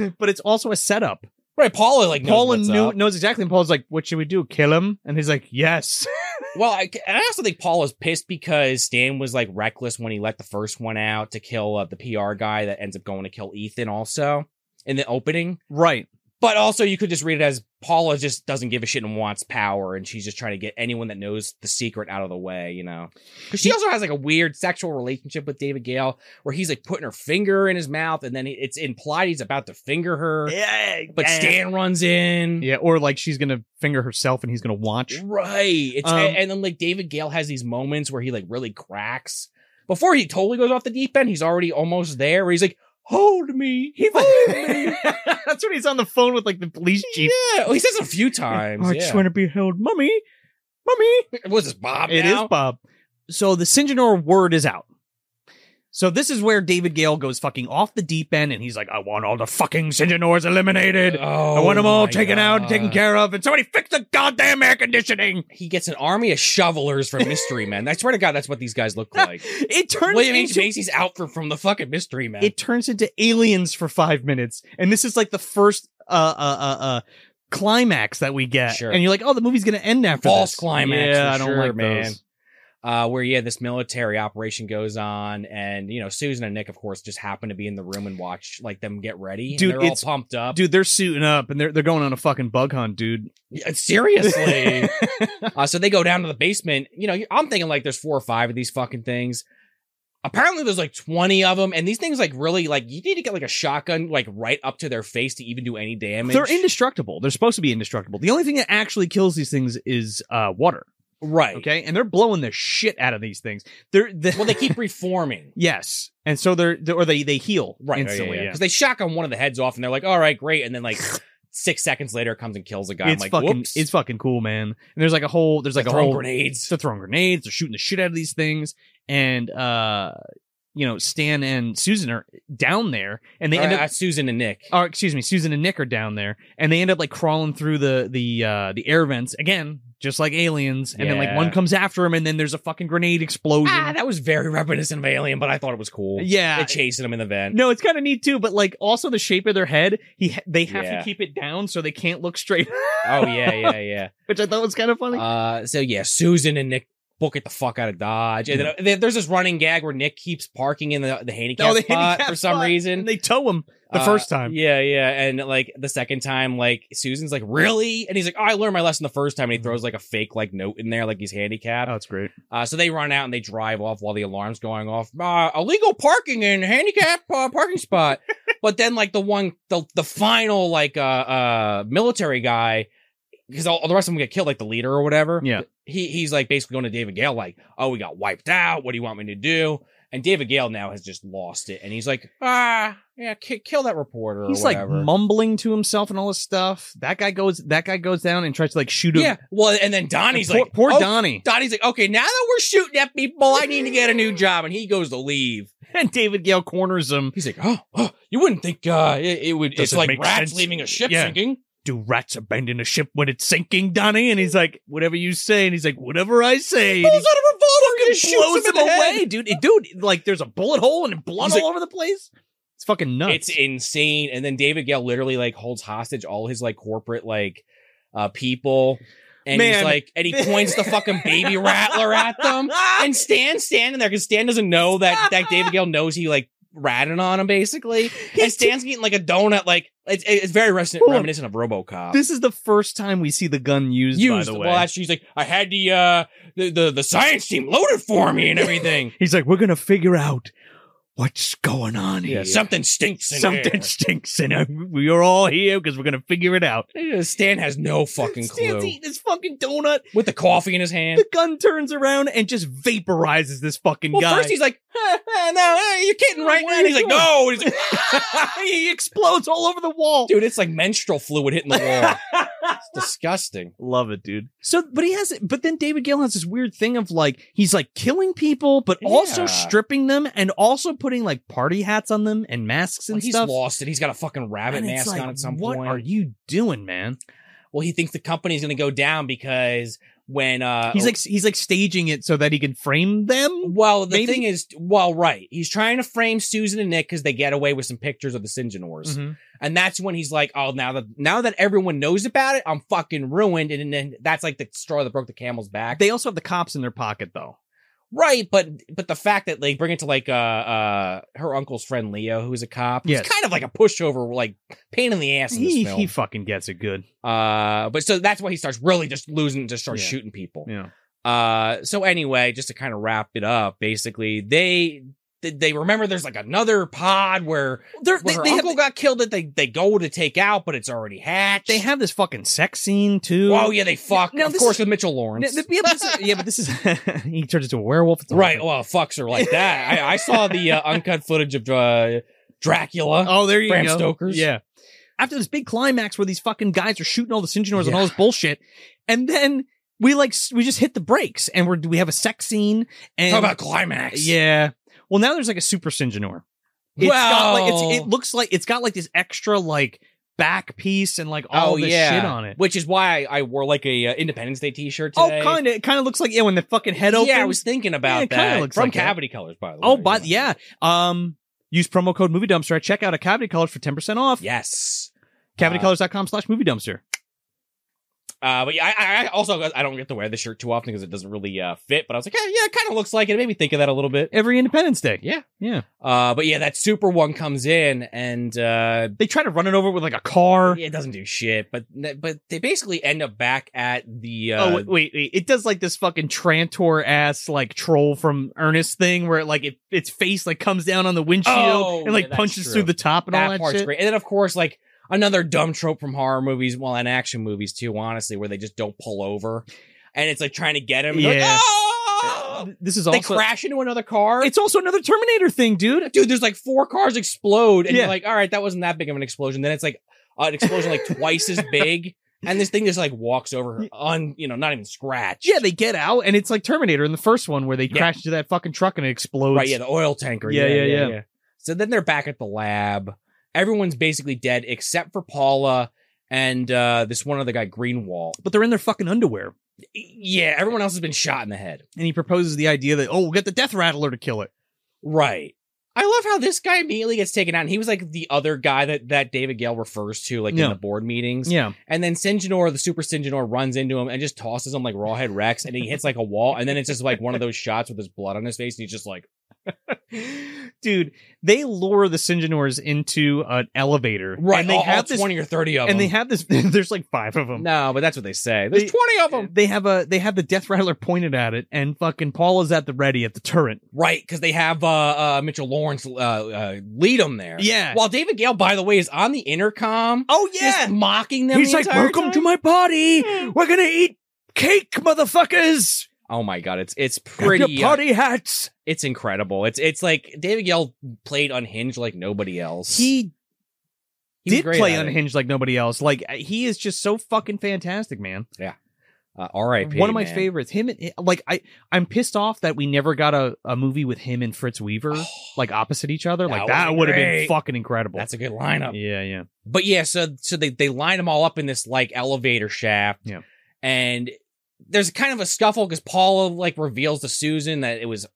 Speaker 1: s- but it's also a setup.
Speaker 2: right, Paula like knows
Speaker 1: Paula
Speaker 2: what's
Speaker 1: knew,
Speaker 2: up.
Speaker 1: knows exactly. And Paula's like, "What should we do? Kill him?" And he's like, "Yes."
Speaker 2: Well, I, and I also think Paul is pissed because Stan was like reckless when he let the first one out to kill uh, the PR guy that ends up going to kill Ethan also in the opening.
Speaker 1: right.
Speaker 2: But also, you could just read it as Paula just doesn't give a shit and wants power, and she's just trying to get anyone that knows the secret out of the way, you know? Because she also has like a weird sexual relationship with David Gale where he's like putting her finger in his mouth, and then it's implied he's about to finger her,
Speaker 1: Yeah.
Speaker 2: but Stan runs in.
Speaker 1: Yeah, or like she's gonna finger herself, and he's gonna watch.
Speaker 2: Right. It's
Speaker 1: Um,
Speaker 2: and then like David Gale has these moments where he like really cracks. Before he totally goes off the deep end, he's already almost there where he's like, hold me.
Speaker 1: He's like-
Speaker 2: hold me.
Speaker 1: That's when he's on the phone with like the police chief.
Speaker 2: Yeah. Oh, he says it a few times.
Speaker 1: Oh, I
Speaker 2: yeah.
Speaker 1: just want to be held, mummy, mummy.
Speaker 2: Was this Bob?
Speaker 1: It is
Speaker 2: now?
Speaker 1: Bob. So the Sinjanor word is out. So this is where David Gale goes fucking off the deep end, and he's like, "I want all the fucking Sinjanors eliminated.
Speaker 2: Oh,
Speaker 1: I want them all
Speaker 2: my
Speaker 1: taken out and taken
Speaker 2: God.
Speaker 1: care of, and somebody fix the goddamn air conditioning."
Speaker 2: He gets an army of shovelers from Mystery Men. I swear to God, that's what these guys look like.
Speaker 1: It turns
Speaker 2: William H.
Speaker 1: into
Speaker 2: Macy's out for, from the fucking Mystery Men.
Speaker 1: it turns into aliens for five minutes, and this is like the first uh uh uh, uh climax that we get,
Speaker 2: Sure.
Speaker 1: and you're like, "Oh, the movie's gonna end after
Speaker 2: False
Speaker 1: this."
Speaker 2: climax.
Speaker 1: Yeah,
Speaker 2: for
Speaker 1: I don't
Speaker 2: sure,
Speaker 1: like
Speaker 2: man.
Speaker 1: those.
Speaker 2: Uh, where yeah, this military operation goes on, and you know Susan and Nick, of course, just happen to be in the room and watch like them get ready. and
Speaker 1: Dude,
Speaker 2: they're all
Speaker 1: it's-
Speaker 2: pumped up.
Speaker 1: Dude, they're suiting up and they're they're going on a fucking bug hunt, dude.
Speaker 2: Yeah, Seriously. uh, so they go down to the basement. You know, I'm thinking like there's four or five of these fucking things. Apparently there's like 20 of them, and these things like really like you need to get like a shotgun like right up to their face to even do any damage.
Speaker 1: They're indestructible. They're supposed to be indestructible. The only thing that actually kills these things is uh, water.
Speaker 2: right.
Speaker 1: Okay, and they're blowing the shit out of these things. They're the-
Speaker 2: Well, they keep reforming.
Speaker 1: yes, and so they're, they're- or they they heal
Speaker 2: Right.
Speaker 1: instantly.
Speaker 2: Because they shotgun one of the heads off, and they're like, all right, great. And then like six seconds later it comes and kills a guy.
Speaker 1: It's
Speaker 2: I'm like,
Speaker 1: fucking
Speaker 2: whoops.
Speaker 1: it's fucking cool, man. And there's like a whole there's like
Speaker 2: They're
Speaker 1: a
Speaker 2: throwing
Speaker 1: whole
Speaker 2: grenades.
Speaker 1: They're throwing grenades. They're shooting the shit out of these things, and uh, you know, Stan and Susan are down there, and they
Speaker 2: Or,
Speaker 1: end up Oh,
Speaker 2: uh, Susan and Nick.
Speaker 1: or excuse me, Susan and Nick are down there, and they end up like crawling through the the uh, the air vents again, just like aliens. And then like
Speaker 2: Yeah.
Speaker 1: one comes after him, and then there's a fucking grenade explosion.
Speaker 2: ah, that was very reminiscent of Alien, but I thought it was cool.
Speaker 1: yeah,
Speaker 2: They're chasing him in the vent.
Speaker 1: no, it's kind of neat too. But like also the shape of their head, he ha- they have
Speaker 2: Yeah.
Speaker 1: to keep it down so they can't look straight,
Speaker 2: Oh yeah, yeah, yeah.
Speaker 1: which I thought was kind of funny.
Speaker 2: Uh, so yeah, Susan and Nick book it the fuck out of Dodge, and then, uh, there- there's this running gag where Nick keeps parking in the the handicap
Speaker 1: Oh, the
Speaker 2: spot
Speaker 1: handicap
Speaker 2: for some
Speaker 1: spot,
Speaker 2: reason.
Speaker 1: and they tow him the
Speaker 2: Uh,
Speaker 1: first time.
Speaker 2: yeah, yeah, and like the second time, like Susan's like, "Really?" and he's like, "Oh, I learned my lesson the first time." And he
Speaker 1: Mm-hmm.
Speaker 2: throws like a fake like note in there, like he's handicapped.
Speaker 1: that's great.
Speaker 2: Uh, so they run out and they drive off while the alarm's going off. Uh, illegal parking in handicap uh, parking spot. but then like the one, the, the final like uh, uh, military guy, because all, all the rest of them get killed, like the leader or whatever.
Speaker 1: Yeah.
Speaker 2: He, he's like basically going to David Gale, like, oh, we got wiped out. What do you want me to do? And David Gale now has just lost it. And he's like, ah, yeah, ki- kill that reporter or
Speaker 1: He's like
Speaker 2: whatever.
Speaker 1: mumbling to himself and all this stuff. That guy goes. That guy goes down and tries to like shoot him.
Speaker 2: yeah. Well, and then Donnie's
Speaker 1: poor,
Speaker 2: like,
Speaker 1: poor
Speaker 2: "Oh,
Speaker 1: Donnie.
Speaker 2: Donnie's like, okay, now that we're shooting at people, I need to get a new job. And he goes to leave.
Speaker 1: And David Gale corners him.
Speaker 2: He's like, oh, oh, you wouldn't think uh, it, it would.
Speaker 1: Does
Speaker 2: it's
Speaker 1: it
Speaker 2: like
Speaker 1: make
Speaker 2: rats
Speaker 1: sense?
Speaker 2: leaving a ship
Speaker 1: Yeah.
Speaker 2: sinking.
Speaker 1: do rats abandon a ship when it's sinking, Donnie? And he's like, whatever you say. And he's like, whatever I say. And
Speaker 2: Pulls out a revolver and
Speaker 1: he
Speaker 2: just
Speaker 1: blows
Speaker 2: shoots him
Speaker 1: him
Speaker 2: in the head.
Speaker 1: away, dude. It- dude, like there's a bullet hole and blood
Speaker 2: He's
Speaker 1: all
Speaker 2: like-
Speaker 1: over the place. It's fucking nuts.
Speaker 2: It's insane. And then David Gale literally like holds hostage all his like corporate like uh people. And he's
Speaker 1: Man.
Speaker 2: like, and he points the fucking baby rattler at them. And Stan standing there because Stan doesn't know that that David Gale knows he like ratted on him basically. And Stan's eating like a donut. Like it's, it's very reminiscent,
Speaker 1: Hold on.
Speaker 2: reminiscent of RoboCop.
Speaker 1: this is the first time we see the gun used, by
Speaker 2: used.
Speaker 1: the way.
Speaker 2: Well, actually, he's like, I had the uh the, the the science team loaded for me and everything.
Speaker 1: he's like, we're going to figure out what's going on
Speaker 2: yeah,
Speaker 1: here.
Speaker 2: something stinks. In
Speaker 1: Something stinks, and uh, we are all here because we're going to figure it out.
Speaker 2: Here. Stan has no fucking
Speaker 1: Stan's
Speaker 2: clue.
Speaker 1: eating this fucking donut.
Speaker 2: With the coffee in his hand.
Speaker 1: The gun turns around and just vaporizes this fucking
Speaker 2: Well,
Speaker 1: guy.
Speaker 2: first he's like, "Huh, huh, no, huh, you're kidding,
Speaker 1: No,
Speaker 2: right?
Speaker 1: what
Speaker 2: now.
Speaker 1: are
Speaker 2: And
Speaker 1: you
Speaker 2: he's like,
Speaker 1: doing?
Speaker 2: no. He's like,
Speaker 1: he explodes all over the wall.
Speaker 2: dude, it's like menstrual fluid hitting the wall. It's disgusting.
Speaker 1: Love it, dude. So, but he has, but then David Gale has this weird thing of like, he's like killing people, but also
Speaker 2: Yeah.
Speaker 1: stripping them and also putting like party hats on them and masks and
Speaker 2: he's
Speaker 1: stuff.
Speaker 2: lost it. He's got a fucking rabbit
Speaker 1: And it's
Speaker 2: mask
Speaker 1: like,
Speaker 2: on at some
Speaker 1: what
Speaker 2: point.
Speaker 1: are you doing, man?
Speaker 2: well, he thinks the company's going to go down because when uh
Speaker 1: He's like, he's like staging it so that he can frame them.
Speaker 2: Well, the
Speaker 1: Maybe-
Speaker 2: thing is, well, right. He's trying to frame Susan and Nick because they get away with some pictures of the Singenors.
Speaker 1: Mm-hmm.
Speaker 2: And that's when he's like, oh, now that now that everyone knows about it, I'm fucking ruined. And, then that's like the straw that broke the camel's back.
Speaker 1: They also have the cops in their pocket, though.
Speaker 2: right, but but the fact that they bring it to like uh uh her uncle's friend Leo, who's a cop, who's
Speaker 1: Yes.
Speaker 2: kind of like a pushover, like pain in the ass in this
Speaker 1: He,
Speaker 2: film.
Speaker 1: he fucking gets it good.
Speaker 2: uh but so that's why he starts really just losing, just starts
Speaker 1: Yeah.
Speaker 2: shooting people.
Speaker 1: Yeah.
Speaker 2: Uh, so anyway, just to kind of wrap it up, basically, they th- they remember there's like another pod where,
Speaker 1: They're,
Speaker 2: where
Speaker 1: they,
Speaker 2: her
Speaker 1: they, have,
Speaker 2: uncle got killed that they they go to take out, but it's already hatched.
Speaker 1: they have this fucking sex scene, too.
Speaker 2: oh yeah, they fuck.
Speaker 1: Now
Speaker 2: of
Speaker 1: this
Speaker 2: course,
Speaker 1: is-
Speaker 2: with Mitchell Lawrence.
Speaker 1: Yeah, but this is- yeah, but this is, he turns into a werewolf. It's a whole
Speaker 2: Right, oh,
Speaker 1: thing.
Speaker 2: well, fucks her like that. I, I saw the uh, uncut footage of uh, Dracula.
Speaker 1: Oh, there you
Speaker 2: Bram
Speaker 1: go.
Speaker 2: Stoker's.
Speaker 1: Yeah. After this big climax where these fucking guys are shooting all the Sinjinors and
Speaker 2: Yeah.
Speaker 1: all this bullshit, and then we like s- we just hit the brakes and we're we have a sex scene and
Speaker 2: Talk about climax.
Speaker 1: yeah. Well, now there's like a super Sinjinor. It's got like it's, it looks like it's got like this extra like back piece and like all
Speaker 2: oh
Speaker 1: this
Speaker 2: yeah,
Speaker 1: shit on it.
Speaker 2: which is why I, I wore like a uh, Independence Day T-shirt
Speaker 1: Oh,
Speaker 2: today.
Speaker 1: kind of. It kind of looks like yeah, when the fucking head opens.
Speaker 2: Yeah, I was thinking
Speaker 1: Yeah,
Speaker 2: about
Speaker 1: it kinda
Speaker 2: that.
Speaker 1: looks
Speaker 2: From
Speaker 1: like that.
Speaker 2: Cavity Colors, by the way.
Speaker 1: oh, but yeah. Um, use promo code Movie Dumpster at checkout at Cavity Colors for ten percent off.
Speaker 2: Yes.
Speaker 1: CavityColors.com slash Movie Dumpster.
Speaker 2: Uh, but yeah, I, I also I don't get to wear the shirt too often because it doesn't really uh, fit. But I was like, yeah, yeah, it kind of looks like it. It made me think of that a little bit.
Speaker 1: Every Independence Day.
Speaker 2: Yeah.
Speaker 1: yeah.
Speaker 2: Uh, but yeah, that super one comes in and uh,
Speaker 1: They try to run it over with like a car.
Speaker 2: it doesn't do shit. But but they basically end up back at the uh,
Speaker 1: Oh wait, wait, wait. It does like this fucking Trantor ass like troll from Ernest thing where it like it its face like comes down on the windshield
Speaker 2: Oh,
Speaker 1: and like
Speaker 2: yeah, that's
Speaker 1: punches
Speaker 2: true.
Speaker 1: through the top and
Speaker 2: that,
Speaker 1: all that
Speaker 2: part's
Speaker 1: shit.
Speaker 2: great. And then of course, like another dumb trope from horror movies, well, and action movies too, honestly, where they just don't pull over, and it's like trying to get him.
Speaker 1: Yeah.
Speaker 2: oh!
Speaker 1: Th- This is
Speaker 2: They
Speaker 1: also
Speaker 2: crash into another car.
Speaker 1: it's also another Terminator thing, dude.
Speaker 2: dude, there's like four cars explode, and
Speaker 1: Yeah.
Speaker 2: you're like, all right, that wasn't that big of an explosion. Then it's like uh, an explosion like twice as big, and this thing just like walks over on, you know, not even scratch.
Speaker 1: Yeah, they get out and it's like Terminator in the first one where they
Speaker 2: Yeah.
Speaker 1: crash into that fucking truck and it explodes.
Speaker 2: right. Yeah, the oil tanker.
Speaker 1: Yeah, yeah, yeah.
Speaker 2: So then they're back at the lab. Everyone's basically dead except for Paula and uh, this one other guy, Greenwall.
Speaker 1: But they're in their fucking underwear.
Speaker 2: Yeah, everyone else has been shot in the head.
Speaker 1: And he proposes the idea that, oh, we'll get the death rattler to kill it.
Speaker 2: Right. I love how this guy immediately gets taken out, and he was like the other guy that, that David Gale refers to, like
Speaker 1: Yeah.
Speaker 2: in the board meetings.
Speaker 1: Yeah.
Speaker 2: And then Sinjanor, the super Sinjanor, runs into him and just tosses him like Rawhead Rex, and he hits like a wall. And then it's just like one of those shots with his blood on his face, and he's just like,
Speaker 1: Dude, they lure the Singenors into an elevator.
Speaker 2: right,
Speaker 1: And they
Speaker 2: all,
Speaker 1: have
Speaker 2: all
Speaker 1: this
Speaker 2: 20 or 30 of
Speaker 1: and they
Speaker 2: them.
Speaker 1: have this there's like five of them.
Speaker 2: no, but that's what they say. There's
Speaker 1: They-
Speaker 2: 20 of them.
Speaker 1: They have a they have the death rattler pointed at it and fucking Paula's at the ready at the turret.
Speaker 2: Right, because they have uh, uh, Mitchell Lawrence uh, uh, lead them there.
Speaker 1: Yeah.
Speaker 2: While David Gale, by the way, is on the intercom.
Speaker 1: Oh
Speaker 2: Just mocking them.
Speaker 1: He's
Speaker 2: the
Speaker 1: like,
Speaker 2: entire
Speaker 1: "Welcome
Speaker 2: time. Hmm.
Speaker 1: to my party. We're going to eat cake, motherfuckers.
Speaker 2: Oh my god, it's it's
Speaker 1: Grab your
Speaker 2: pretty. uh,
Speaker 1: party hats."
Speaker 2: it's incredible. It's it's like David Gale played unhinged like nobody else.
Speaker 1: He
Speaker 2: He was
Speaker 1: did
Speaker 2: great
Speaker 1: play
Speaker 2: at it.
Speaker 1: unhinged like nobody else. Like he is just so fucking fantastic, man.
Speaker 2: Uh, R.I.P.
Speaker 1: One of my
Speaker 2: man.
Speaker 1: favorites. Him and like I, I'm pissed off that we never got a, a movie with him and Fritz Weaver like opposite each other.
Speaker 2: Oh, That
Speaker 1: Like
Speaker 2: would've
Speaker 1: that
Speaker 2: been
Speaker 1: would have been
Speaker 2: great.
Speaker 1: fucking incredible.
Speaker 2: That's a good lineup.
Speaker 1: yeah, yeah.
Speaker 2: But yeah, so so they they line them all up in this like elevator shaft.
Speaker 1: Yeah.
Speaker 2: And there's kind of a scuffle because Paula like reveals to Susan that it was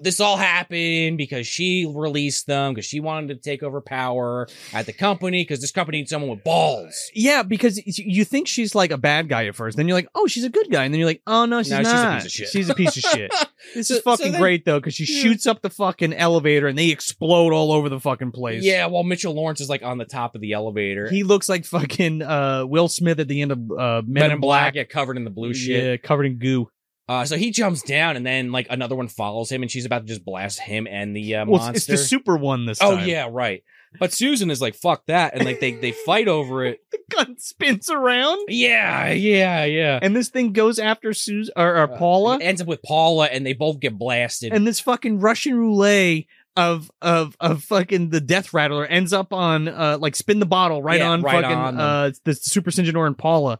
Speaker 2: this all happened because she released them because she wanted to take over power at the company because this company needs someone with balls.
Speaker 1: Yeah, because y- you think she's like a bad guy at first, then you're like, oh, she's a good guy, and then you're like, oh no, she's
Speaker 2: No, she's a
Speaker 1: not.
Speaker 2: piece of shit.
Speaker 1: She's a piece of shit. This
Speaker 2: So-
Speaker 1: is
Speaker 2: so
Speaker 1: fucking
Speaker 2: then-
Speaker 1: great though, because she
Speaker 2: Yeah.
Speaker 1: shoots up the fucking elevator and they explode all over the fucking place.
Speaker 2: Yeah, while Mitchell Lawrence is like on the top of the elevator.
Speaker 1: he looks like fucking uh, Will Smith at the end of uh, Men,
Speaker 2: Men,
Speaker 1: in Black.
Speaker 2: yeah, covered in the blue shit.
Speaker 1: yeah, covered in goo.
Speaker 2: Uh, so he jumps down, and then like another one follows him, and she's about to just blast him and the uh,
Speaker 1: Well,
Speaker 2: monster.
Speaker 1: it's- it's the super one this
Speaker 2: oh
Speaker 1: time.
Speaker 2: yeah, right. But Susan is like, "Fuck that," and like they they fight over it.
Speaker 1: the gun spins around.
Speaker 2: Yeah, yeah, yeah. Uh,
Speaker 1: and this thing goes after Susan or, or Paula,
Speaker 2: It ends up with Paula, and they both get blasted.
Speaker 1: and this fucking Russian roulette of of of fucking the death rattler ends up on uh like spin the bottle right
Speaker 2: Yeah,
Speaker 1: on
Speaker 2: right
Speaker 1: fucking
Speaker 2: on them.
Speaker 1: uh the Super Sinjinor and Paula,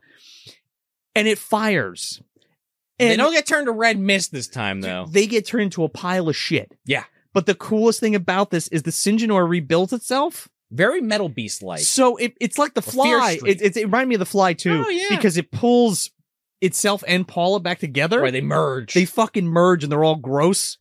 Speaker 1: and it fires,
Speaker 2: they
Speaker 1: and
Speaker 2: don't get turned to red mist this time, though.
Speaker 1: they get turned into a pile of shit.
Speaker 2: Yeah.
Speaker 1: But the coolest thing about this is the Sinjinor rebuilds itself.
Speaker 2: Very metal beast like.
Speaker 1: so it, it's like the
Speaker 2: Or Fear
Speaker 1: fly.
Speaker 2: Street.
Speaker 1: It, it, it reminded me of the fly too.
Speaker 2: Oh, yeah.
Speaker 1: Because it pulls itself and Paula back together.
Speaker 2: Where they merge.
Speaker 1: They fucking merge and they're all gross.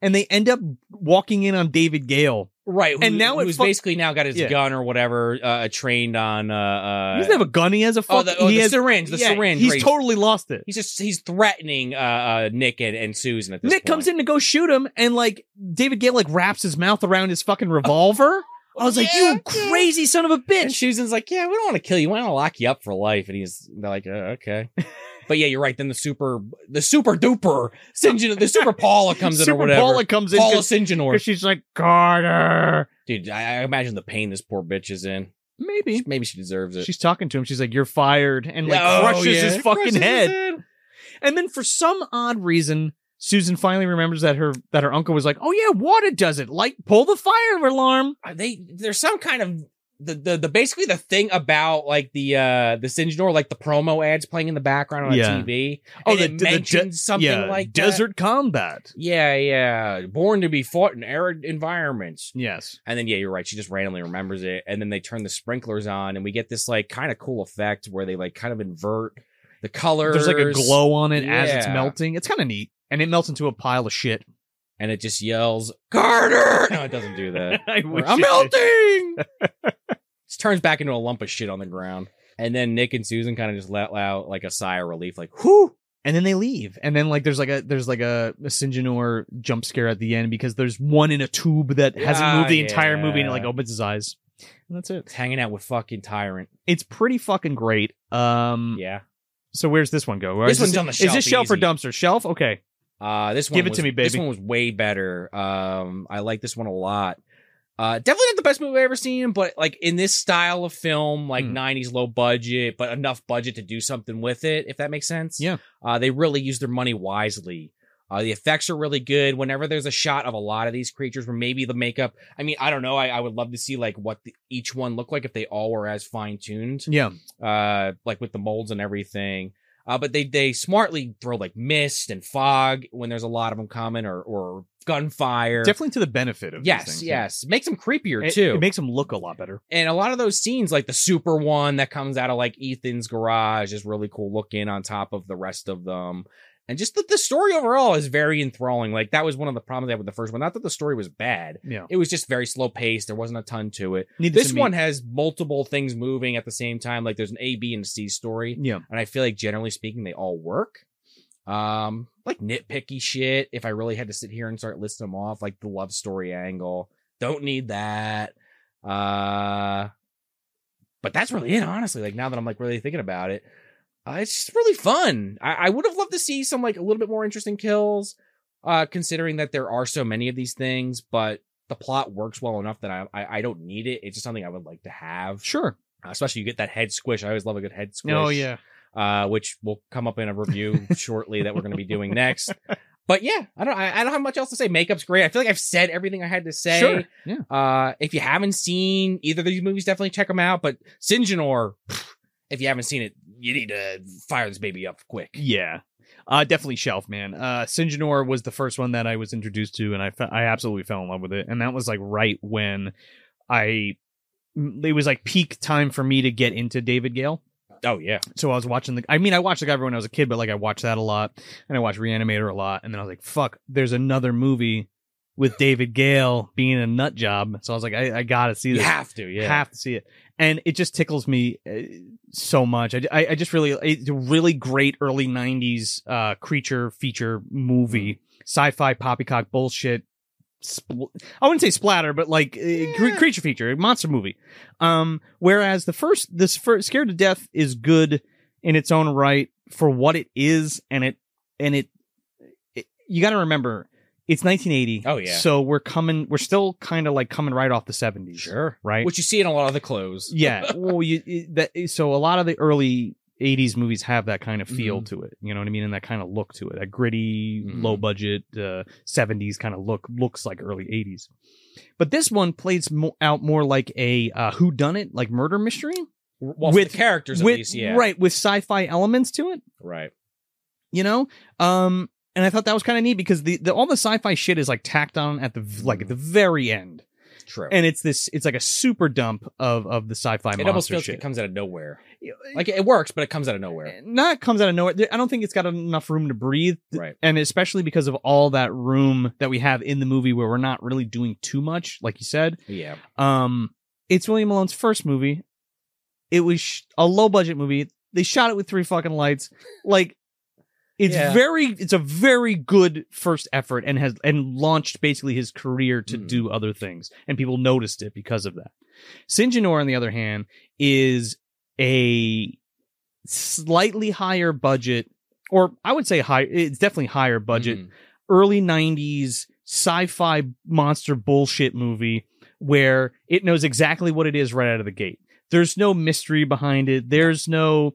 Speaker 1: And they end up walking in on David Gale.
Speaker 2: right, who-
Speaker 1: and now it
Speaker 2: who's
Speaker 1: fuck-
Speaker 2: basically now got his
Speaker 1: Yeah.
Speaker 2: gun or whatever uh, trained on. Uh, uh,
Speaker 1: he doesn't have a gun. He has a fucking.
Speaker 2: oh, the, oh,
Speaker 1: he
Speaker 2: the
Speaker 1: has,
Speaker 2: syringe. The
Speaker 1: yeah,
Speaker 2: syringe.
Speaker 1: He's
Speaker 2: right.
Speaker 1: totally lost it.
Speaker 2: He's just he's threatening uh, uh, Nick and, and Susan at this
Speaker 1: Nick
Speaker 2: point.
Speaker 1: comes in to go shoot him, and like David Gale like wraps his mouth around his fucking revolver. I was like,
Speaker 2: Yeah,
Speaker 1: you
Speaker 2: yeah.
Speaker 1: crazy son of a
Speaker 2: And
Speaker 1: bitch.
Speaker 2: Susan's like, "Yeah, we don't want to kill you. We want to lock you up for life." And he's they're like, uh, "Okay." But yeah, you're right. Then the super, the super duper Sinjin, the super Paula comes in
Speaker 1: Super
Speaker 2: or whatever.
Speaker 1: Paula comes in
Speaker 2: Paula
Speaker 1: because
Speaker 2: Sinjanor.
Speaker 1: she's like Carter.
Speaker 2: Dude, I, I imagine the pain this poor bitch is in.
Speaker 1: Maybe
Speaker 2: She- Maybe she deserves it.
Speaker 1: She's talking to him. She's like, "You're fired," and like
Speaker 2: Oh,
Speaker 1: crushes
Speaker 2: yeah.
Speaker 1: his fucking
Speaker 2: Crushes his
Speaker 1: head. And then for some odd reason, Susan finally remembers that her that her uncle was like, "Oh yeah, water does it. Like pull the fire alarm."
Speaker 2: Are they there's some kind of the, the the basically the thing about like the uh the Sinjinor, like the promo ads playing in the background on
Speaker 1: Yeah.
Speaker 2: TV.
Speaker 1: Oh,
Speaker 2: and
Speaker 1: the-
Speaker 2: it
Speaker 1: the- the de-
Speaker 2: mentions something
Speaker 1: yeah,
Speaker 2: like that.
Speaker 1: desert combat.
Speaker 2: Yeah, yeah. Born to be fought in arid environments.
Speaker 1: Yes.
Speaker 2: And then yeah, you're right. She just randomly remembers it, and then they turn the sprinklers on, and we get this like kind of cool effect where they like kind of invert the colors.
Speaker 1: There's like a glow on it as it's
Speaker 2: Yeah.
Speaker 1: melting. It's kind of neat, and it melts into a pile of shit.
Speaker 2: and it just yells Carter. No, it doesn't do that.
Speaker 1: I
Speaker 2: Or,
Speaker 1: wish
Speaker 2: I'm
Speaker 1: it did.
Speaker 2: melting. Just turns back into a lump of shit on the ground, and then Nick and Susan kind of just let out like a sigh of relief, like whoo.
Speaker 1: and then they leave and then like there's like a there's like a, a Sinjinor jump scare at the end because there's one in a tube that hasn't
Speaker 2: Ah,
Speaker 1: moved the entire
Speaker 2: yeah.
Speaker 1: movie and it like opens his eyes and that's it
Speaker 2: It's hanging out with fucking tyrant.
Speaker 1: it's pretty fucking great um
Speaker 2: Yeah.
Speaker 1: so where's this one go Or
Speaker 2: This
Speaker 1: is
Speaker 2: one's on the
Speaker 1: is this
Speaker 2: shelf,
Speaker 1: shelf or
Speaker 2: easy.
Speaker 1: dumpster shelf okay
Speaker 2: Uh, this one
Speaker 1: Give it
Speaker 2: was-
Speaker 1: to me,
Speaker 2: This
Speaker 1: baby.
Speaker 2: one was way better. Um, I like this one a lot. Uh, definitely not the best movie I've ever seen, but like in this style of film, like
Speaker 1: Hmm.
Speaker 2: '90s low budget, but enough budget to do something with it, if that makes sense.
Speaker 1: Yeah.
Speaker 2: Uh, they really use their money wisely. Uh, the effects are really good. Whenever there's a shot of a lot of these creatures, where maybe the makeup, I mean, I don't know. I, I would love to see like what the, each one looked like if they all were as fine tuned
Speaker 1: yeah
Speaker 2: uh like with the molds and everything uh but they they smartly throw like mist and fog when there's a lot of them coming or or gunfire
Speaker 1: definitely to the benefit of these
Speaker 2: yes
Speaker 1: things.
Speaker 2: yes makes them creepier
Speaker 1: It-
Speaker 2: too
Speaker 1: it makes them look a lot better
Speaker 2: and a lot of those scenes like the super one that comes out of like ethan's garage is really cool looking on top of the rest of them and just that the story overall is very enthralling like that was one of the problems i had with the first one not that the story was bad
Speaker 1: yeah
Speaker 2: it was just very slow paced there wasn't a ton to it
Speaker 1: Needed
Speaker 2: this
Speaker 1: some meat.
Speaker 2: one has multiple things moving at the same time like there's an a b and c story
Speaker 1: yeah
Speaker 2: and I feel like generally speaking, they all work. Um, like nitpicky shit. If I really had to sit here and start listing them off, like the love story angle, don't need that. Uh, but that's really it, honestly. Like now that I'm like really thinking about it, uh, it's just really fun. I, I would have loved to see some like a little bit more interesting kills, uh, considering that there are so many of these things, but the plot works well enough that I I, I don't need it. It's just something I would like to have,
Speaker 1: sure
Speaker 2: Uh, especially you get that head squish. I always love a good head squish
Speaker 1: oh yeah
Speaker 2: uh, which will come up in a review shortly that we're going to be doing next. But yeah, I don't, I, I don't have much else to say. Makeup's great. I feel like I've said everything I had to say.
Speaker 1: sure yeah
Speaker 2: Uh, if you haven't seen either of these movies, definitely check them out. But Sinjinor, pff, if you haven't seen it, you need to fire this baby up quick.
Speaker 1: Yeah. Uh, definitely Shelf, man. Uh, Sinjinor was the first one that I was introduced to, and I fe- I absolutely fell in love with it. And that was like right when I, it was like peak time for me to get into David Gale.
Speaker 2: Oh yeah,
Speaker 1: So I was watching the, I mean, I watched the guy when I was a kid, but like I watched that a lot, and I watched Reanimator a lot, and then I was like, fuck, there's another movie with David Gale being a nut job. So I was like, I, I gotta see
Speaker 2: you
Speaker 1: this
Speaker 2: have to. Yeah,
Speaker 1: have to see it and it just tickles me uh, so much i, I, I just really it's a really great early 90s uh creature feature movie
Speaker 2: Mm-hmm.
Speaker 1: sci-fi poppycock bullshit spl- i wouldn't say splatter but like uh, cre-
Speaker 2: Yeah.
Speaker 1: creature feature monster movie um whereas the first this first scared to death is good in its own right for what it is and it and it, it you got to remember it's 1980
Speaker 2: Oh, yeah.
Speaker 1: so we're coming we're still kind of like coming right off the 70s
Speaker 2: sure.
Speaker 1: right
Speaker 2: Which you see in a lot of the clothes.
Speaker 1: yeah. Well, you, you- that eh, so a lot of the early '80s movies have that kind of feel
Speaker 2: Mm-hmm.
Speaker 1: to it. You know what I mean, and that kind of look to it. That gritty,
Speaker 2: Mhm.
Speaker 1: low budget uh, '70s kind of look looks like early '80s. But this one plays mo- out more like a uh, who done it, like murder mystery,
Speaker 2: Well,
Speaker 1: With-
Speaker 2: with the characters
Speaker 1: with-
Speaker 2: at least. Yeah,
Speaker 1: right with sci-fi elements to it.
Speaker 2: right.
Speaker 1: You know, um, and I thought that was kind of neat because the, the all the sci-fi shit is like tacked on at the v- like at the
Speaker 2: Mm-hmm.
Speaker 1: very end,
Speaker 2: True.
Speaker 1: and it's this it's like a super dump of of the sci-fi
Speaker 2: it almost
Speaker 1: monster
Speaker 2: feels like it
Speaker 1: shit.
Speaker 2: comes out of nowhere. Like it works, but it comes out of nowhere.
Speaker 1: not comes out of nowhere. There- I don't think it's got enough room to breathe,
Speaker 2: Right.
Speaker 1: and especially because of all that room that we have in the movie where we're not really doing too much, like you said.
Speaker 2: Yeah.
Speaker 1: Um, it's William Malone's first movie. It was sh- a low budget movie. They shot it with three fucking lights. Like, it's
Speaker 2: Yeah.
Speaker 1: very, it's a very good first effort, and has and launched basically his career to
Speaker 2: Mm.
Speaker 1: do other things, and people noticed it because of that. Sinjinor, on the other hand, is a slightly higher budget, or I would say high. It's definitely higher budget
Speaker 2: Mhm.
Speaker 1: early 90s sci-fi monster bullshit movie where it knows exactly what it is right out of the gate. There's no mystery behind it. There's no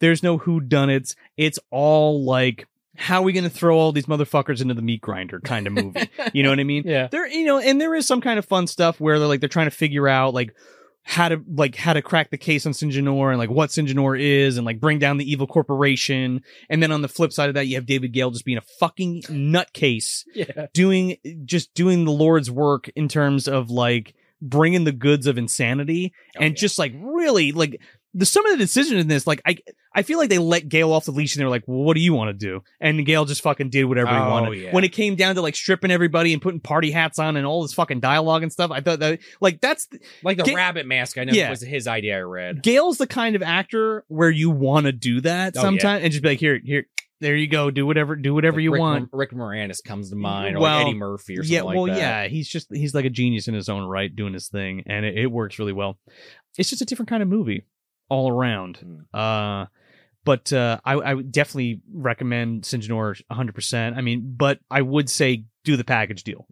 Speaker 1: there's no who done it's all like how are we going to throw all these motherfuckers into the meat grinder kind of movie? you know what I mean?
Speaker 2: Yeah.
Speaker 1: There, you know, and there is some kind of fun stuff where they're like they're trying to figure out like how to like how to crack the case on Sinjanor and like what Sinjanor is and like bring down the evil corporation. And then on the flip side of that, you have David Gale just being a fucking nutcase,
Speaker 2: Yeah.
Speaker 1: doing just doing the Lord's work in terms of like bringing the goods of insanity
Speaker 2: Oh,
Speaker 1: and just like really like the some of the decision in this, like I I feel like they let Gale off the leash and they were like, well, "What do you want to do?" And Gale just fucking did whatever he
Speaker 2: Oh,
Speaker 1: wanted.
Speaker 2: yeah.
Speaker 1: When it came down to like stripping everybody and putting party hats on and all this fucking dialogue and stuff, I thought that like that's
Speaker 2: like the
Speaker 1: Get-
Speaker 2: rabbit mask. I know
Speaker 1: Yeah.
Speaker 2: was his idea. I read.
Speaker 1: Gale's the kind of actor where you want to do that
Speaker 2: Oh, yeah.
Speaker 1: sometimes and just be like, "Here, here, there you go, do whatever, do whatever
Speaker 2: Like
Speaker 1: you
Speaker 2: Rick,
Speaker 1: want."
Speaker 2: Rick Moranis comes to mind, or
Speaker 1: Well,
Speaker 2: like Eddie Murphy, or something
Speaker 1: yeah,
Speaker 2: like
Speaker 1: well,
Speaker 2: that.
Speaker 1: yeah, he's just he's like a genius in his own right, doing his thing, and it, it works really well. It's just a different kind of movie all around.
Speaker 2: Hmm.
Speaker 1: Uh, but uh, I, I would definitely recommend Sinjanor 100%. I mean, but I would say do the package deal.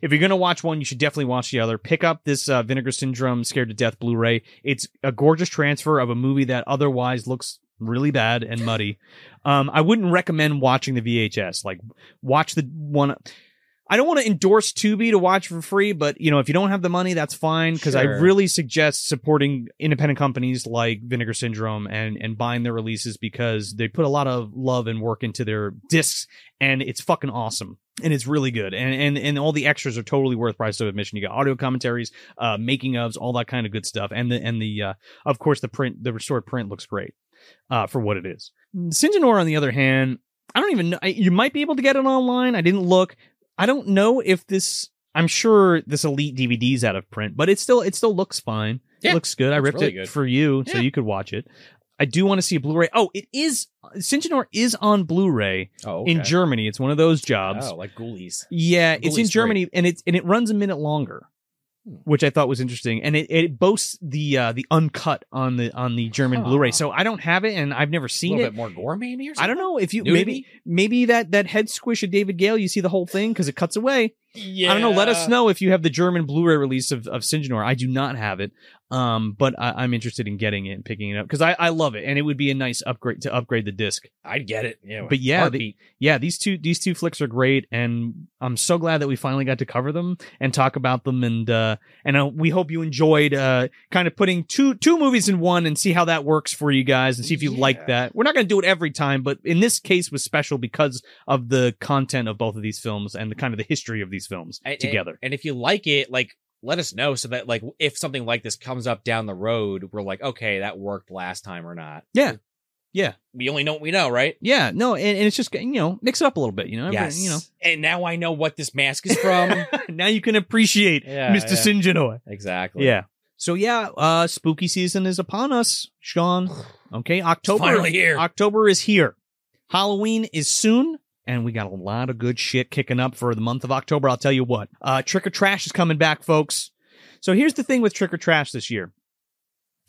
Speaker 1: If you're going to watch one, you should definitely watch the other. Pick up this uh, Vinegar Syndrome Scared to Death Blu ray. It's a gorgeous transfer of a movie that otherwise looks really bad and muddy. Um, I wouldn't recommend watching the VHS. Like, watch the one. I don't want to endorse Tubi to watch for free, but you know, if you don't have the money, that's fine. Because I
Speaker 2: Sure.
Speaker 1: really suggest supporting independent companies like Vinegar Syndrome and and buying their releases because they put a lot of love and work into their discs, and it's fucking awesome and it's really good. And and and all the extras are totally worth price of admission. You got audio commentaries, uh, making ofs, all that kind of good stuff, and the and the uh, of course the print, the restored print looks great uh, for what it is. Sinjanor, on the other hand, I don't even know. I- You might be able to get it online. I didn't look. I don't know if this. I'm sure this Elite DVD's out of print, but it still it still looks fine.
Speaker 2: Yeah,
Speaker 1: it looks good. I
Speaker 2: looks
Speaker 1: ripped
Speaker 2: really
Speaker 1: it
Speaker 2: good.
Speaker 1: for you, so
Speaker 2: Yeah.
Speaker 1: you could watch it. I do want to see a Blu-ray. Oh, it is Sinjanor is on Blu-ray
Speaker 2: Oh, okay.
Speaker 1: in Germany. It's one of those jobs.
Speaker 2: Oh, like Ghoulies.
Speaker 1: Yeah,
Speaker 2: Google
Speaker 1: it's in
Speaker 2: is great.
Speaker 1: Germany and it's and it runs a minute longer,
Speaker 2: Hmm.
Speaker 1: which I thought was interesting. And it, it boasts the uh, the uncut on the on the German
Speaker 2: Huh.
Speaker 1: Blu-ray. So I don't have it and I've never
Speaker 2: A
Speaker 1: seen
Speaker 2: little
Speaker 1: it.
Speaker 2: bit more gore, maybe. Or
Speaker 1: I
Speaker 2: something?
Speaker 1: don't know if you
Speaker 2: Nudity?
Speaker 1: maybe maybe that that head squish of David Gale, you see the whole thing because it cuts away.
Speaker 2: Yeah.
Speaker 1: I don't know. Let us know if you have the German Blu-ray release of of Sinjanor. I do not have it, um, but I, I'm interested in getting it and picking it up because I, I love it and it would be a nice upgrade to upgrade the disc.
Speaker 2: I'd get it. Yeah.
Speaker 1: But yeah, the-
Speaker 2: heartbeat.
Speaker 1: yeah, these two these two flicks are great, and I'm so glad that we finally got to cover them and talk about them, and uh, and uh, we hope you enjoyed uh, kind of putting two two movies in one and see how that works for you guys and see if you
Speaker 2: Yeah.
Speaker 1: like that. We're not going to do it every time, but in this case was special because of the content of both of these films and the kind of the history of these films
Speaker 2: And- and-
Speaker 1: together.
Speaker 2: And if you like it, like let us know so that like if something like this comes up down the road, we're like, okay, that worked last time or not.
Speaker 1: Yeah. Yeah.
Speaker 2: We only know what we know, right?
Speaker 1: yeah, no, and, and it's just you know mix it up a little bit, you know, everybody- you know.
Speaker 2: And now I know what this mask is from.
Speaker 1: now you can appreciate
Speaker 2: Yeah,
Speaker 1: Mr.
Speaker 2: yeah.
Speaker 1: Sinjanoy.
Speaker 2: exactly.
Speaker 1: Yeah. So yeah, uh spooky season is upon us, Sean. Okay, October
Speaker 2: finally here.
Speaker 1: October is here. Halloween is soon, and we got a lot of good shit kicking up for the month of October. I'll tell you what. Uh Trick or Trash is coming back, folks. So here's the thing with Trick or Trash this year.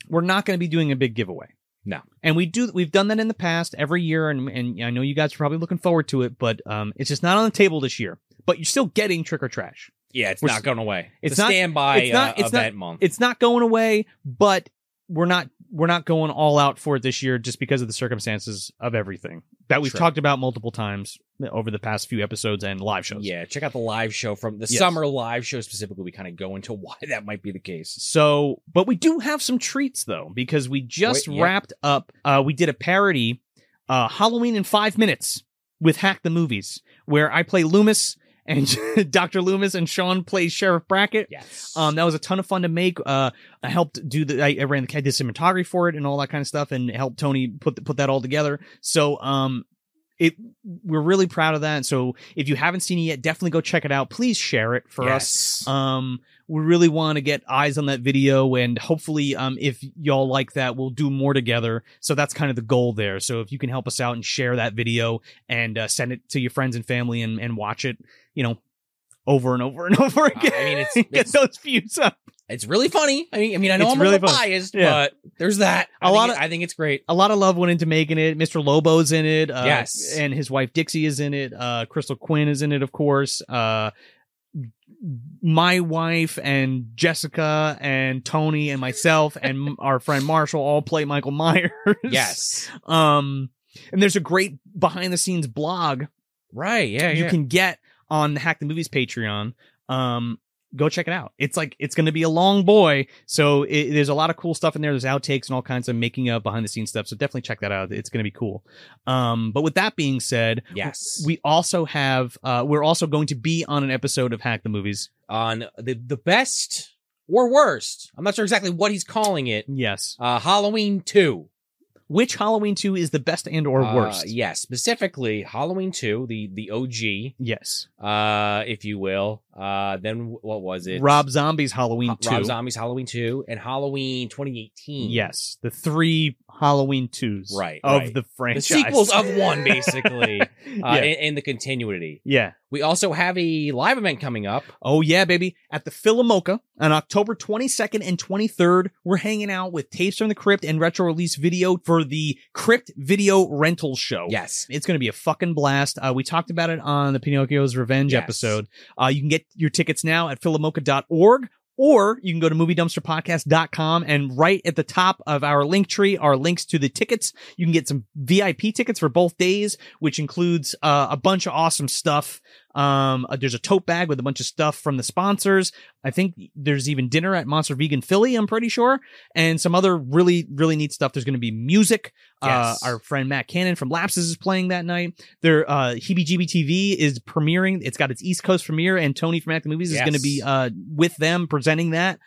Speaker 1: We're not going to be doing a big giveaway.
Speaker 2: No.
Speaker 1: And we do we've done that in the past every year and and I know you guys are probably looking forward to it, but um it's just not on the table this year. But you're still getting Trick or Trash.
Speaker 2: Yeah, it's
Speaker 1: We're
Speaker 2: not
Speaker 1: s-
Speaker 2: going away. It's,
Speaker 1: it's
Speaker 2: a
Speaker 1: not-
Speaker 2: standby
Speaker 1: it's not-
Speaker 2: uh,
Speaker 1: it's not-
Speaker 2: event month.
Speaker 1: it's not going away, but we're not we're not going all out for it this year just because of the circumstances of everything that we've
Speaker 2: Sure.
Speaker 1: talked about multiple times eh, over the past few episodes and live shows.
Speaker 2: Yeah, check out the live show from the
Speaker 1: Yes.
Speaker 2: summer live show specifically. We kind of go into why that might be the case.
Speaker 1: So, but we do have some treats though because we just
Speaker 2: Wait, yeah.
Speaker 1: wrapped up. Uh, we did a parody, uh, Halloween in five minutes with Hack the Movies, where I play Loomis and Doctor Loomis and Sean plays Sheriff Brackett.
Speaker 2: Yes.
Speaker 1: Um, that was a ton of fun to make. Uh, I helped do the, I, I ran the, I did cinematography for it and all that kind of stuff, and helped Tony put put that all together. So, um, it we're really proud of that. So, if you haven't seen it yet, definitely go check it out. Please share it for us.
Speaker 2: Yes.
Speaker 1: Um, we really want to get eyes on that video, and hopefully, um, if y'all like that, we'll do more together. So that's kind of the goal there. So if you can help us out and share that video and uh, send it to your friends and family and and watch it, you know, over and over and over again.
Speaker 2: I mean, it's-
Speaker 1: get
Speaker 2: it's-
Speaker 1: those views up.
Speaker 2: it's really funny. I mean, I mean, I know
Speaker 1: It's
Speaker 2: I'm
Speaker 1: really
Speaker 2: a little
Speaker 1: funny.
Speaker 2: biased,
Speaker 1: Yeah.
Speaker 2: but there's that.
Speaker 1: A
Speaker 2: I think
Speaker 1: lot
Speaker 2: it-
Speaker 1: of-
Speaker 2: I think it's great.
Speaker 1: A lot of love went into making it. Mr. Lobo's in it. Uh,
Speaker 2: Yes.
Speaker 1: and his wife Dixie is in it. Uh, Crystal Quinn is in it, of course. Uh. My wife and Jessica and Tony and myself and our friend Marshall all play Michael Myers.
Speaker 2: Yes.
Speaker 1: Um, And there's a great behind the scenes blog
Speaker 2: Right. Yeah.
Speaker 1: you
Speaker 2: yeah.
Speaker 1: can get on the Hack the Movies Patreon. Um, go check it out. It's like it's going to be a long boy, so it, there's a lot of cool stuff in there. There's outtakes and all kinds of making up behind the scenes stuff. So definitely check that out. It's going to be cool. Um, but with that being said,
Speaker 2: yes.
Speaker 1: we also have uh, we're also going to be on an episode of Hack the Movies.
Speaker 2: on the the best or worst. I'm not sure exactly what he's calling it.
Speaker 1: Yes.
Speaker 2: Uh, Halloween two
Speaker 1: Which Halloween two is the best and or
Speaker 2: Uh,
Speaker 1: worst?
Speaker 2: yeah, specifically Halloween two, the the OG,
Speaker 1: Yes.
Speaker 2: uh, if you will. Uh, then what was it?
Speaker 1: Rob Zombie's Halloween
Speaker 2: Ho-
Speaker 1: two.
Speaker 2: Rob Zombie's Halloween two and Halloween 2018.
Speaker 1: Yes, the three Halloween twos
Speaker 2: Right,
Speaker 1: of
Speaker 2: right.
Speaker 1: the
Speaker 2: the
Speaker 1: franchise.
Speaker 2: sequels of one basically, uh,
Speaker 1: yeah.
Speaker 2: and, and the continuity.
Speaker 1: yeah.
Speaker 2: We also have a live event coming up.
Speaker 1: Oh yeah, baby! At the Philomoka on October 22nd and 23rd, we're hanging out with Tapes from the Crypt and retro release video for the Crypt Video Rental Show.
Speaker 2: Yes,
Speaker 1: It's going to be a fucking blast. Uh, we talked about it on the Pinocchio's Revenge
Speaker 2: Yes.
Speaker 1: episode. Uh, you can get your tickets now at philomoka.org or you can go to moviedumpsterpodcast.com and right at the top of our link tree are links to the tickets. You can get some VIP tickets for both days, which includes uh, a bunch of awesome stuff. Um, uh, there's a tote bag with a bunch of stuff from the sponsors. I think there's even dinner at Monster Vegan Philly, I'm pretty sure, and some other really, really neat stuff. There's going to be music.
Speaker 2: Yes.
Speaker 1: Uh, our friend Matt Cannon from Lapses is playing that night. Their uh, Heebie Jeebie TV is premiering. It's got its East Coast premiere, and Tony from Act the Movies is
Speaker 2: Yes.
Speaker 1: going to be uh, with them presenting that.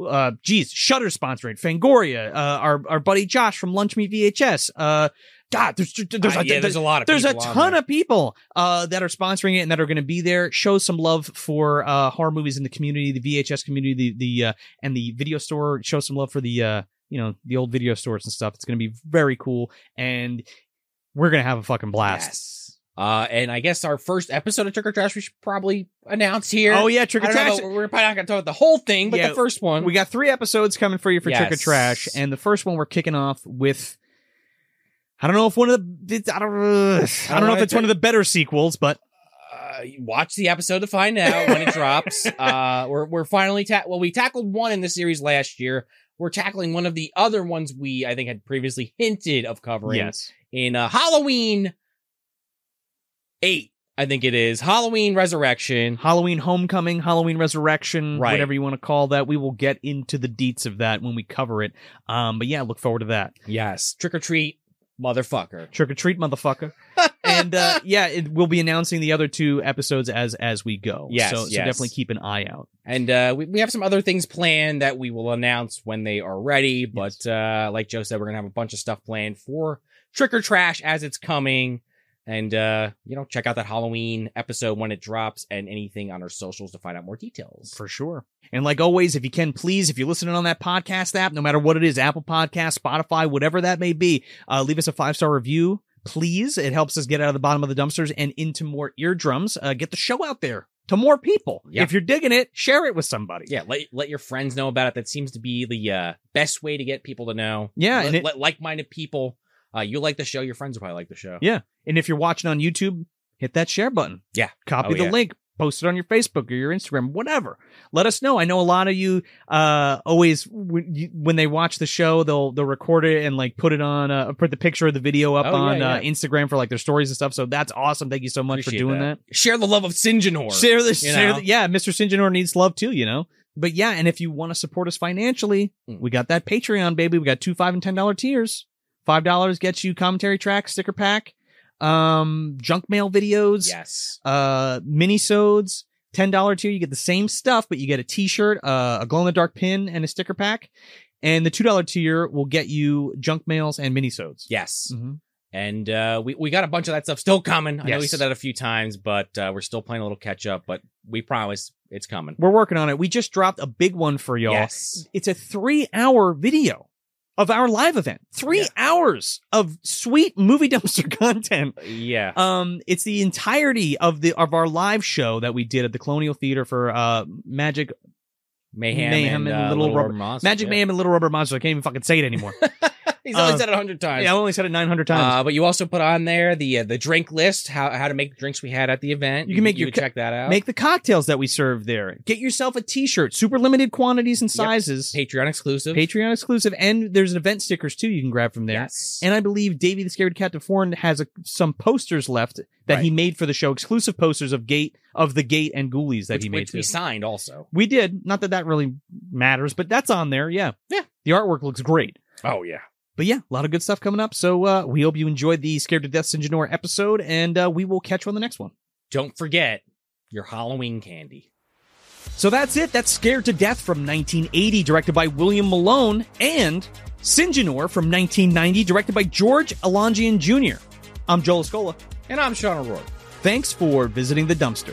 Speaker 1: Uh, geez, Shutter sponsoring Fangoria. Uh, our our buddy Josh from Lunch Me VHS. Uh, God, there's there's,
Speaker 2: Uh,
Speaker 1: a,
Speaker 2: yeah, there's a lot of
Speaker 1: there's a
Speaker 2: people on
Speaker 1: ton
Speaker 2: there.
Speaker 1: of people uh, that are sponsoring it and that are going to be there. Show some love for uh, horror movies in the community, the VHS community, the the uh, and the video store. Show some love for the uh, you know the old video stores and stuff. It's going to be very cool, and we're going to have a fucking blast.
Speaker 2: Yes. Uh, and I guess our first episode of Trick or Trash we should probably announce here.
Speaker 1: Oh yeah, trick
Speaker 2: I
Speaker 1: or
Speaker 2: don't
Speaker 1: trash.
Speaker 2: know, we're probably not going to talk about the whole thing, but
Speaker 1: Yeah,
Speaker 2: the first one.
Speaker 1: We got three episodes coming for you for Trick or
Speaker 2: Yes.
Speaker 1: Trash, and the first one we're kicking off with. I don't know if one of the I don't I don't know if it's one of the better sequels, but
Speaker 2: uh, watch the episode to find out when it drops. Uh, we're we're finally ta- well, we tackled one in the series last year. We're tackling one of the other ones we I think had previously hinted of covering
Speaker 1: yes,
Speaker 2: in uh, Halloween eight. I think it is Halloween Resurrection.
Speaker 1: Halloween Homecoming, Halloween Resurrection,
Speaker 2: Right.
Speaker 1: whatever you want to call that. We will get into the deets of that when we cover it. Um, but yeah, look forward to that.
Speaker 2: Yes, trick or treat, motherfucker.
Speaker 1: Trick or treat, motherfucker. and uh, yeah, it, we'll be announcing the other two episodes as as we go.
Speaker 2: Yes,
Speaker 1: so, so
Speaker 2: yes.
Speaker 1: definitely keep an eye out.
Speaker 2: And uh, we, we have some other things planned that we will announce when they are ready. But uh, like Joe said, we're gonna have a bunch of stuff planned for Trick or Trash as it's coming. And uh, you know, check out that Halloween episode when it drops, and anything on our socials to find out more details.
Speaker 1: For sure. And like always, if you can, please, if you're listening on that podcast app, no matter what it is, Apple Podcast, Spotify, whatever that may be, uh, leave us a five star review, please. It helps us get out of the bottom of the dumpsters and into more eardrums. Uh, get the show out there to more people.
Speaker 2: Yeah.
Speaker 1: If you're digging it, share it with somebody.
Speaker 2: yeah, let let your friends know about it. That seems to be the uh, best way to get people to know.
Speaker 1: Yeah,
Speaker 2: let,
Speaker 1: and it-
Speaker 2: let like-minded people. Uh, you like the show, your friends will probably like the show.
Speaker 1: Yeah. And if you're watching on YouTube, hit that share button.
Speaker 2: Yeah.
Speaker 1: Copy
Speaker 2: Oh,
Speaker 1: the
Speaker 2: yeah.
Speaker 1: link. Post it on your Facebook or your Instagram, whatever. Let us know. I know a lot of you uh, always when, you, when they watch the show, they'll they'll record it and like put it on, uh, put the picture of the video up
Speaker 2: Oh, yeah,
Speaker 1: on Uh,
Speaker 2: yeah.
Speaker 1: Instagram for like their stories and stuff. So that's awesome. Thank you so much
Speaker 2: Appreciate
Speaker 1: for doing that.
Speaker 2: that. Share the love of Sinjinor.
Speaker 1: Share the,
Speaker 2: you
Speaker 1: share
Speaker 2: know?
Speaker 1: the- yeah, Mr. Sinjanor needs love too, you know. But yeah, and if you want to support us financially,
Speaker 2: Mm.
Speaker 1: we got that Patreon, baby. We got two, five, and ten dollar tiers. Five dollars gets you commentary track, sticker pack, um, junk mail videos,
Speaker 2: yes.
Speaker 1: uh, mini sodes. Ten dollar tier, you get the same stuff, but you get a T-shirt, uh, a glow in the dark pin, and a sticker pack. And the two dollar tier will get you junk mails and mini sodes. Mm-hmm.
Speaker 2: Yes. And uh, we, we got a bunch of that stuff still coming. I know we
Speaker 1: Yes.
Speaker 2: said that a few times, but uh, we're still playing a little catch up, but we promise it's coming.
Speaker 1: We're working on it. We just dropped a big one for y'all.
Speaker 2: Yes.
Speaker 1: it's a three hour video of our live event. Three
Speaker 2: Yeah.
Speaker 1: hours of sweet movie dumpster content.
Speaker 2: Yeah.
Speaker 1: Um, it's the entirety of the of our live show that we did at the Colonial Theater for uh Magic
Speaker 2: Mayhem,
Speaker 1: Mayhem
Speaker 2: and,
Speaker 1: and
Speaker 2: uh,
Speaker 1: Little
Speaker 2: Little
Speaker 1: Rubber-
Speaker 2: Monster.
Speaker 1: Magic
Speaker 2: yeah.
Speaker 1: Mayhem and Little Rubber Monster. I can't even fucking say it anymore.
Speaker 2: He's only
Speaker 1: Uh,
Speaker 2: said it a hundred times.
Speaker 1: Yeah, I only said it 900 times.
Speaker 2: Uh, but you also put on there the uh, the drink list, how how to make the drinks we had at the event.
Speaker 1: You can make your
Speaker 2: would
Speaker 1: co-
Speaker 2: check that out.
Speaker 1: Make the cocktails that we serve there. Get yourself a t-shirt, super limited quantities and
Speaker 2: Yep.
Speaker 1: sizes.
Speaker 2: Patreon exclusive.
Speaker 1: Patreon exclusive and there's an event stickers too you can grab from there.
Speaker 2: Yes.
Speaker 1: And I believe Davey the Scared Cat DeForn has a, some posters left that he made for the show, exclusive posters of Gate of the Gate and Ghoulies that
Speaker 2: which,
Speaker 1: he made
Speaker 2: which we
Speaker 1: too.
Speaker 2: signed also.
Speaker 1: We did. Not that that really matters, but that's on there. Yeah.
Speaker 2: Yeah.
Speaker 1: The artwork looks great.
Speaker 2: Oh yeah.
Speaker 1: But yeah, a lot of good stuff coming up. So uh, we hope you enjoyed the Scared to Death Sinjanor episode, and uh, we will catch you on the next one.
Speaker 2: Don't forget your Halloween candy.
Speaker 1: So that's it. That's Scared to Death from 1980, directed by William Malone, and Sinjanor from 1990, directed by George Alongian Jr. I'm Joel Escola.
Speaker 2: And I'm Sean O'Rourke.
Speaker 1: Thanks for visiting the dumpster.